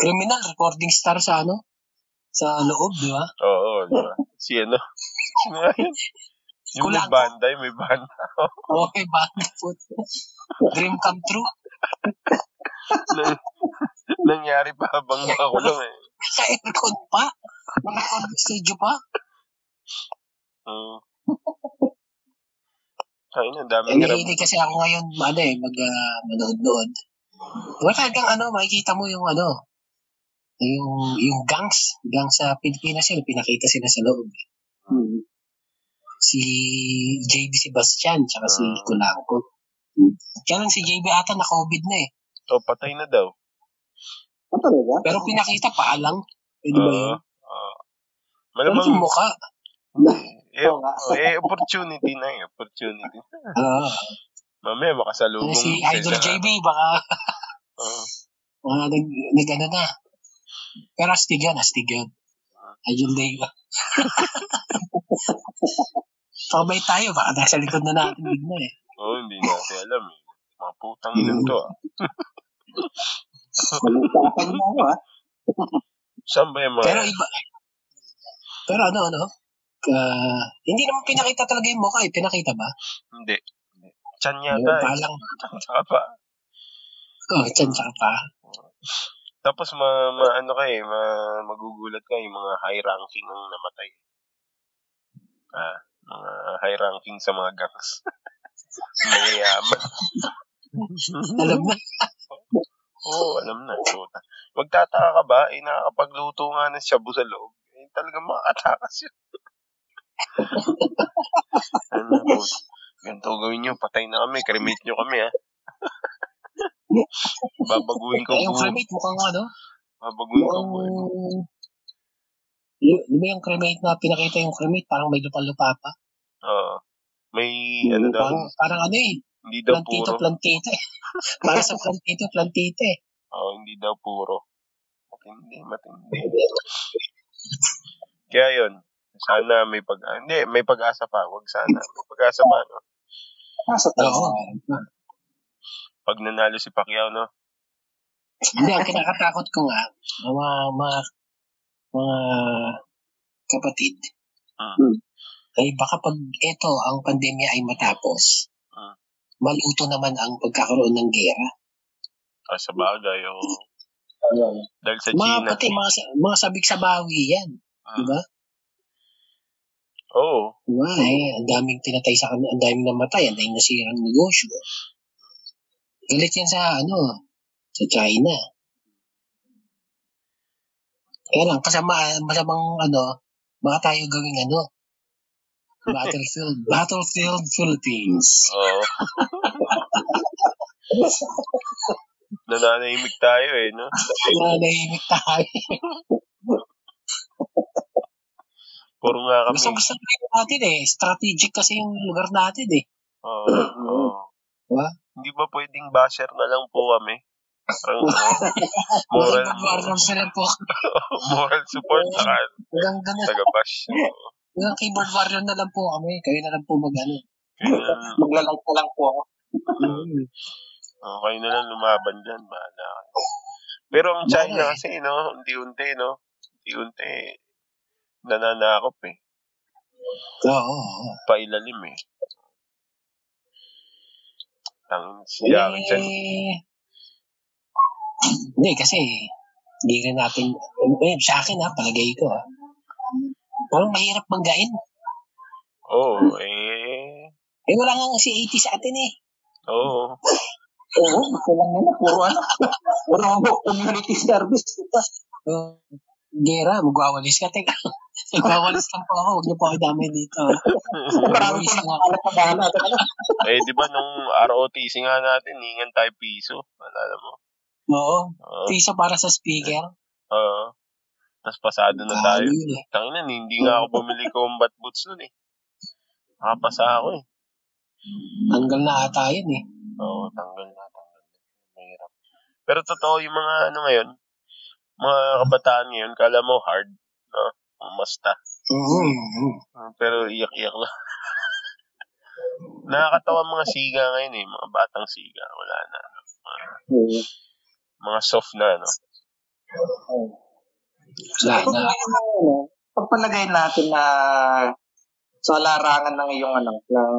S3: Criminal recording star sa ano? Sa loob, di ba?
S2: Oo, di ba? Si ano? Sino nga yun? Yung may
S3: Kulang.
S2: banda, yung may banda.
S3: Okay, banda po. Dream come true.
S2: Na- Nangyari pa habang nakakulong eh.
S3: Naka-aircon pa. Naka-studio pa.
S2: Mm. Ay, na, daming grab.
S3: Nahilig kasi ako ngayon, ano eh, mag, ah, manood-nood. Diba talagang ano, makikita mo yung ano, yung, yung gangs, gangs sa Pilipinas yun, pinakita sila sa loob. eh.
S1: Hmm.
S3: Si JB Sebastian, tsaka si
S2: Ah.
S3: Kulangko. Kaya lang si JB ata na COVID na eh.
S2: O, Oh, patay na daw.
S1: Ah, talaga?
S3: Pero pinakita pa lang. Pwede ba yun?
S2: Oo. Oo.
S3: Pero
S2: malamang,
S3: yung mukha.
S2: eh,
S1: Oo nga.
S2: eh, opportunity na eh, opportunity.
S3: Ah,
S2: Mamaya makasalubong.
S3: si
S2: sa
S3: Idol
S2: isang-
S3: JB, baka
S2: Oo.
S3: mga nag, nag ano na. Pero astig yun, astig yun. Ayun na yun. Sabay tayo, baka nasa likod na natin bigla eh.
S2: Oo, oh, hindi natin alam eh. Mga putang ilan to ah.
S1: Malutapag na ako, ah.
S2: Saan ba yung mga...
S3: Pero iba. Pero ano, ano? ah, hindi naman pinakita talaga yung mukha eh. Pinakita ba?
S2: Hindi. Chan
S3: Yung
S2: yata eh.
S3: palang,
S2: Tsaka pa.
S3: oh, tiyan sa pa.
S2: Tapos ma, ma ano ka eh, ma, magugulat ka yung mga high ranking ang namatay. Ah, mga high ranking sa mga gangs. Mayayaman.
S3: Alam na.
S2: Oo, alam na. Puta. Magtataka ka ba? Eh, nakakapagluto nga ng shabu sa loob. Eh, talagang makakatakas yun. ano, puta. Ganito gawin nyo. Patay na kami. Cremate nyo kami, ha? Babaguhin ko
S3: Eh, yung
S2: buhay.
S3: cremate mukhang ano?
S2: Babaguhin ko buhay.
S3: Mukhang... Y- Di ba yung cremate na pinakita yung cremate? Parang may lupa-lupa pa.
S2: Oo. May, ano daw,
S3: Parang, parang ano eh.
S2: hindi daw
S3: Plantito,
S2: puro.
S3: plantito eh. Parang sa plantito, plantito eh.
S2: Oo, hindi daw puro. Matindi, matindi. Kaya yun. Sana may pag ah, hindi, may pag-asa pa. Wag sana. May pag-asa pa no.
S1: Nasa
S3: Oo.
S1: taas.
S2: Pag nanalo si Pacquiao no.
S3: Hindi, ang kinakatakot ko nga, ang mga, mga, mga kapatid,
S2: Ah.
S1: Hmm.
S3: ay baka pag ito, ang pandemya ay matapos,
S2: Ah.
S3: maluto naman ang pagkakaroon ng gera.
S2: Ah, sa bagay o
S1: Ayun.
S2: dahil sa
S3: Mga
S2: China.
S3: pati, mga, sa- mga sabik sa bawi yan.
S2: Ah.
S3: Diba?
S2: Oo.
S3: Diba? Eh, ang daming pinatay sa kanila, ang daming namatay, ang daming nasirang negosyo. Galit yan sa, ano, sa China. Kaya lang, kasama, masamang, ano, baka tayo gawing, ano, Battlefield, Battlefield Philippines.
S2: Oo. Nananahimik tayo eh, no?
S3: Nanahimik tayo.
S2: Puro nga
S3: Gusto
S2: kami.
S3: gusto rin natin eh. Strategic kasi yung lugar natin eh.
S2: Oo. oo.
S3: Diba?
S2: Hindi ba pwedeng basher na lang po kami? Parang ano, moral,
S3: Mag-warrants na lang po.
S2: moral support sa
S3: Hanggang ganun.
S2: taga-bash. Oo.
S3: Hanggang keyboard warrior na lang po kami. Kayo na lang po mag-ano.
S2: Kaya,
S1: Maglalang ko lang po ako.
S2: Oh, kayo na lang lumaban dyan, bahala kayo. Pero ang
S3: Bahala eh.
S2: China kasi, no, unti-unti, no, unti-unti, nananakop eh,
S3: Oo. oo.
S2: pailalim eh. Ang siya, dyan,
S3: Eh, hindi kasi hindi rin natin, eh, sa akin ha, palagay ko ha. Parang mahirap manggain.
S2: oh, eh,
S3: Eh, wala nga si 80 sa atin eh.
S2: oh,
S1: Oo, gusto lang nila. Puro ano. Puro community service.
S3: Uh, Gera, magwawalis ka. Teka, magwawalis lang po ako. Huwag niyo po ako damay dito.
S1: Marami
S3: Wawalis
S1: po
S3: lang
S1: nang
S3: ako.
S1: alat na bala.
S2: eh, di ba nung ROTC nga natin, hingan tayo piso, alala mo.
S3: Oo.
S2: Oo,
S3: Piso para sa speaker.
S2: oo. oh. Tapos pasado na tayo.
S3: Dahil yun eh.
S2: Tanginan, hindi nga ako bumili combat boots nun eh. Nakapasa ako eh.
S3: Tanggal na ata yun eh.
S2: Oo, tanggal na, tanggal na. Mahirap. Pero totoo yung mga ano ngayon, mga kabataan ngayon, kala mo hard, no? Masta.
S3: Mm-hmm.
S2: Pero iyak-iyak lang. Nakakatawa mga siga ngayon eh, mga batang siga. Wala na. ano, Mga, mga soft na, ano.
S3: Lahat
S1: Kung
S3: na.
S1: ano, pagpalagay natin na sa larangan ng iyong ano, ng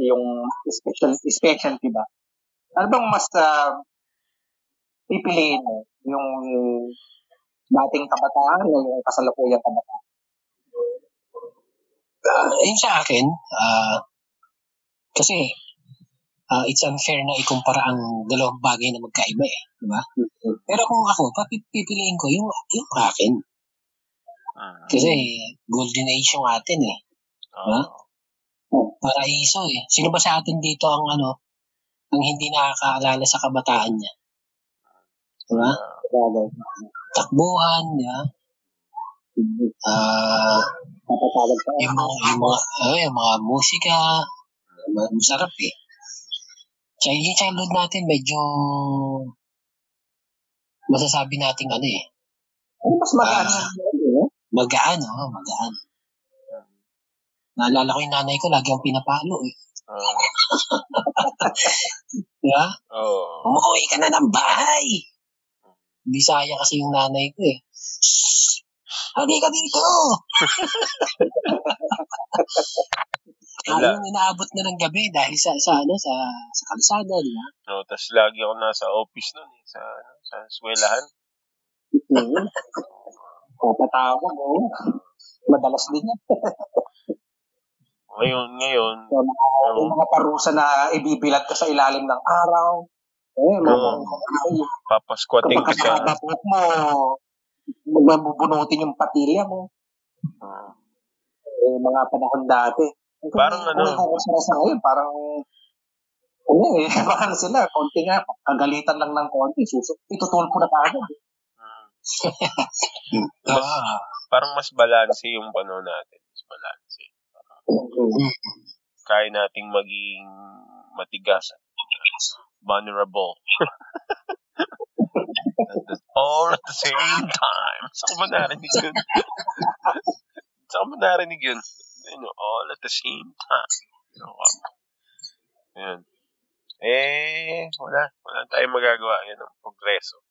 S1: iyong special specialty ba? Ano bang mas ah, pipiliin mo? Yung dating kabataan o yung kasalukuyang kabataan?
S3: Ah, yun sa akin, ah, kasi ah, it's unfair na ikumpara ang dalawang bagay na magkaiba eh. di ba? Pero kung ako, papi- pipiliin ko yung, yung akin.
S2: Ah,
S3: Kasi golden age yung atin eh.
S2: ah,
S3: Para iso eh. Sino ba sa atin dito ang ano, ang hindi nakakaalala sa kabataan niya? Diba?
S1: Bagay.
S3: Takbuhan, diba? Ah,
S1: Napatawag pa.
S3: yung mga, yung mga, ay, yung mga musika, ma- masarap eh. Child, yung childhood natin, medyo masasabi nating ano eh,
S1: Ano mas magaan
S3: Ah.
S1: yan? Ano?
S3: magaan, oh, magaan. Naalala ko yung nanay ko, lagi ang pinapalo eh.
S2: ah,
S3: Diba?
S2: Oo.
S3: Umuwi ka na ng bahay! Bisaya kasi yung nanay ko eh. Shhh! Hagi ka dito!
S2: Wala.
S3: Ayun, inaabot na ng gabi dahil sa, sa ano, sa, sa kalsada, di ba?
S2: No, tas lagi ako nasa office nun eh, sa, ano, sa eskwelahan.
S1: Papatawag mo. Madalas din yan.
S2: Ngayon, ngayon,
S1: Yung mga, yung
S2: yung
S1: mga parusa na ibibilat ka sa ilalim ng araw. Eh, mga
S2: Oo.
S1: oh.
S2: papaskwating
S1: kapag
S2: ka sa...
S1: kasabapot mo, magbubunutin yung patilya mo.
S2: Ah,
S1: eh, mga panahon dati. Eh, kung-
S2: Parang ano?
S1: Kung kukusara sa ngayon, parang, ano eh, parang sila, konti nga, kagalitan lang ng konti, susok, itutulog ko na kagad.
S2: ah.
S3: Ah,
S2: Mas, parang mas balanse yung ano natin. Mas balanse. Mm-hmm. Kaya nating maging matigas. Vulnerable. All at the same time. Saan ko ba narinig yun? Saan ko ba narinig yun? You know, all at the same time. You know, um, yun. Eh, wala. Wala tayong magagawa. Yan ang progreso.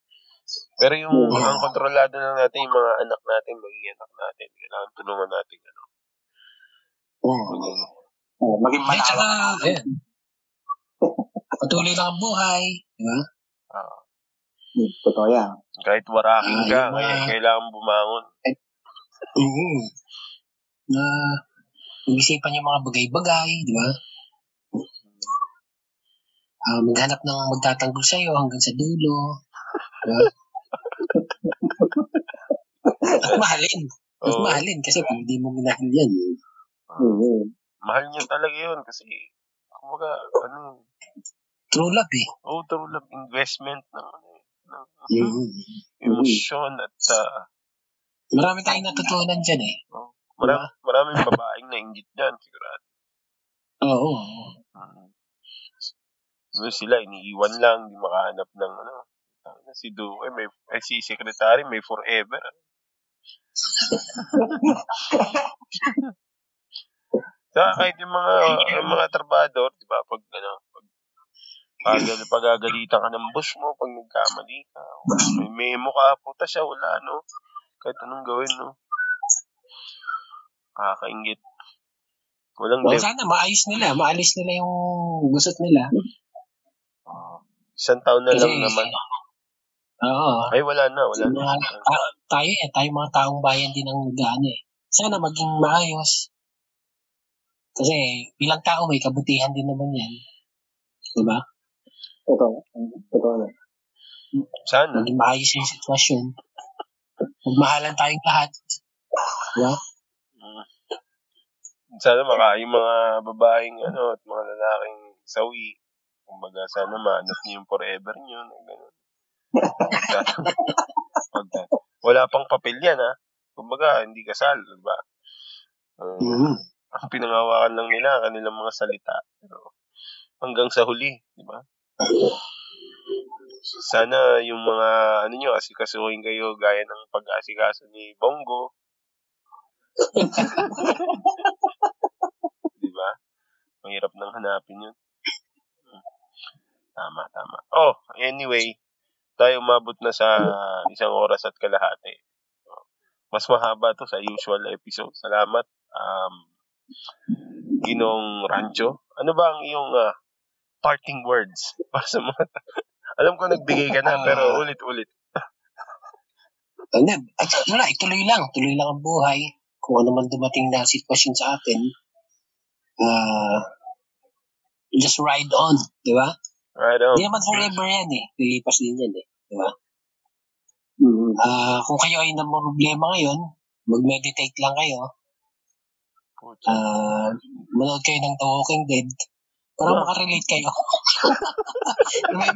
S2: Pero yung
S1: Yeah.
S2: ang kontrolado lang natin, yung mga anak natin, magiging anak natin, kailangan tulungan natin. Ano,
S3: mm.
S2: maging
S1: Oh, maging
S3: Ay, tsaka,
S1: malawak.
S3: ayun. Patuloy lang ang buhay, di ba?
S2: ah,
S1: Hmm, Totoo yan.
S2: kahit warakin
S3: Ah,
S2: ka,
S3: yung mga-
S2: kaya- kailangan bumangon.
S3: mm Na, pag-isipan yung mga bagay-bagay, di ba? Ah, maghanap ng magtatanggol sa'yo hanggang sa dulo. Di ba? At mahalin. At
S2: Oo.
S3: mahalin kasi kung hindi mo minahal yan,
S2: Ah.
S1: Hmm.
S2: mahal niya talaga yun kasi kumbaga ano yun,
S3: true love eh.
S2: oh true love investment ng ano eh, ng
S3: mm
S2: emosyon at uh,
S3: Marami tayong natutunan dyan eh.
S2: marami, maraming babaeng nainggit dyan sigurado
S3: Oo.
S2: Ah, so, sila iniiwan lang hindi makahanap ng ano Tang na si Du eh, may eh, si secretary may forever Saka kahit yung mga yung mga trabador, di ba, pag ano, pag pagal pagagalitan ka ng boss mo, pag nagkamali ka, may memo ka, puta siya, wala, no? Kahit anong gawin, no? Nakakaingit. Walang
S3: Well,
S2: dev.
S3: sana maayos nila, maalis nila yung gusot nila.
S2: Isang taon na
S3: Kasi-
S2: lang naman.
S3: Oo.
S2: Ay, wala na, wala na.
S3: Mga, ta- tayo eh, tayo mga taong bayan din ang nag-ano eh. Sana maging maayos. Kasi bilang tao may kabutihan din naman yan. Diba?
S1: Totoo. Totoo yan.
S2: Sana.
S3: Maging maayos yung sitwasyon. Magmahalan tayong lahat.
S2: Sana maka yung mga babaeng, ano, at mga lalaking sawi. Kumbaga, sana maanap niyo yung forever niyo. na Ganun. Magtat- magtat- Wala pang papel yan, ha? Kumbaga, hindi kasal, di ba? Uh,
S3: Mhm.
S2: ang pinangawakan lang nila kanilang mga salita. Pero hanggang sa huli, di ba? Sana yung mga ano nyo, asikasuhin kayo gaya ng pag-asikaso ni Bongo. di ba? Ang hirap nang hanapin yun. Tama, tama. Oh, anyway, tayo umabot na sa isang oras at kalahati. Mas mahaba to sa usual episode. Salamat. Um, Ginong Rancho. Ano ba ang iyong ah, parting words para sa mga Alam ko nagbigay ka na pero ulit-ulit.
S3: Ano, at- wala, ituloy lang. Tuloy lang ang buhay. kung ano man dumating na sitwasyon sa atin, ah, just ride on, di ba?
S2: Right oh. on.
S3: Hindi naman forever yan eh. Lilipas din yan eh.
S1: Mm.
S3: Ah, kung kayo ay namumroblema ngayon, mag-meditate lang kayo.
S2: Puta.
S3: Ah, manood kayo ng The Walking Dead. Para
S2: Wow.
S3: makarelate kayo. may,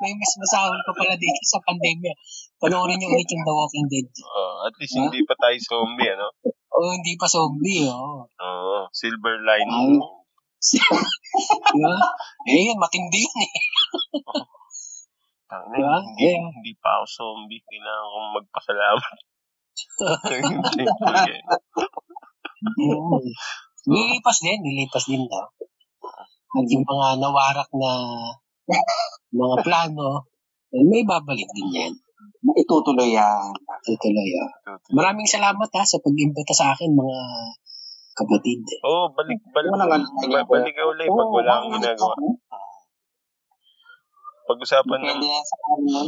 S3: may mas masahol pa pala dito sa pandemya. Panoorin niyo ulit yung The Walking Dead.
S2: Oh, at least hindi pa tayo zombie, ano?
S3: O hindi pa zombie, oh.
S2: Oo, silver lining.
S3: Diba? Eh, yun, matindi yun eh.
S2: Tangina,
S3: Diba?
S2: hindi,
S3: Yeah.
S2: hindi pa ako zombie. Kailangan kong magpasalamat. Siyempre,
S3: Mm. Nilipas din, nilipas din daw. At yung mga nawarak na mga plano, eh, may babalik din yan.
S1: Itutuloy yan.
S3: Tutuloy. ah.
S2: tutuloy.
S3: Maraming salamat ha sa pag-imbita sa akin mga kapatid.
S2: Oo, oh, balik, balik.
S1: Wala nga.
S2: Ba- balik ka ulit pag wala akong ginagawa. Pag-usapan ng
S1: ano, Depende yan sa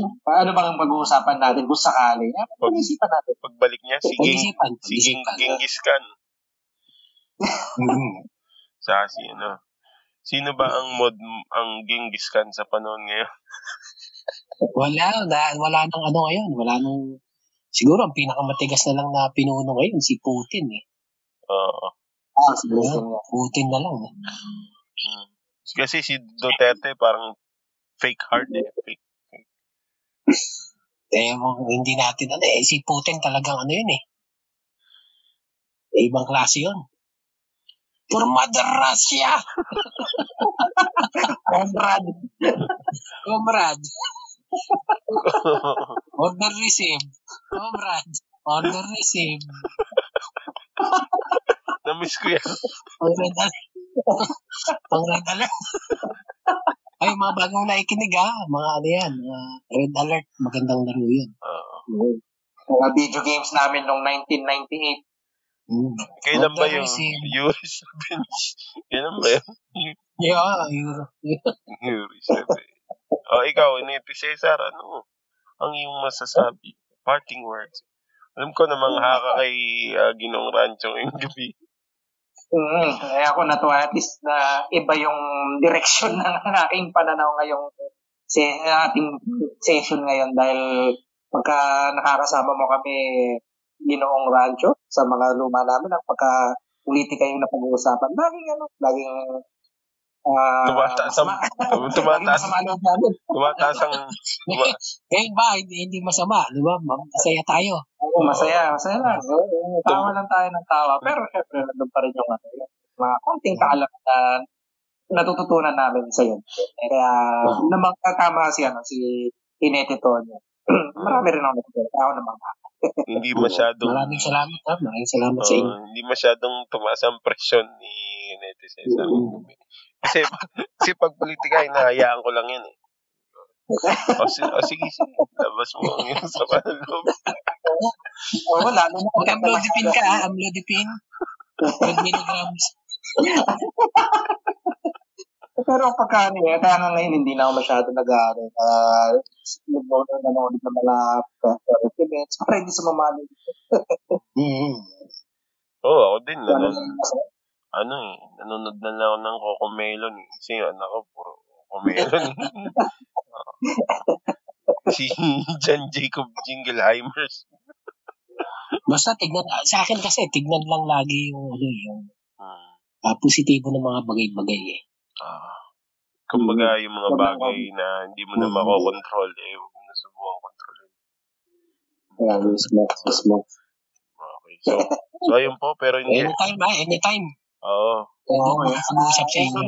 S1: ano. Paano bang pag-uusapan natin kung sakali? Ah, Pag-isipan natin.
S2: pagbalik niya, si Ging,
S3: Pag-isipan,
S2: si Ging,
S3: pag-isipan.
S2: Genghis Khan.
S3: Mm.
S2: Sa si ano. Sino ba ang mod ang Genghis Khan sa panahon ngayon?
S3: Wala, na, wala nang ano ngayon. Wala nang, siguro ang pinakamatigas na lang na pinuno ngayon, si Putin eh.
S2: Oo.
S1: Ah, siguro
S3: Yeah.
S1: siguro.
S3: Putin na lang eh.
S2: Kasi si Duterte parang fake hard eh. Fake.
S3: Eh, mo- hindi natin ano eh. Si Putin talagang ano yun eh. Eh, Ibang klase yun. For Mother Russia! Comrade! Comrade! Order receive! Comrade! Order receive!
S2: Namiss ko yan.
S3: Comrade alert! Comrade alert! Ay, mga bagong naikinig ah. Mga ano yan. mga red alert. Magandang laro yun.
S2: Oo.
S1: Mga video games namin noong 1998.
S3: Mm.
S2: Kailan ba
S3: Order
S2: yung
S3: received.
S2: Yuri Savage? Kailan ba yun?
S3: Yeah, yun.
S2: Yuri Savage. O ikaw, Nepi Cesar, ano? Ang iyong masasabi? Parting words. Alam ko namang haka kay ah, Ginong Rancho ngayong gabi.
S1: Mm. Eh, ako natuwa at least na iba yung direction ng aking pananaw ngayong sa ating session ngayon dahil pagka nakakasama mo kami ginoong rancho sa mga luma namin at pagka politika yung napag-uusapan laging ano laging ah,
S2: Tumataas ang-
S1: masama.
S2: tumataas-
S1: Laging masama loob namin.
S2: Tumataas ang Tuma-
S3: Ngayon ba, hindi, hindi masama, di ba? Ma- Masaya tayo.
S1: Oo, masaya, masaya lang. Oo, oo, Tawa lang tayo ng tawa. Pero syempre, nandun pa rin yung ano, yung mga konting kaalam na natututunan namin sa yun. Eh, Kaya,
S3: Oo.
S1: namang katama si, ano, si Inete Tonyo. Marami rin ako natutunan. Ako naman.
S2: hindi masyadong
S3: Maraming salamat ha. Maraming salamat
S2: Oo,
S3: sa inyo.
S2: hindi masyadong tumaas ang presyon ni netizens. sa amin. Kasi, kasi pag politika, hinahayaan ko lang yun eh. O, si, o sige, sige, labas mo ang yun sa panloob.
S1: Oo, lalo na
S3: Huwag ang lodipin ka ha. Ang lodipin. 12 milligrams.
S1: Pero pagka ano yun, kaya nga ngayon hindi na ako masyado nag-aari. Uh, Nag-order na ako ng mga corporate events para hindi sumamali.
S3: Mm-hmm.
S2: Oo, oh, ako din.
S1: Ano
S2: Nanon, ano eh, nanonood na lang ako ng Cocomelon. eh. Kasi yung anak ko, puro Cocomelon. Oo. si John Jacob Jingleheimers.
S3: Basta tignan, ah, sa akin kasi, tignan lang lagi yung, ano, eh, yung
S2: Hmm.
S3: ah, positibo ng mga bagay-bagay eh.
S2: Ah. Kumbaga, um, yung mga bagay na hindi mo na
S3: Mm.
S2: makokontrol, eh, huwag mo na subukan kontrolin.
S1: Kaya, mismo, mismo.
S2: Okay. So, so ayun po, pero hindi.
S3: Anytime ha, anytime.
S2: Oo.
S3: Pwede
S1: Oo,
S3: oh,
S1: yeah.
S3: makakag-usap sa inyo.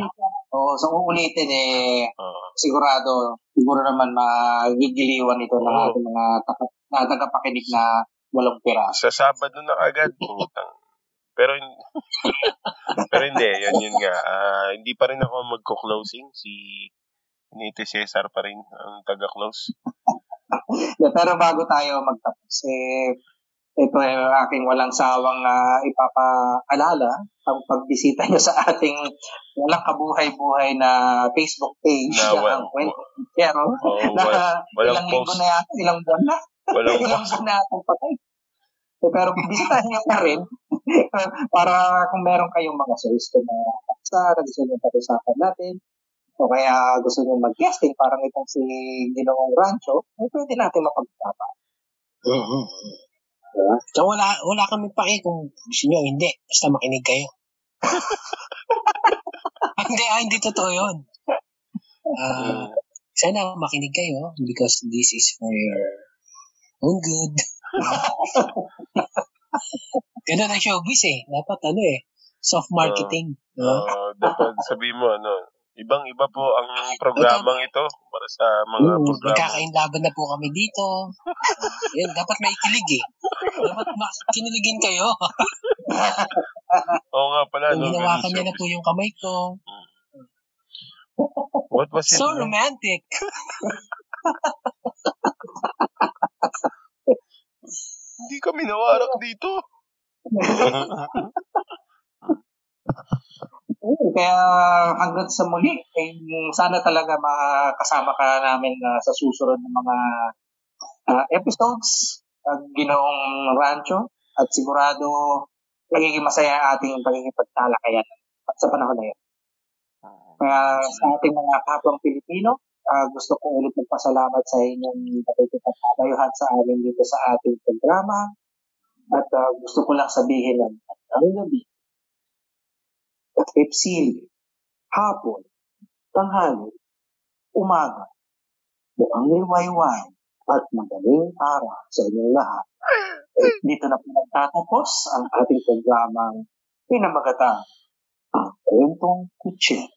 S1: Oo, so uulitin eh,
S2: Oo.
S1: sigurado, siguro naman magigiliwan ito ng
S2: Oo.
S1: ating mga taka- na tagapakinig na walang piraso.
S2: Sa Sabado na agad, putang. Pero, hin- pero hindi, yun yun nga. Ah, hindi pa rin ako magko-closing. Si Nate Cesar pa rin ang taga-close.
S1: Pero bago tayo magtapos, eh, ito ay aking walang sawang ah, ipapaalala ang pagbisita nyo sa ating walang kabuhay-buhay na Facebook page na,
S2: Na wa-
S1: ang kwento pero
S2: Oo,
S1: na
S2: Oh, wa- walang
S1: ilang linggo
S2: post.
S1: na yata, ilang buwan na,
S2: Walang
S1: ilang
S2: post.
S1: buwan na akong patay. Eh, pero bisitahin nyo pa rin para kung meron kayong mga service na paksa, na gusto nyo pag-usapan natin, o kaya gusto nyo mag-guesting, parang itong si Ginoong Rancho, eh pwede natin mapag-usapan.
S3: Mm-hmm. Diba? So, wala, wala kami pa eh kung gusto nyo, hindi. Basta makinig kayo. Ah, hindi, ah, hindi totoo yun.
S2: Hmm.
S3: Ah, sana makinig kayo because this is for your own good. Ganun ang showbiz eh. Dapat ano eh, soft marketing. no?
S2: Oo, Oh, dapat sabi mo, ano, ibang-iba po ang programang ito para sa mga
S3: Mm,
S2: programa.
S3: magkakainlaban na po kami dito. Ah, yun, dapat may kilig eh. Dapat makiniligin kayo.
S2: Oo nga pala, no? ganun
S3: Hinawakan niya na
S2: showbiz.
S3: po yung kamay ko.
S2: What was it?
S3: So romantic.
S2: Hindi kami nawarak dito.
S1: Eh, Kaya hanggang sa muli, eh, sana talaga makasama ka namin ah, sa susunod ng mga ah, episodes ng Ginoong Rancho at sigurado magiging masaya ang ating pagkikipagtalakayan sa panahon na yun. Kaya sa ating mga kapwang Pilipino, ah, gusto ko ulit magpasalamat sa inyong nakikipagtabayuhan sa amin dito sa ating programa at ah, gusto ko lang sabihin ng ang gabi Epsilon, hapon, tanghali, umaga, buang liwayway, at magaling araw sa inyong lahat. At Dito na po nagtatapos ang ating programang pinamagatang ang kwentong kutsyer.